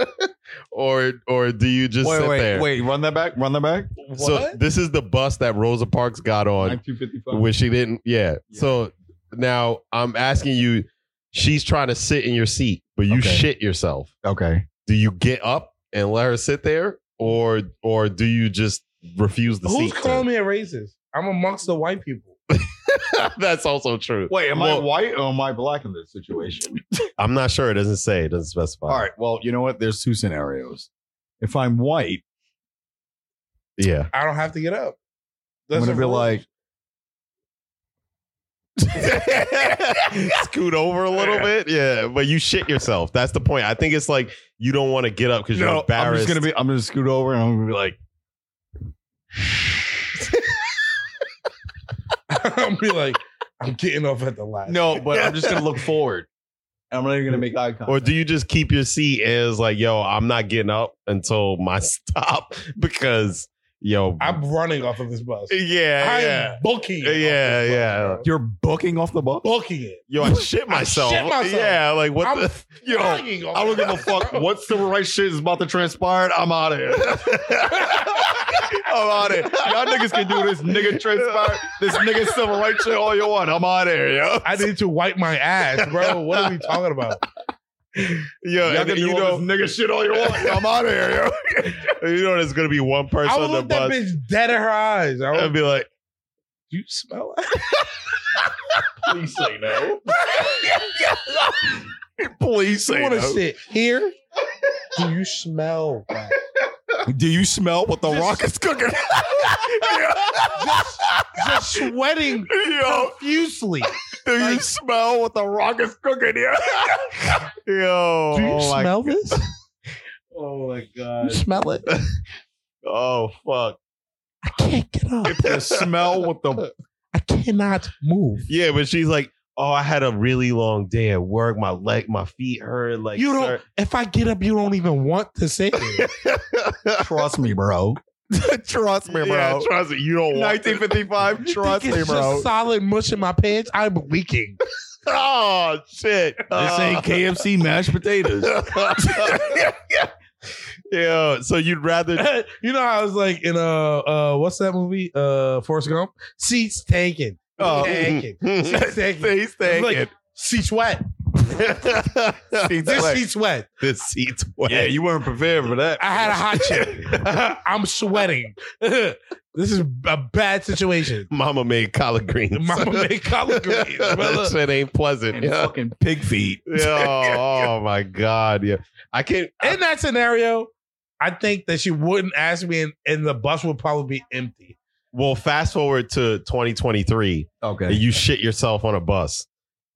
[SPEAKER 2] or or do you just sit
[SPEAKER 5] wait, wait,
[SPEAKER 2] there?
[SPEAKER 5] wait! Run that back! Run that back!
[SPEAKER 2] So this is the bus that Rosa Parks got on
[SPEAKER 5] 1955.
[SPEAKER 2] where she didn't yeah.
[SPEAKER 5] Yeah.
[SPEAKER 2] So now I'm asking you, she's trying to sit in your seat, but you
[SPEAKER 5] Okay.
[SPEAKER 2] shit yourself
[SPEAKER 5] Okay.
[SPEAKER 2] do you get up and let her sit there or or do you just refuse the
[SPEAKER 4] Who's
[SPEAKER 2] seat
[SPEAKER 4] calling me a racist? I'm amongst the white people.
[SPEAKER 2] [LAUGHS] that's also true
[SPEAKER 5] Wait, am
[SPEAKER 2] Well-
[SPEAKER 5] I white or am I black in this situation?
[SPEAKER 2] i'm not sure it doesn't say it doesn't specify
[SPEAKER 5] All right. Well, you know what? There's two scenarios. If I'm white,
[SPEAKER 2] yeah [LAUGHS]
[SPEAKER 4] I don't have to get up.
[SPEAKER 5] I'm
[SPEAKER 4] That's
[SPEAKER 5] gonna
[SPEAKER 4] a
[SPEAKER 5] be
[SPEAKER 4] rule.
[SPEAKER 5] like,
[SPEAKER 2] scoot over a little bit. Yeah, but you shit yourself. That's the point. I think it's like you don't want to get up because you're
[SPEAKER 5] No, I'm just
[SPEAKER 2] embarrassed.
[SPEAKER 5] gonna be. I'm gonna scoot over and I'm gonna be like,
[SPEAKER 4] [LAUGHS] I'm be like, I'm getting off at the last.
[SPEAKER 5] [LAUGHS] no, but I'm just gonna look forward. And I'm not even gonna make eye contact.
[SPEAKER 2] or do you just keep your seat as like, yo, I'm not getting up until my [LAUGHS] stop because yo,
[SPEAKER 4] I'm running off of this bus.
[SPEAKER 2] yeah,
[SPEAKER 4] I'm
[SPEAKER 2] yeah,
[SPEAKER 4] booking. it off
[SPEAKER 2] Yeah,
[SPEAKER 4] this bus,
[SPEAKER 2] yeah.
[SPEAKER 4] bro.
[SPEAKER 5] You're booking off the bus.
[SPEAKER 4] Booking it.
[SPEAKER 5] [LAUGHS]
[SPEAKER 2] yo, I shit myself.
[SPEAKER 4] myself.
[SPEAKER 2] Yeah, like what
[SPEAKER 4] I'm
[SPEAKER 2] the
[SPEAKER 4] Yo, I
[SPEAKER 5] I don't give a [LAUGHS] fuck what civil rights shit is about to transpire. I'm out
[SPEAKER 2] [LAUGHS]
[SPEAKER 5] of here. I'm out of here. Y'all niggas can do this nigga transpire, this nigga civil rights shit all you want. I'm out of here, yo.
[SPEAKER 4] I need to wipe my ass,
[SPEAKER 2] [LAUGHS]
[SPEAKER 4] bro. What are we talking about?
[SPEAKER 2] yo,
[SPEAKER 5] Y'all
[SPEAKER 2] and
[SPEAKER 5] can do
[SPEAKER 2] you
[SPEAKER 5] all
[SPEAKER 2] know,
[SPEAKER 5] this nigga shit all you want. I'm out of here,
[SPEAKER 2] [LAUGHS] you know, there's gonna be one person
[SPEAKER 4] I would
[SPEAKER 2] on the
[SPEAKER 4] look that
[SPEAKER 2] bus
[SPEAKER 4] bitch dead in her eyes. I
[SPEAKER 2] and
[SPEAKER 4] would,
[SPEAKER 2] be like,
[SPEAKER 4] you smell it?
[SPEAKER 5] yo. Please say no.
[SPEAKER 2] [LAUGHS] please
[SPEAKER 4] You
[SPEAKER 2] say
[SPEAKER 4] want to
[SPEAKER 2] no.
[SPEAKER 4] sit
[SPEAKER 2] [LAUGHS]
[SPEAKER 4] here? Do you smell? that?
[SPEAKER 5] [LAUGHS] Do you smell what the
[SPEAKER 6] Rock is cooking.
[SPEAKER 4] Just sweating
[SPEAKER 6] Yo,
[SPEAKER 2] [LAUGHS]
[SPEAKER 4] profusely.
[SPEAKER 6] do you smell what the rock is cooking here?
[SPEAKER 2] Yo,
[SPEAKER 4] Do you
[SPEAKER 2] oh my
[SPEAKER 4] smell this?
[SPEAKER 5] Oh my
[SPEAKER 4] You
[SPEAKER 5] god.
[SPEAKER 4] smell it.
[SPEAKER 2] Oh fuck.
[SPEAKER 4] I can't get up.
[SPEAKER 5] [LAUGHS] The smell with the
[SPEAKER 4] I cannot move.
[SPEAKER 2] Yeah, but she's like, oh, I had a really long day at work. My leg, my feet hurt. Like
[SPEAKER 4] You don't.
[SPEAKER 2] sir-
[SPEAKER 4] If I get up, you don't even want to sit
[SPEAKER 2] [LAUGHS]
[SPEAKER 4] here.
[SPEAKER 5] trust me, bro.
[SPEAKER 6] Trust me, bro.
[SPEAKER 2] Yeah, trust me. You don't want. [LAUGHS]
[SPEAKER 5] 1955, trust
[SPEAKER 4] Think
[SPEAKER 5] me,
[SPEAKER 4] it's
[SPEAKER 5] bro.
[SPEAKER 4] just solid mush in my pants. I'm
[SPEAKER 2] [LAUGHS]
[SPEAKER 4] leaking. [LAUGHS]
[SPEAKER 2] Oh shit. Uh,
[SPEAKER 5] This ain't
[SPEAKER 2] [LAUGHS]
[SPEAKER 5] KFC mashed [LAUGHS] potatoes.
[SPEAKER 2] yeah. So
[SPEAKER 4] [LAUGHS]
[SPEAKER 2] you'd rather.
[SPEAKER 4] you know, how I was like in uh uh what's that movie? Uh, Forrest Gump. Seats taken.
[SPEAKER 2] Oh. [LAUGHS]
[SPEAKER 4] Taken.
[SPEAKER 5] [LAUGHS]
[SPEAKER 4] Seats taken.
[SPEAKER 6] He's thinking.
[SPEAKER 4] I'm Like, seats wet. This seat's wet.
[SPEAKER 2] this seat's wet.
[SPEAKER 5] yeah, you [LAUGHS] weren't prepared for that.
[SPEAKER 4] I had a hot chip. [LAUGHS] I'm sweating. [LAUGHS] this is a bad
[SPEAKER 2] [LAUGHS]
[SPEAKER 4] situation.
[SPEAKER 2] Mama made collard greens.
[SPEAKER 4] Mama made collard
[SPEAKER 2] [LAUGHS]
[SPEAKER 4] greens,
[SPEAKER 2] that
[SPEAKER 4] brother.
[SPEAKER 2] shit ain't pleasant.
[SPEAKER 5] And
[SPEAKER 2] Yeah.
[SPEAKER 5] fucking pig feet.
[SPEAKER 2] [LAUGHS] Yeah, oh my god. Yeah. I can't.
[SPEAKER 4] In that scenario, I think that she wouldn't ask me, and, and the bus would probably be empty.
[SPEAKER 2] Well, fast forward to 2023.
[SPEAKER 5] Okay. [LAUGHS]
[SPEAKER 2] and you shit yourself on a bus.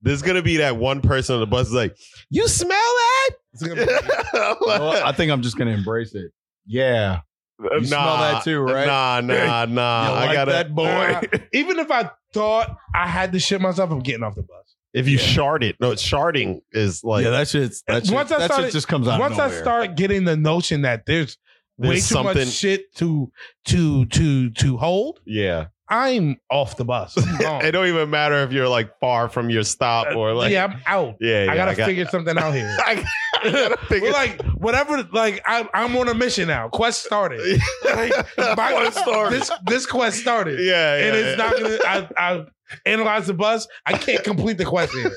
[SPEAKER 2] There's gonna be that one person on the bus is like, "You smell that?" [LAUGHS]
[SPEAKER 4] It's gonna [LAUGHS] be-
[SPEAKER 5] You know what? Oh, I think I'm just gonna embrace it. Yeah. You smell that too, right?
[SPEAKER 2] Nah, nah, nah.
[SPEAKER 5] [LAUGHS] You
[SPEAKER 2] I
[SPEAKER 5] like
[SPEAKER 2] gotta.
[SPEAKER 5] that, boy?
[SPEAKER 4] Uh, even if I thought I had to shit myself, I'm getting off the bus.
[SPEAKER 2] [LAUGHS] If you shard it, no, sharding is like
[SPEAKER 5] yeah, that shit's that shit,
[SPEAKER 4] Once I
[SPEAKER 5] that shit
[SPEAKER 4] started-
[SPEAKER 5] just comes out.
[SPEAKER 4] Once
[SPEAKER 5] of
[SPEAKER 4] I
[SPEAKER 5] nowhere.
[SPEAKER 4] start getting the notion that there's, way too
[SPEAKER 2] there's something.
[SPEAKER 4] much shit to to to to hold,
[SPEAKER 2] yeah,
[SPEAKER 4] I'm off the bus.
[SPEAKER 2] [LAUGHS]
[SPEAKER 4] I'm gone.
[SPEAKER 2] it don't even matter if you're like far from your
[SPEAKER 5] Uh,
[SPEAKER 2] stop or like
[SPEAKER 4] yeah, I'm out.
[SPEAKER 2] yeah. yeah,
[SPEAKER 4] I gotta
[SPEAKER 2] got-
[SPEAKER 4] figure something out here.
[SPEAKER 2] I, I gotta
[SPEAKER 4] We're
[SPEAKER 2] [LAUGHS] figure.
[SPEAKER 4] like whatever. Like I, I'm on a mission now. Quest
[SPEAKER 2] [LAUGHS]
[SPEAKER 4] started. Like, my-
[SPEAKER 2] Quest started.
[SPEAKER 4] This this quest started,
[SPEAKER 2] yeah, yeah,
[SPEAKER 4] and it's
[SPEAKER 2] yeah.
[SPEAKER 4] not gonna. I, I analyze the bus. I can't complete the quest here.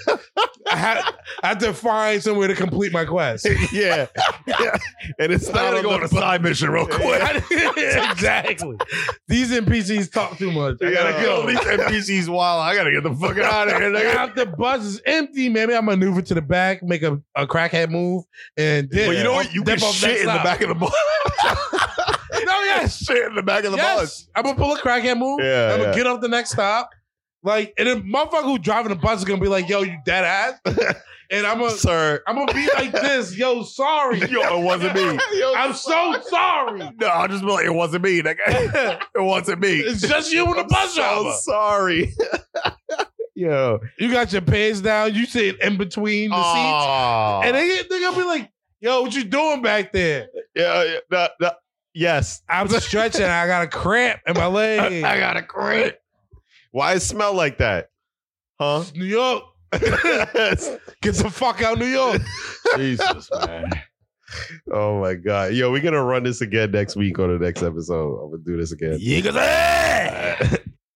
[SPEAKER 4] I have, I have to find somewhere to complete
[SPEAKER 5] [LAUGHS]
[SPEAKER 4] my quest.
[SPEAKER 2] [LAUGHS] yeah, yeah, and it's
[SPEAKER 5] I
[SPEAKER 2] not
[SPEAKER 5] gotta
[SPEAKER 2] on
[SPEAKER 5] go
[SPEAKER 2] the
[SPEAKER 5] on a
[SPEAKER 2] bus.
[SPEAKER 5] side mission real
[SPEAKER 2] [LAUGHS]
[SPEAKER 5] quick.
[SPEAKER 4] [LAUGHS] exactly. These NPCs talk too much. I gotta
[SPEAKER 2] Yeah.
[SPEAKER 4] go.
[SPEAKER 5] These NPCs wild. I gotta get the
[SPEAKER 2] [LAUGHS]
[SPEAKER 5] fuck out of here. nigga.
[SPEAKER 4] Now, if the bus is empty, maybe I maneuver to the back, make a, a crackhead move, and then
[SPEAKER 5] But you know what? You
[SPEAKER 4] Dip
[SPEAKER 5] can
[SPEAKER 4] off next
[SPEAKER 5] shit in the
[SPEAKER 4] stop.
[SPEAKER 5] back of the bus.
[SPEAKER 4] [LAUGHS] No, yes,
[SPEAKER 5] shit in the back of the
[SPEAKER 4] yes. I'm gonna pull a crackhead move.
[SPEAKER 2] Yeah,
[SPEAKER 4] I'm gonna
[SPEAKER 2] yeah.
[SPEAKER 4] get off the next stop. Like, and the motherfucker who driving the bus is gonna be like, "Yo, you dead ass," and I'm gonna
[SPEAKER 2] sir.
[SPEAKER 4] I'm gonna be like this. Yo,
[SPEAKER 2] [LAUGHS]
[SPEAKER 4] sorry.
[SPEAKER 5] bus. Yo, it wasn't me.
[SPEAKER 4] I'm so sorry.
[SPEAKER 5] No, I'll just be like, it wasn't me, nigga. [LAUGHS] It wasn't me.
[SPEAKER 4] It's just you and the bus driver.
[SPEAKER 2] So
[SPEAKER 5] [LAUGHS]
[SPEAKER 2] sorry. Yo,
[SPEAKER 4] You got your pants down. You sit in between the seats,
[SPEAKER 2] Aw.
[SPEAKER 4] and they they gonna be like, "Yo, what you doing back there?"
[SPEAKER 2] Yeah, yeah, no, no. yes.
[SPEAKER 4] I'm stretching. I got a cramp in my leg.
[SPEAKER 5] I got a crit.
[SPEAKER 2] Why it smell like that?
[SPEAKER 4] [LAUGHS]
[SPEAKER 2] Huh? [LAUGHS]
[SPEAKER 4] New York. Get the fuck out of New York.
[SPEAKER 5] Jesus, [LAUGHS] man.
[SPEAKER 2] oh my god. Yo, we're gonna run this again next week on the next episode. I'm gonna do this again.
[SPEAKER 5] Yiggazay!